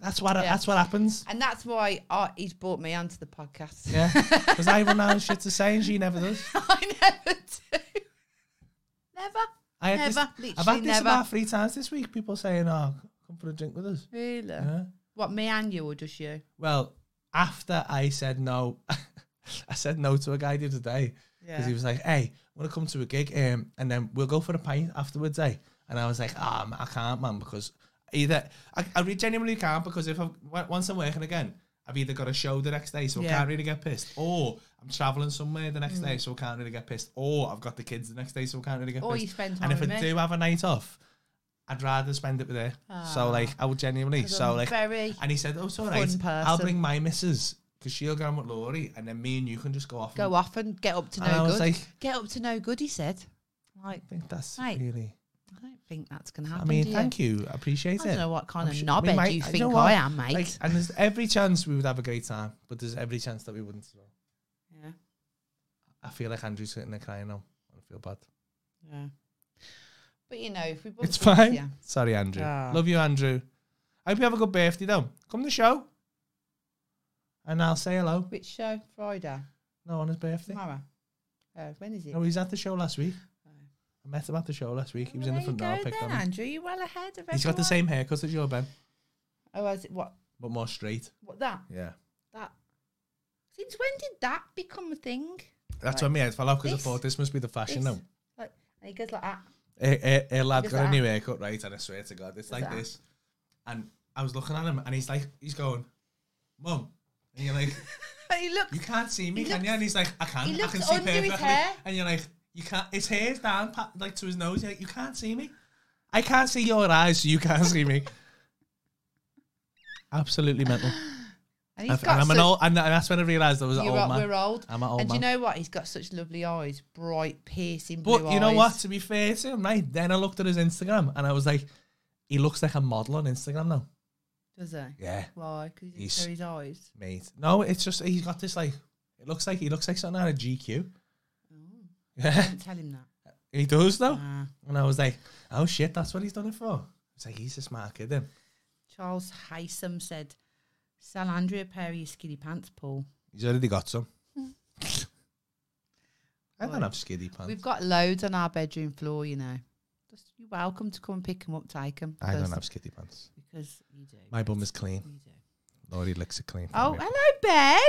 [SPEAKER 2] that's what
[SPEAKER 3] Yeah.
[SPEAKER 2] that's what happens.
[SPEAKER 3] and that's why I, he's brought me onto the podcast.
[SPEAKER 2] Yeah, because I run out of shit to say, and she never does.
[SPEAKER 3] I never do. Never.
[SPEAKER 2] I had this-
[SPEAKER 3] Never.
[SPEAKER 2] I've
[SPEAKER 3] Literally
[SPEAKER 2] had this
[SPEAKER 3] never.
[SPEAKER 2] about three times this week. People saying, "Oh, come for a drink with us."
[SPEAKER 3] Really?
[SPEAKER 2] Yeah.
[SPEAKER 3] What, me and you or just you?
[SPEAKER 2] Well, after I said no, I said no to a guy the other day because
[SPEAKER 3] Yeah.
[SPEAKER 2] he was like, "Hey, want to come to a gig, um, and then we'll go for a pint afterwards, eh?" And I was like, "Ah, man, I can't, man, because either I, I really genuinely can't because if I once I'm working again." I've either got a show the next day, so I
[SPEAKER 3] Yeah. Mm.
[SPEAKER 2] can't really get pissed, or I'm traveling somewhere the next day, so I can't really get pissed, or I've got the kids the next day, so I can't really get
[SPEAKER 3] Or
[SPEAKER 2] pissed.
[SPEAKER 3] you spend time
[SPEAKER 2] And if I
[SPEAKER 3] with me.
[SPEAKER 2] do have a night off, I'd rather spend it with her. So like, I would genuinely.
[SPEAKER 3] 'Cause
[SPEAKER 2] So
[SPEAKER 3] Ah. I'm
[SPEAKER 2] like,
[SPEAKER 3] very
[SPEAKER 2] and he said, "Oh, it's all
[SPEAKER 3] fun
[SPEAKER 2] right. I'll
[SPEAKER 3] person.
[SPEAKER 2] bring my missus because she'll go on with Laurie, and then me and you can just go off."
[SPEAKER 3] go
[SPEAKER 2] and,
[SPEAKER 3] off and get up to
[SPEAKER 2] And I
[SPEAKER 3] no
[SPEAKER 2] was
[SPEAKER 3] good.
[SPEAKER 2] like-
[SPEAKER 3] get up to no good, he said. Like,
[SPEAKER 2] I think that's
[SPEAKER 3] Right.
[SPEAKER 2] really.
[SPEAKER 3] I don't think that's going
[SPEAKER 2] I
[SPEAKER 3] to happen.
[SPEAKER 2] mean,
[SPEAKER 3] do you?
[SPEAKER 2] thank you. I appreciate
[SPEAKER 3] I
[SPEAKER 2] it.
[SPEAKER 3] don't know what kind
[SPEAKER 2] I'm
[SPEAKER 3] of
[SPEAKER 2] sure- we
[SPEAKER 3] knobhead
[SPEAKER 2] might-
[SPEAKER 3] you
[SPEAKER 2] know
[SPEAKER 3] think
[SPEAKER 2] what?
[SPEAKER 3] I am, mate.
[SPEAKER 2] Like, and there's every chance we would have a great time, but there's every chance that we wouldn't. as well.
[SPEAKER 3] yeah.
[SPEAKER 2] I feel like Andrew's sitting there crying now. I feel bad.
[SPEAKER 3] Yeah. But you know, if we book
[SPEAKER 2] It's fine.
[SPEAKER 3] Yeah.
[SPEAKER 2] Sorry, Andrew.
[SPEAKER 3] Ah.
[SPEAKER 2] Love you, Andrew. I hope you have a good birthday, though. Come to the show, and I'll say hello.
[SPEAKER 3] Which show? Friday.
[SPEAKER 2] No, on his birthday.
[SPEAKER 3] Tomorrow. Uh, when is it?
[SPEAKER 2] No, he was at the show last week. I met him at the show last week. He was in the
[SPEAKER 3] Well,
[SPEAKER 2] front
[SPEAKER 3] there
[SPEAKER 2] door.
[SPEAKER 3] you
[SPEAKER 2] I
[SPEAKER 3] go
[SPEAKER 2] picked
[SPEAKER 3] then,
[SPEAKER 2] on him.
[SPEAKER 3] Andrew. You're well ahead of
[SPEAKER 2] He's got the
[SPEAKER 3] everyone.
[SPEAKER 2] same haircut as your Ben,
[SPEAKER 3] Oh, is it what?
[SPEAKER 2] but more straight.
[SPEAKER 3] What that?
[SPEAKER 2] Yeah.
[SPEAKER 3] That. Since when did that become a thing?
[SPEAKER 2] That's when my head fell off because I
[SPEAKER 3] This-
[SPEAKER 2] thought this must be the fashion
[SPEAKER 3] This?
[SPEAKER 2] now.
[SPEAKER 3] Like, and he goes like that.
[SPEAKER 2] A, a, a lad
[SPEAKER 3] Just
[SPEAKER 2] got a
[SPEAKER 3] that.
[SPEAKER 2] new haircut, right? And I swear to God, it's like
[SPEAKER 3] that.
[SPEAKER 2] this. And I was looking at him and he's like, he's going, Mum. And you're like,
[SPEAKER 3] And he looks.
[SPEAKER 2] you can't see me,
[SPEAKER 3] He
[SPEAKER 2] can you? And he's like, I can.
[SPEAKER 3] he
[SPEAKER 2] I can
[SPEAKER 3] looks
[SPEAKER 2] see
[SPEAKER 3] under his
[SPEAKER 2] perfectly.
[SPEAKER 3] hair.
[SPEAKER 2] And you're like, you can't. His hair's down, pa- like to his nose. You're like, you can't see me. I can't see your eyes, so you can't see me. Absolutely mental.
[SPEAKER 3] I And he's
[SPEAKER 2] And,
[SPEAKER 3] got
[SPEAKER 2] I'm an
[SPEAKER 3] such-
[SPEAKER 2] old, and that's when I realised I was an
[SPEAKER 3] you're
[SPEAKER 2] old
[SPEAKER 3] right,
[SPEAKER 2] man.
[SPEAKER 3] We're old.
[SPEAKER 2] I'm an old
[SPEAKER 3] and
[SPEAKER 2] man.
[SPEAKER 3] you know what? He's got such lovely eyes, bright, piercing blue
[SPEAKER 2] But you know
[SPEAKER 3] eyes.
[SPEAKER 2] what? To be fair to him, right? Then I looked at his Instagram and I was like, he looks like a model on Instagram now.
[SPEAKER 3] Does he?
[SPEAKER 2] Yeah,
[SPEAKER 3] Why? Because he
[SPEAKER 2] He's-
[SPEAKER 3] doesn't show his eyes.
[SPEAKER 2] mate. No, it's just he's got this like. It looks like he looks like something out of GQ. Yeah,
[SPEAKER 3] Don't tell him that.
[SPEAKER 2] he does though.
[SPEAKER 3] Ah,
[SPEAKER 2] And I was like, oh shit, that's what he's done it for. It's like he's a smart kid then.
[SPEAKER 3] Charles Haysom said, "Sell Andrew a pair of your skinny pants, Paul."
[SPEAKER 2] He's already got some.
[SPEAKER 3] Hmm.
[SPEAKER 2] I don't
[SPEAKER 3] Right.
[SPEAKER 2] have skinny pants.
[SPEAKER 3] We've got loads on our bedroom floor, you know. Just, you're welcome to come and pick them up, take them.
[SPEAKER 2] I don't have skinny pants.
[SPEAKER 3] because you do.
[SPEAKER 2] My bum is clean.
[SPEAKER 3] You do.
[SPEAKER 2] Lori licks it clean. for
[SPEAKER 3] Oh,
[SPEAKER 2] me.
[SPEAKER 3] hello, Ben.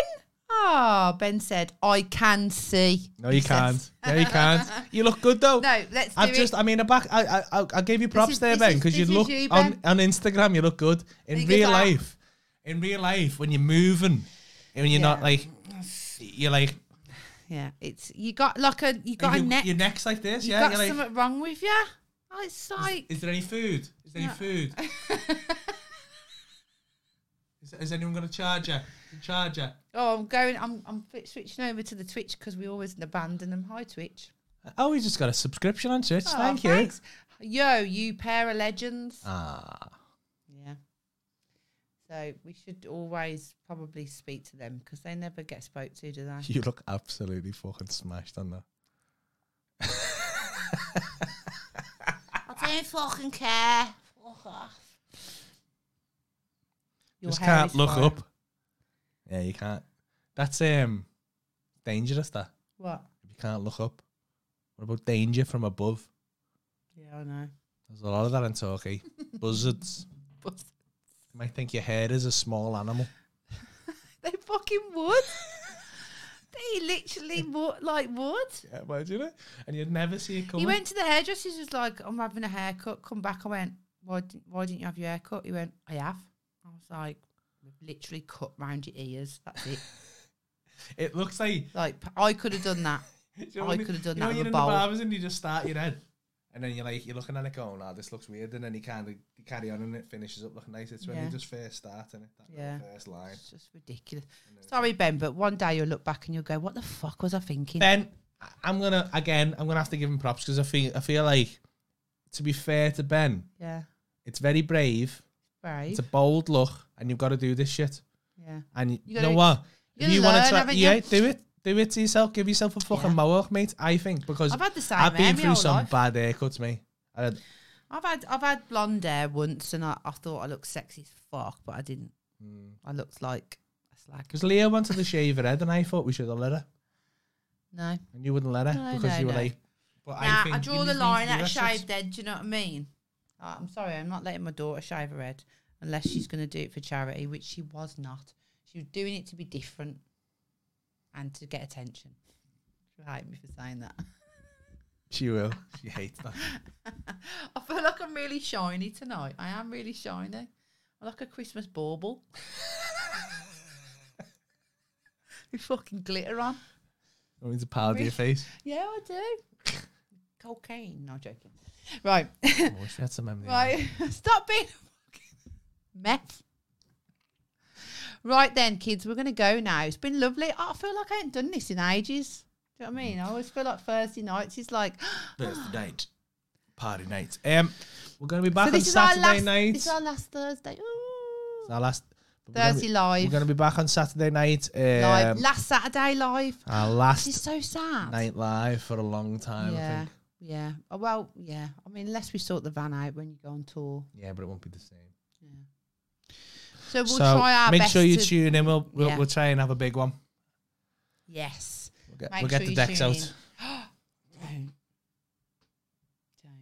[SPEAKER 3] Oh, Ben said, "I can see."
[SPEAKER 2] no, you
[SPEAKER 3] He says.
[SPEAKER 2] can't. No, you can't. You look good though.
[SPEAKER 3] No, let's do
[SPEAKER 2] I've
[SPEAKER 3] it.
[SPEAKER 2] just, I mean, I back, I, I, I- I gave you props
[SPEAKER 3] is-
[SPEAKER 2] there,
[SPEAKER 3] this
[SPEAKER 2] Ben,
[SPEAKER 3] is-
[SPEAKER 2] because you
[SPEAKER 3] this is
[SPEAKER 2] look
[SPEAKER 3] you,
[SPEAKER 2] on,
[SPEAKER 3] Ben.
[SPEAKER 2] on Instagram, you look good. In
[SPEAKER 3] Big as
[SPEAKER 2] real
[SPEAKER 3] that.
[SPEAKER 2] life, in real life, when you're moving, and when you're not
[SPEAKER 3] Yeah.
[SPEAKER 2] like, you're like,
[SPEAKER 3] Yeah, it's you got like a you got
[SPEAKER 2] you-
[SPEAKER 3] a neck.
[SPEAKER 2] your neck's like this.
[SPEAKER 3] you
[SPEAKER 2] yeah,
[SPEAKER 3] got
[SPEAKER 2] you're like,
[SPEAKER 3] something wrong with you. Oh, it's like
[SPEAKER 2] is there any food? Is there any
[SPEAKER 3] No.
[SPEAKER 2] food? is, is anyone going to charge you? Charge you?
[SPEAKER 3] oh, I'm going. I'm I'm fi- switching over to the Twitch because we always abandon them. Hi, Twitch.
[SPEAKER 2] Oh, we just got a subscription on Twitch.
[SPEAKER 3] Oh,
[SPEAKER 2] Thank
[SPEAKER 3] thanks.
[SPEAKER 2] you.
[SPEAKER 3] Yo, you pair of legends.
[SPEAKER 2] Ah,
[SPEAKER 3] Yeah. So we should always probably speak to them because they never get spoke to, do they?
[SPEAKER 2] you look absolutely fucking smashed on that.
[SPEAKER 3] I don't fucking care. Fuck off. Your
[SPEAKER 2] just
[SPEAKER 3] hair
[SPEAKER 2] can't
[SPEAKER 3] is
[SPEAKER 2] look
[SPEAKER 3] fine.
[SPEAKER 2] up. Yeah, you can't. That's um dangerous. That
[SPEAKER 3] What?
[SPEAKER 2] if you can't look up. What about danger from above?
[SPEAKER 3] Yeah, I know.
[SPEAKER 2] There's a lot of that in Turkey. Buzzards.
[SPEAKER 3] But
[SPEAKER 2] You might think your hair is a small animal.
[SPEAKER 3] they fucking would. they literally would, like would.
[SPEAKER 2] Yeah, imagine it. And you'd never see it
[SPEAKER 3] He
[SPEAKER 2] coming.
[SPEAKER 3] went to the hairdresser. He was like, "I'm having a haircut." Come back. I went, "Why? Didn't, why didn't you have your haircut?" He went, "I have." I was like, "We've literally cut round your ears. That's it."
[SPEAKER 2] it looks like
[SPEAKER 3] like p- I could have done that.
[SPEAKER 2] Do you know
[SPEAKER 3] I
[SPEAKER 2] what mean?
[SPEAKER 3] could have done
[SPEAKER 2] you know,
[SPEAKER 3] that
[SPEAKER 2] when
[SPEAKER 3] with
[SPEAKER 2] you're
[SPEAKER 3] a
[SPEAKER 2] in
[SPEAKER 3] bowl.
[SPEAKER 2] the barbers and you just start your head, and then you're like you're looking at it going, "Oh, this looks weird," and then you kind of carry on and it finishes up looking nice. It's when
[SPEAKER 3] Yeah.
[SPEAKER 2] you just first start and it that little
[SPEAKER 3] Yeah.
[SPEAKER 2] first line.
[SPEAKER 3] It's just ridiculous. Sorry, Ben, but one day you'll look back and you'll go, "What the fuck was I thinking?"
[SPEAKER 2] Ben, I- I'm gonna again, I'm gonna have to give him props because I feel I feel like to be fair to Ben,
[SPEAKER 3] Yeah,
[SPEAKER 2] it's very brave.
[SPEAKER 3] brave.
[SPEAKER 2] It's a bold look, and you've got to do this shit.
[SPEAKER 3] yeah,
[SPEAKER 2] And you,
[SPEAKER 3] You
[SPEAKER 2] know
[SPEAKER 3] gotta-
[SPEAKER 2] what?
[SPEAKER 3] you gotta
[SPEAKER 2] wanna
[SPEAKER 3] learn, haven't you?
[SPEAKER 2] yeah, do it. Do it to yourself. Give yourself a fucking
[SPEAKER 3] Yeah.
[SPEAKER 2] mohawk, mate. I think because
[SPEAKER 3] I've had the same.
[SPEAKER 2] I've
[SPEAKER 3] hair
[SPEAKER 2] been
[SPEAKER 3] my
[SPEAKER 2] through
[SPEAKER 3] whole
[SPEAKER 2] some
[SPEAKER 3] life.
[SPEAKER 2] bad haircuts, mate. I had
[SPEAKER 3] I've had I've had blonde hair once, and I, I thought I looked sexy as fuck, but I didn't.
[SPEAKER 2] Hmm.
[SPEAKER 3] I looked like a slag.
[SPEAKER 2] Because Leah wanted to shave her head, and I thought we should have let her,
[SPEAKER 3] No,
[SPEAKER 2] and you wouldn't let her
[SPEAKER 3] No,
[SPEAKER 2] because
[SPEAKER 3] no,
[SPEAKER 2] you were
[SPEAKER 3] no.
[SPEAKER 2] like, "But
[SPEAKER 3] nah,
[SPEAKER 2] think
[SPEAKER 3] I
[SPEAKER 2] you
[SPEAKER 3] draw the
[SPEAKER 2] need-
[SPEAKER 3] line
[SPEAKER 2] you
[SPEAKER 3] at a
[SPEAKER 2] rest
[SPEAKER 3] shaved
[SPEAKER 2] it."
[SPEAKER 3] head. Do you know what I mean? Uh, I'm sorry, I'm not letting my daughter shave her head unless she's going to do it for charity, which she was not. She was doing it to be different and to get attention. She'll hate me for saying that.
[SPEAKER 2] She will. She hates that.
[SPEAKER 3] I feel like I'm really shiny tonight. I am really shiny. I'm like a Christmas bauble. With fucking glitter on.
[SPEAKER 2] I mean, to powder your face.
[SPEAKER 3] Yeah, I do. Cocaine. No, joking. Right.
[SPEAKER 2] I wish we Oh, had some memory.
[SPEAKER 3] Right. Stop being a fucking mess. Right then, kids, we're going to go now. It's been lovely. Oh, I feel like I ain't done this in ages. Do you know what I mean? I always feel like Thursday nights is like,
[SPEAKER 2] Thursday night, party night. Um, we're gonna be back
[SPEAKER 3] so
[SPEAKER 2] on
[SPEAKER 3] this is, our
[SPEAKER 2] Saturday
[SPEAKER 3] last,
[SPEAKER 2] night.
[SPEAKER 3] this is our last Thursday. Ooh.
[SPEAKER 2] It's our last but we're gonna
[SPEAKER 3] Thursday
[SPEAKER 2] be-
[SPEAKER 3] live.
[SPEAKER 2] We're gonna be back on Saturday night. Um,
[SPEAKER 3] live. Last Saturday live.
[SPEAKER 2] Our
[SPEAKER 3] This is
[SPEAKER 2] last
[SPEAKER 3] so sad.
[SPEAKER 2] night live for a long time. I
[SPEAKER 3] yeah.
[SPEAKER 2] think.
[SPEAKER 3] Yeah. Oh, well, yeah. I mean, unless we sort the van out when you go on tour.
[SPEAKER 2] Yeah, but it won't be the same.
[SPEAKER 3] So we'll
[SPEAKER 2] so
[SPEAKER 3] try our
[SPEAKER 2] make
[SPEAKER 3] best.
[SPEAKER 2] sure you
[SPEAKER 3] to,
[SPEAKER 2] tune in. We'll we'll,
[SPEAKER 3] Yeah.
[SPEAKER 2] we'll try and have a big one.
[SPEAKER 3] Yes.
[SPEAKER 2] We'll get,
[SPEAKER 3] Make
[SPEAKER 2] we'll get
[SPEAKER 3] sure
[SPEAKER 2] the
[SPEAKER 3] you
[SPEAKER 2] decks
[SPEAKER 3] tune
[SPEAKER 2] out.
[SPEAKER 3] in. Don't.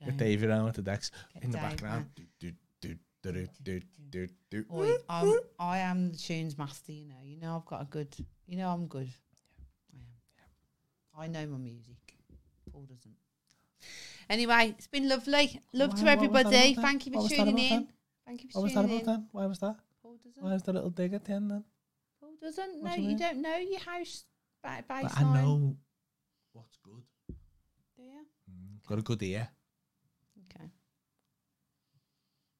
[SPEAKER 3] Don't.
[SPEAKER 2] with Davey around with the decks
[SPEAKER 3] Get
[SPEAKER 2] in the
[SPEAKER 3] Dave
[SPEAKER 2] background. Do, do, do, do, do, do, do, do.
[SPEAKER 3] Oi, I'm, I am the tunes master, you know. You know I've got a good, you know I'm good. I am. I know my music. Paul doesn't. Anyway, it's been lovely.
[SPEAKER 2] Why-
[SPEAKER 3] Love to
[SPEAKER 2] what was that
[SPEAKER 3] everybody.
[SPEAKER 2] about
[SPEAKER 3] Thank
[SPEAKER 2] that?
[SPEAKER 3] you
[SPEAKER 2] What
[SPEAKER 3] for
[SPEAKER 2] was that
[SPEAKER 3] tuning
[SPEAKER 2] about
[SPEAKER 3] in.
[SPEAKER 2] that?
[SPEAKER 3] Thank you
[SPEAKER 2] What
[SPEAKER 3] for
[SPEAKER 2] was that
[SPEAKER 3] tuning
[SPEAKER 2] about
[SPEAKER 3] in.
[SPEAKER 2] then? Why was that?
[SPEAKER 3] Paul
[SPEAKER 2] Why
[SPEAKER 3] doesn't.
[SPEAKER 2] was the little dig at the end then?
[SPEAKER 3] Paul doesn't.
[SPEAKER 2] What
[SPEAKER 3] No,
[SPEAKER 2] do you
[SPEAKER 3] you
[SPEAKER 2] mean?
[SPEAKER 3] don't know your house ba-
[SPEAKER 2] But
[SPEAKER 3] baseline.
[SPEAKER 2] I know what's good.
[SPEAKER 3] Do you?
[SPEAKER 2] Got a good ear.
[SPEAKER 3] Okay.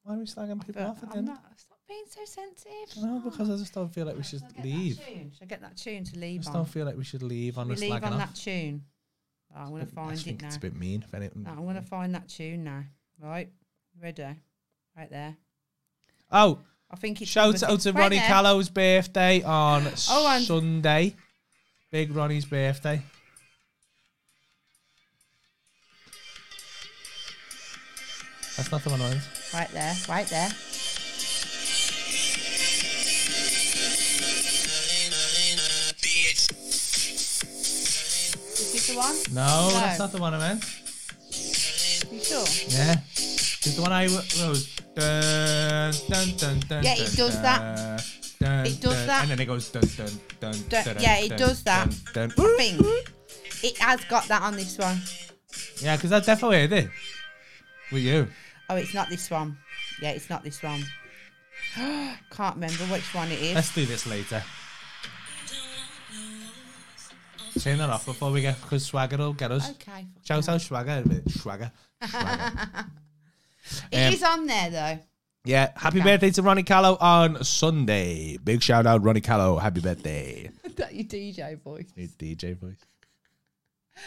[SPEAKER 2] Why are we slagging people
[SPEAKER 3] But
[SPEAKER 2] off at the
[SPEAKER 3] I'm
[SPEAKER 2] end?
[SPEAKER 3] not. Stop being so sensitive.
[SPEAKER 2] No, because I just don't feel like we should
[SPEAKER 3] Shall I get that
[SPEAKER 2] leave.
[SPEAKER 3] tune? Shall I get that tune to
[SPEAKER 2] I
[SPEAKER 3] leave
[SPEAKER 2] just
[SPEAKER 3] on?
[SPEAKER 2] don't feel like we should leave on
[SPEAKER 3] We
[SPEAKER 2] us
[SPEAKER 3] leave
[SPEAKER 2] slagging
[SPEAKER 3] on
[SPEAKER 2] off.
[SPEAKER 3] that tune. Right, I'm gonna
[SPEAKER 2] I
[SPEAKER 3] find
[SPEAKER 2] just
[SPEAKER 3] it
[SPEAKER 2] think
[SPEAKER 3] now.
[SPEAKER 2] it's a bit mean. If anything.
[SPEAKER 3] Right, I'm gonna find that tune now. Right, ready, right there.
[SPEAKER 2] Oh,
[SPEAKER 3] I think it's
[SPEAKER 2] shout
[SPEAKER 3] number
[SPEAKER 2] out
[SPEAKER 3] six.
[SPEAKER 2] to
[SPEAKER 3] Right
[SPEAKER 2] Ronnie
[SPEAKER 3] there.
[SPEAKER 2] Callow's birthday on
[SPEAKER 3] Oh, and-
[SPEAKER 2] Sunday. Big Ronnie's birthday. That's not the one I meant.
[SPEAKER 3] Right there, right there. Is this the one?
[SPEAKER 2] No,
[SPEAKER 3] No.
[SPEAKER 2] that's not the one I meant.
[SPEAKER 3] You sure?
[SPEAKER 2] Yeah. It's the one I w- goes dun dun dun dun.
[SPEAKER 3] Yeah,
[SPEAKER 2] dun,
[SPEAKER 3] it does that.
[SPEAKER 2] Dun,
[SPEAKER 3] It does
[SPEAKER 2] dun,
[SPEAKER 3] that.
[SPEAKER 2] And then it goes dun dun dun.
[SPEAKER 3] Dun-
[SPEAKER 2] dun,
[SPEAKER 3] yeah, it
[SPEAKER 2] dun,
[SPEAKER 3] does that.
[SPEAKER 2] Dun,
[SPEAKER 3] I
[SPEAKER 2] dun.
[SPEAKER 3] think it has got that on this one.
[SPEAKER 2] Yeah, because I definitely heard it. With you.
[SPEAKER 3] Oh, it's not this one. Yeah, it's not this one. Can't remember which one it is.
[SPEAKER 2] Let's do this later. Turn that off before we get, because Swagger will get us.
[SPEAKER 3] Okay. fuck
[SPEAKER 2] Shout
[SPEAKER 3] it.
[SPEAKER 2] out Swagger. Swagger. Swagger.
[SPEAKER 3] It
[SPEAKER 2] um,
[SPEAKER 3] is on there though.
[SPEAKER 2] yeah, happy
[SPEAKER 3] Okay.
[SPEAKER 2] birthday to Ronnie Callow on Sunday. Big shout out, Ronnie Callow. Happy birthday.
[SPEAKER 3] that your DJ voice.
[SPEAKER 2] New DJ voice.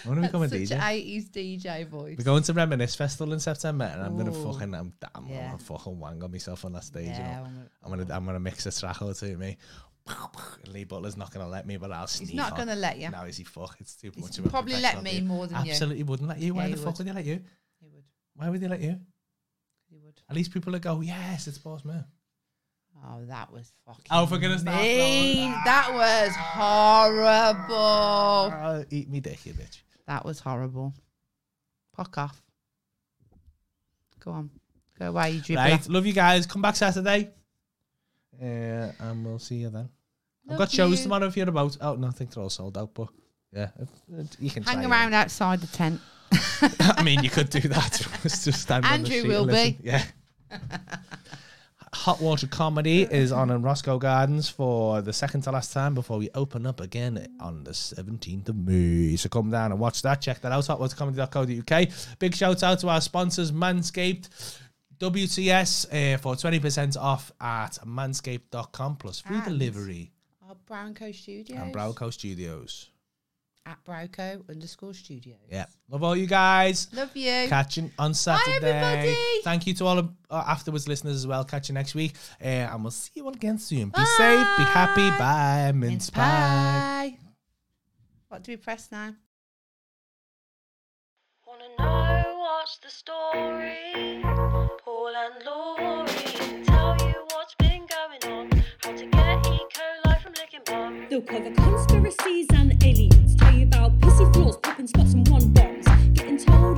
[SPEAKER 2] I want to
[SPEAKER 3] That's
[SPEAKER 2] become a
[SPEAKER 3] such
[SPEAKER 2] DJ.
[SPEAKER 3] an 80s DJ voice.
[SPEAKER 2] We're going to Reminisce Festival in September, and I'm gonna
[SPEAKER 3] Ooh.
[SPEAKER 2] fucking, I'm, I'm,
[SPEAKER 3] Yeah.
[SPEAKER 2] I'm gonna fucking wang on myself on that stage. you
[SPEAKER 3] Yeah,
[SPEAKER 2] know?
[SPEAKER 3] I'm gonna-
[SPEAKER 2] I'm gonna, I'm gonna mix a track or two. Me, Lee Butler's not gonna let me, but I'll sneak.
[SPEAKER 3] He's not
[SPEAKER 2] on.
[SPEAKER 3] gonna let you.
[SPEAKER 2] No, is he? Fuck, it's too
[SPEAKER 3] He's
[SPEAKER 2] much. of a
[SPEAKER 3] probably let
[SPEAKER 2] professional
[SPEAKER 3] me
[SPEAKER 2] view.
[SPEAKER 3] more than you.
[SPEAKER 2] Absolutely wouldn't let you. Why
[SPEAKER 3] Yeah,
[SPEAKER 2] the
[SPEAKER 3] he
[SPEAKER 2] fuck
[SPEAKER 3] would.
[SPEAKER 2] would he let you?
[SPEAKER 3] He would.
[SPEAKER 2] Why would he let you?
[SPEAKER 3] He would.
[SPEAKER 2] At least people would go, yes, it's boss man.
[SPEAKER 3] Oh, that was fucking.
[SPEAKER 2] Oh, for goodness sake!
[SPEAKER 3] mean. That was horrible.
[SPEAKER 2] Oh, eat me dick, you bitch.
[SPEAKER 3] That was horrible. Fuck off. Go on. Go away, you dribbler.
[SPEAKER 2] Right, love you guys. Come back Saturday, uh, and we'll see you then. I've got
[SPEAKER 3] Love
[SPEAKER 2] shows
[SPEAKER 3] you.
[SPEAKER 2] tomorrow if you're about. Oh, no, I think they're all sold out, but yeah, if- if you can try
[SPEAKER 3] Hang
[SPEAKER 2] it.
[SPEAKER 3] around outside the tent.
[SPEAKER 2] I mean, you could do that. It's just stand on the
[SPEAKER 3] Andrew
[SPEAKER 2] street
[SPEAKER 3] will
[SPEAKER 2] and
[SPEAKER 3] be.
[SPEAKER 2] listen. Yeah. Hot Water Comedy is on in Roscoe Gardens for the second to last time before we open up again on the 17th of May. So come down and watch that. Check that out, hotwatercomedy.co.uk. Big shout out to our sponsors, Manscaped. WTS uh, for 20% off at manscaped.com plus free
[SPEAKER 3] And-
[SPEAKER 2] delivery
[SPEAKER 3] Our Brownco Studios.
[SPEAKER 2] and Browco Studios.
[SPEAKER 3] At Browco underscore Studios.
[SPEAKER 2] Yeah. Love all you guys.
[SPEAKER 3] Love you.
[SPEAKER 2] Catching on Saturday.
[SPEAKER 3] everybody.
[SPEAKER 2] Thank you to all of uh, afterwards listeners as well. Catch you next week. Uh, and we'll see you all again soon. Be safe, be happy.
[SPEAKER 3] Bye.
[SPEAKER 2] Bye, mince pie.
[SPEAKER 3] Bye. What do we press now?
[SPEAKER 1] Wanna know what's the story? Paul and Laurie tell you what's been going on. How to get E. coli from licking bum. They'll cover conspiracies and aliens. Tell you about pissy floors, popping spots and one bombs. Getting told